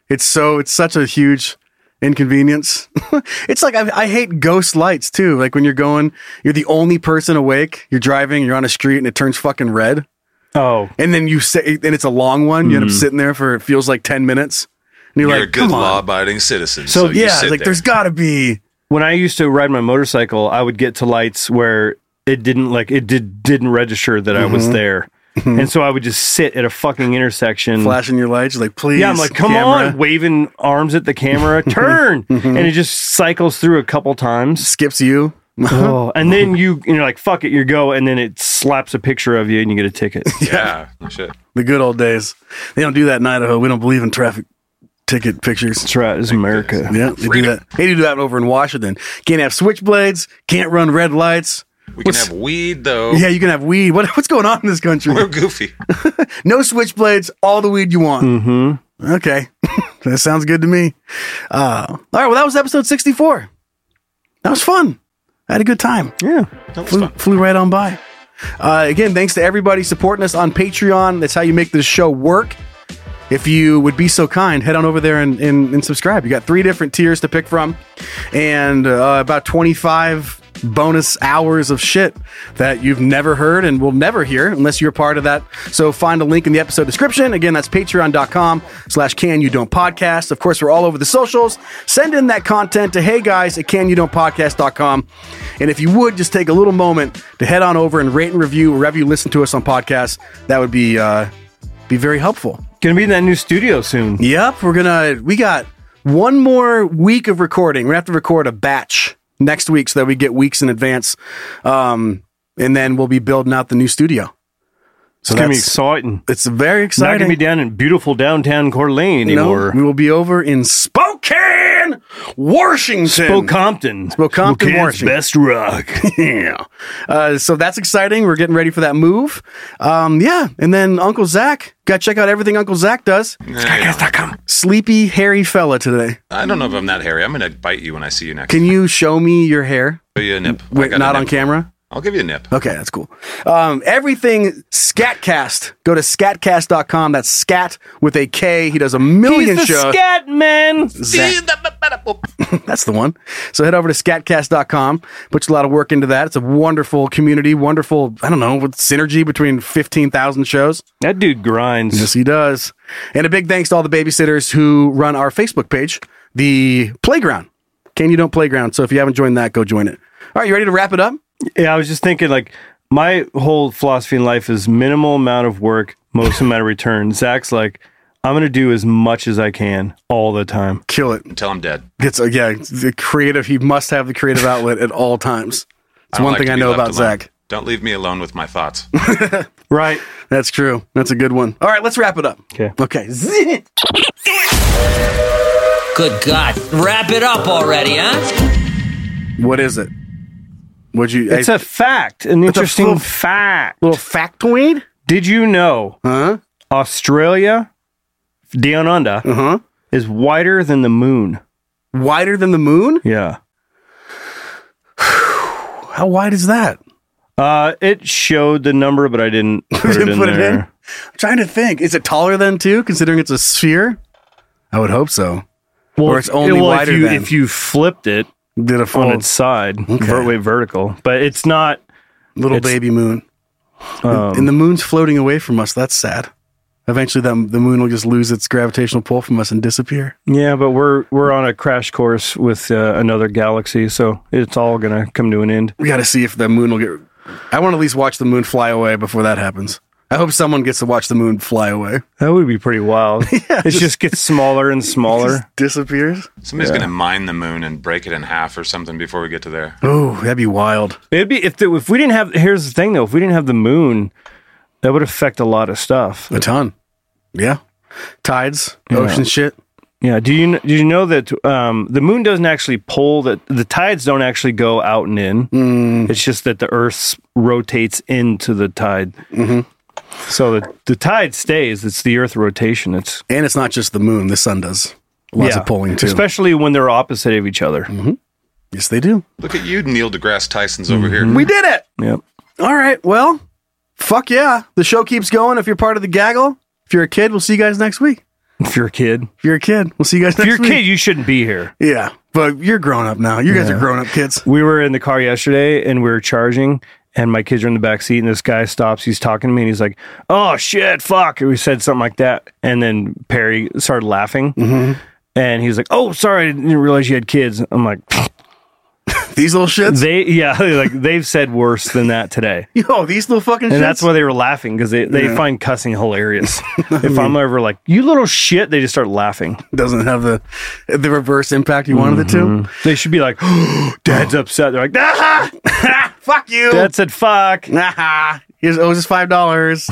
[SPEAKER 2] It's so, it's such a huge inconvenience. it's like, I, I hate ghost lights too. Like when you're going, you're the only person awake, you're driving, you're on a street and it turns fucking red.
[SPEAKER 3] Oh.
[SPEAKER 2] And then you say, and it's a long one. You end up
[SPEAKER 4] Mhm.
[SPEAKER 2] sitting there for, it feels like 10 minutes. And you're,
[SPEAKER 4] You're
[SPEAKER 2] like,
[SPEAKER 4] a good
[SPEAKER 2] come on.
[SPEAKER 4] law-abiding citizen.
[SPEAKER 3] So,
[SPEAKER 4] So, you
[SPEAKER 3] yeah,
[SPEAKER 4] sit
[SPEAKER 3] like,
[SPEAKER 4] there.
[SPEAKER 3] there's
[SPEAKER 2] got to be.
[SPEAKER 3] When I used to ride my motorcycle, I would get to lights where it didn't like it did didn't register that I was
[SPEAKER 2] Mhm.
[SPEAKER 3] there. And so I would just sit at a fucking intersection
[SPEAKER 2] flashing your lights like please.
[SPEAKER 3] Mm. Yeah, I'm like come
[SPEAKER 2] camera."
[SPEAKER 3] on, waving arms at the camera, turn.
[SPEAKER 2] Mhm.
[SPEAKER 3] And it just cycles through a couple times.
[SPEAKER 2] Skips you.
[SPEAKER 3] oh, and then you you're like fuck it, you go and then it slaps a picture of you and you get a ticket.
[SPEAKER 4] yeah, shit.
[SPEAKER 2] The good old days. They don't do that in Idaho. We don't believe in traffic ticket pictures. That's
[SPEAKER 3] right. It's America.
[SPEAKER 2] Yeah, they do that. They do that over in Washington. Can't have switchblades. Can't run red lights.
[SPEAKER 4] We can have weed though.
[SPEAKER 2] Yeah, you can have weed. What, what's going on in this country?
[SPEAKER 4] We're goofy.
[SPEAKER 2] no switchblades. All the weed you want.
[SPEAKER 3] Mm-hmm.
[SPEAKER 2] Okay, that sounds good to me. Uh, all right. Well, that was episode sixty-four. That was fun. I had a good time.
[SPEAKER 3] Yeah,
[SPEAKER 2] flew, flew right on by. Uh, again, thanks to everybody supporting us on Patreon. That's how you make this show work. If you would be so kind, head on over there and, and, and subscribe. You got three different tiers to pick from, and uh, about twenty five bonus hours of shit that you've never heard and will never hear unless you're part of that. So find a link in the episode description. Again, that's patreon.com slash can you don't podcast. Of course, we're all over the socials. Send in that content to hey guys at can you don't podcast.com. And if you would just take a little moment to head on over and rate and review wherever you listen to us on podcasts, that would be uh be very helpful.
[SPEAKER 3] Gonna be in that new studio soon.
[SPEAKER 2] Yep, we're gonna we got one more week of recording. We're gonna have to record a batch next week so that we get weeks in advance. Um and then we'll be building out the new studio.
[SPEAKER 3] It's gonna be
[SPEAKER 2] that's-
[SPEAKER 3] exciting.
[SPEAKER 2] It's very
[SPEAKER 3] Not
[SPEAKER 2] exciting.
[SPEAKER 3] gonna be down in beautiful downtown Coeur d'Alene
[SPEAKER 2] No,
[SPEAKER 3] anymore.
[SPEAKER 2] we will be over in Spokane, Washington. Spokompton,
[SPEAKER 3] Spokompton. Spokane's
[SPEAKER 2] Washington.
[SPEAKER 3] best rock.
[SPEAKER 2] yeah. Uh, so that's exciting. We're getting ready for that move. Um, yeah. And then Uncle Zach, got to check out everything Uncle Zach does. Sleepy, hairy fella today.
[SPEAKER 4] I don't know if I'm that hairy. I'm gonna bite you when I see you next.
[SPEAKER 2] Can you show me your hair?
[SPEAKER 4] I'll give you a nip. I
[SPEAKER 2] Wait,
[SPEAKER 4] got a
[SPEAKER 2] not
[SPEAKER 4] nip.
[SPEAKER 2] on camera?
[SPEAKER 4] I'll give you a nip.
[SPEAKER 2] Okay, that's cool. Um, everything Scatcast. Go to scatcast.com. That's scat with a K. He does a million shows.
[SPEAKER 3] scat man.
[SPEAKER 2] Zach. That's the one. So head over to scatcast.com. Puts a lot of work into that. It's a wonderful community, wonderful, I don't know, with synergy between 15,000 shows.
[SPEAKER 3] That dude grinds.
[SPEAKER 2] Yes, he does. And a big thanks to all the babysitters who run our Facebook page, The Playground. Can You Don't Playground. So if you haven't joined that, go join it. All right, you ready to wrap it up?
[SPEAKER 3] Yeah, I was just thinking like my whole philosophy in life is minimal amount of work, most amount of return. Zach's like, I'm gonna do as much as I can all the time.
[SPEAKER 2] Kill it.
[SPEAKER 4] Until I'm dead.
[SPEAKER 2] It's uh, yeah, the creative. He must have the creative outlet at all times. It's
[SPEAKER 4] don't
[SPEAKER 2] one
[SPEAKER 4] like
[SPEAKER 2] thing
[SPEAKER 4] to
[SPEAKER 2] I
[SPEAKER 4] be
[SPEAKER 2] know
[SPEAKER 4] left
[SPEAKER 2] about
[SPEAKER 4] alone.
[SPEAKER 2] Zach.
[SPEAKER 4] Don't leave me alone with my thoughts.
[SPEAKER 3] Right.
[SPEAKER 2] That's true. That's a good one. All right, let's wrap it up.
[SPEAKER 3] Okay.
[SPEAKER 2] Okay.
[SPEAKER 13] Good God. Wrap it up already, huh?
[SPEAKER 2] What is it? Would you?
[SPEAKER 3] It's
[SPEAKER 2] a
[SPEAKER 3] a fact, an
[SPEAKER 2] It's a
[SPEAKER 3] interesting
[SPEAKER 2] little-
[SPEAKER 3] fact.
[SPEAKER 2] Little factoid.
[SPEAKER 3] Did you know?
[SPEAKER 2] Huh?
[SPEAKER 3] Australia, down under,
[SPEAKER 2] uh-huh.
[SPEAKER 3] is wider than the moon.
[SPEAKER 2] Wider than the moon?
[SPEAKER 3] Yeah.
[SPEAKER 2] How wide is that?
[SPEAKER 3] Uh, it showed the number, but I didn't put it in
[SPEAKER 2] Put it
[SPEAKER 3] there.
[SPEAKER 2] in? I'm trying to think. Is it taller than two? Considering it's a sphere. I would hope so. or it's only
[SPEAKER 3] well,
[SPEAKER 2] wider
[SPEAKER 3] if you,
[SPEAKER 2] than.
[SPEAKER 3] if you flipped it
[SPEAKER 2] Did a
[SPEAKER 3] on
[SPEAKER 2] fold.
[SPEAKER 3] its side,
[SPEAKER 2] Okay.
[SPEAKER 3] ver- way vertical, but it's not
[SPEAKER 2] Little
[SPEAKER 3] it's-
[SPEAKER 2] baby moon.
[SPEAKER 3] Um,
[SPEAKER 2] and the moon's floating away from us. That's sad. Eventually, that, the moon will just lose its gravitational pull from us and disappear.
[SPEAKER 3] yeah, but we're we're on a crash course with uh, another galaxy, so it's all gonna come to an end.
[SPEAKER 2] We got to see if the moon will get. I want to at least watch the moon fly away before that happens. I hope someone gets to watch the moon fly away.
[SPEAKER 3] That would be pretty wild. it just, gets smaller and smaller.
[SPEAKER 2] disappears.
[SPEAKER 4] Somebody's
[SPEAKER 3] Yeah.
[SPEAKER 4] gonna mine the moon and break it in half or something before we get to there.
[SPEAKER 2] Oh, that'd be wild.
[SPEAKER 3] It'd be if the, if we didn't have. Here's the thing though: if we didn't have the moon, that would affect a lot of stuff.
[SPEAKER 2] A ton. Yeah. Tides, ocean shit.
[SPEAKER 3] Yeah. Do you kn- do you know that um, the moon doesn't actually pull that the tides don't actually go out and in.
[SPEAKER 2] Mm.
[SPEAKER 3] It's just that the Earth rotates into the tide. Mm-hmm. So the, the tide stays. It's the Earth rotation. It's
[SPEAKER 2] and it's not just the moon. The sun does lots
[SPEAKER 3] Yeah.
[SPEAKER 2] of pulling too. Mm-hmm.
[SPEAKER 3] especially when they're opposite of each other.
[SPEAKER 2] Yes, they do.
[SPEAKER 4] Look at you, Neil deGrasse Tyson's over here.
[SPEAKER 2] We did it.
[SPEAKER 3] Yep.
[SPEAKER 2] All right. Well, fuck yeah. The show keeps going. If you're part of the gaggle, if you're a kid, we'll see you guys next week.
[SPEAKER 3] If you're a kid,
[SPEAKER 2] if you're a kid, we'll see you guys
[SPEAKER 3] If
[SPEAKER 2] next
[SPEAKER 3] you're a
[SPEAKER 2] week.
[SPEAKER 3] kid, you shouldn't be here.
[SPEAKER 2] yeah, but you're grown up now. You guys are
[SPEAKER 3] Yeah.
[SPEAKER 2] grown up kids.
[SPEAKER 3] We were in the car yesterday and we were charging, and my kids are in the back seat, and this guy stops. He's talking to me, and he's like, "Oh shit, fuck!" We said something like that, and then Perry started laughing,
[SPEAKER 2] Mm-hmm.
[SPEAKER 3] and he's like, "Oh, sorry, I didn't realize you had kids." I'm like,
[SPEAKER 2] "These little shits."
[SPEAKER 3] They yeah, like they've said worse than that today.
[SPEAKER 2] Yo, these little fucking
[SPEAKER 3] And
[SPEAKER 2] shits.
[SPEAKER 3] that's why they were laughing because they, they
[SPEAKER 2] Yeah.
[SPEAKER 3] find cussing hilarious. if I'm ever like, you little shit, they just start laughing.
[SPEAKER 2] doesn't have the the reverse impact you wanted it to.
[SPEAKER 3] They should be like, dad's upset. They're like, ah,
[SPEAKER 2] fuck you.
[SPEAKER 3] Dad said fuck.
[SPEAKER 2] Nah. Here's owes us five dollars.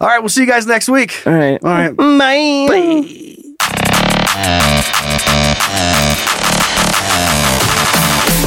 [SPEAKER 2] All right, we'll see you guys next week.
[SPEAKER 3] All right. All
[SPEAKER 2] right.
[SPEAKER 3] Bye.
[SPEAKER 14] Bye.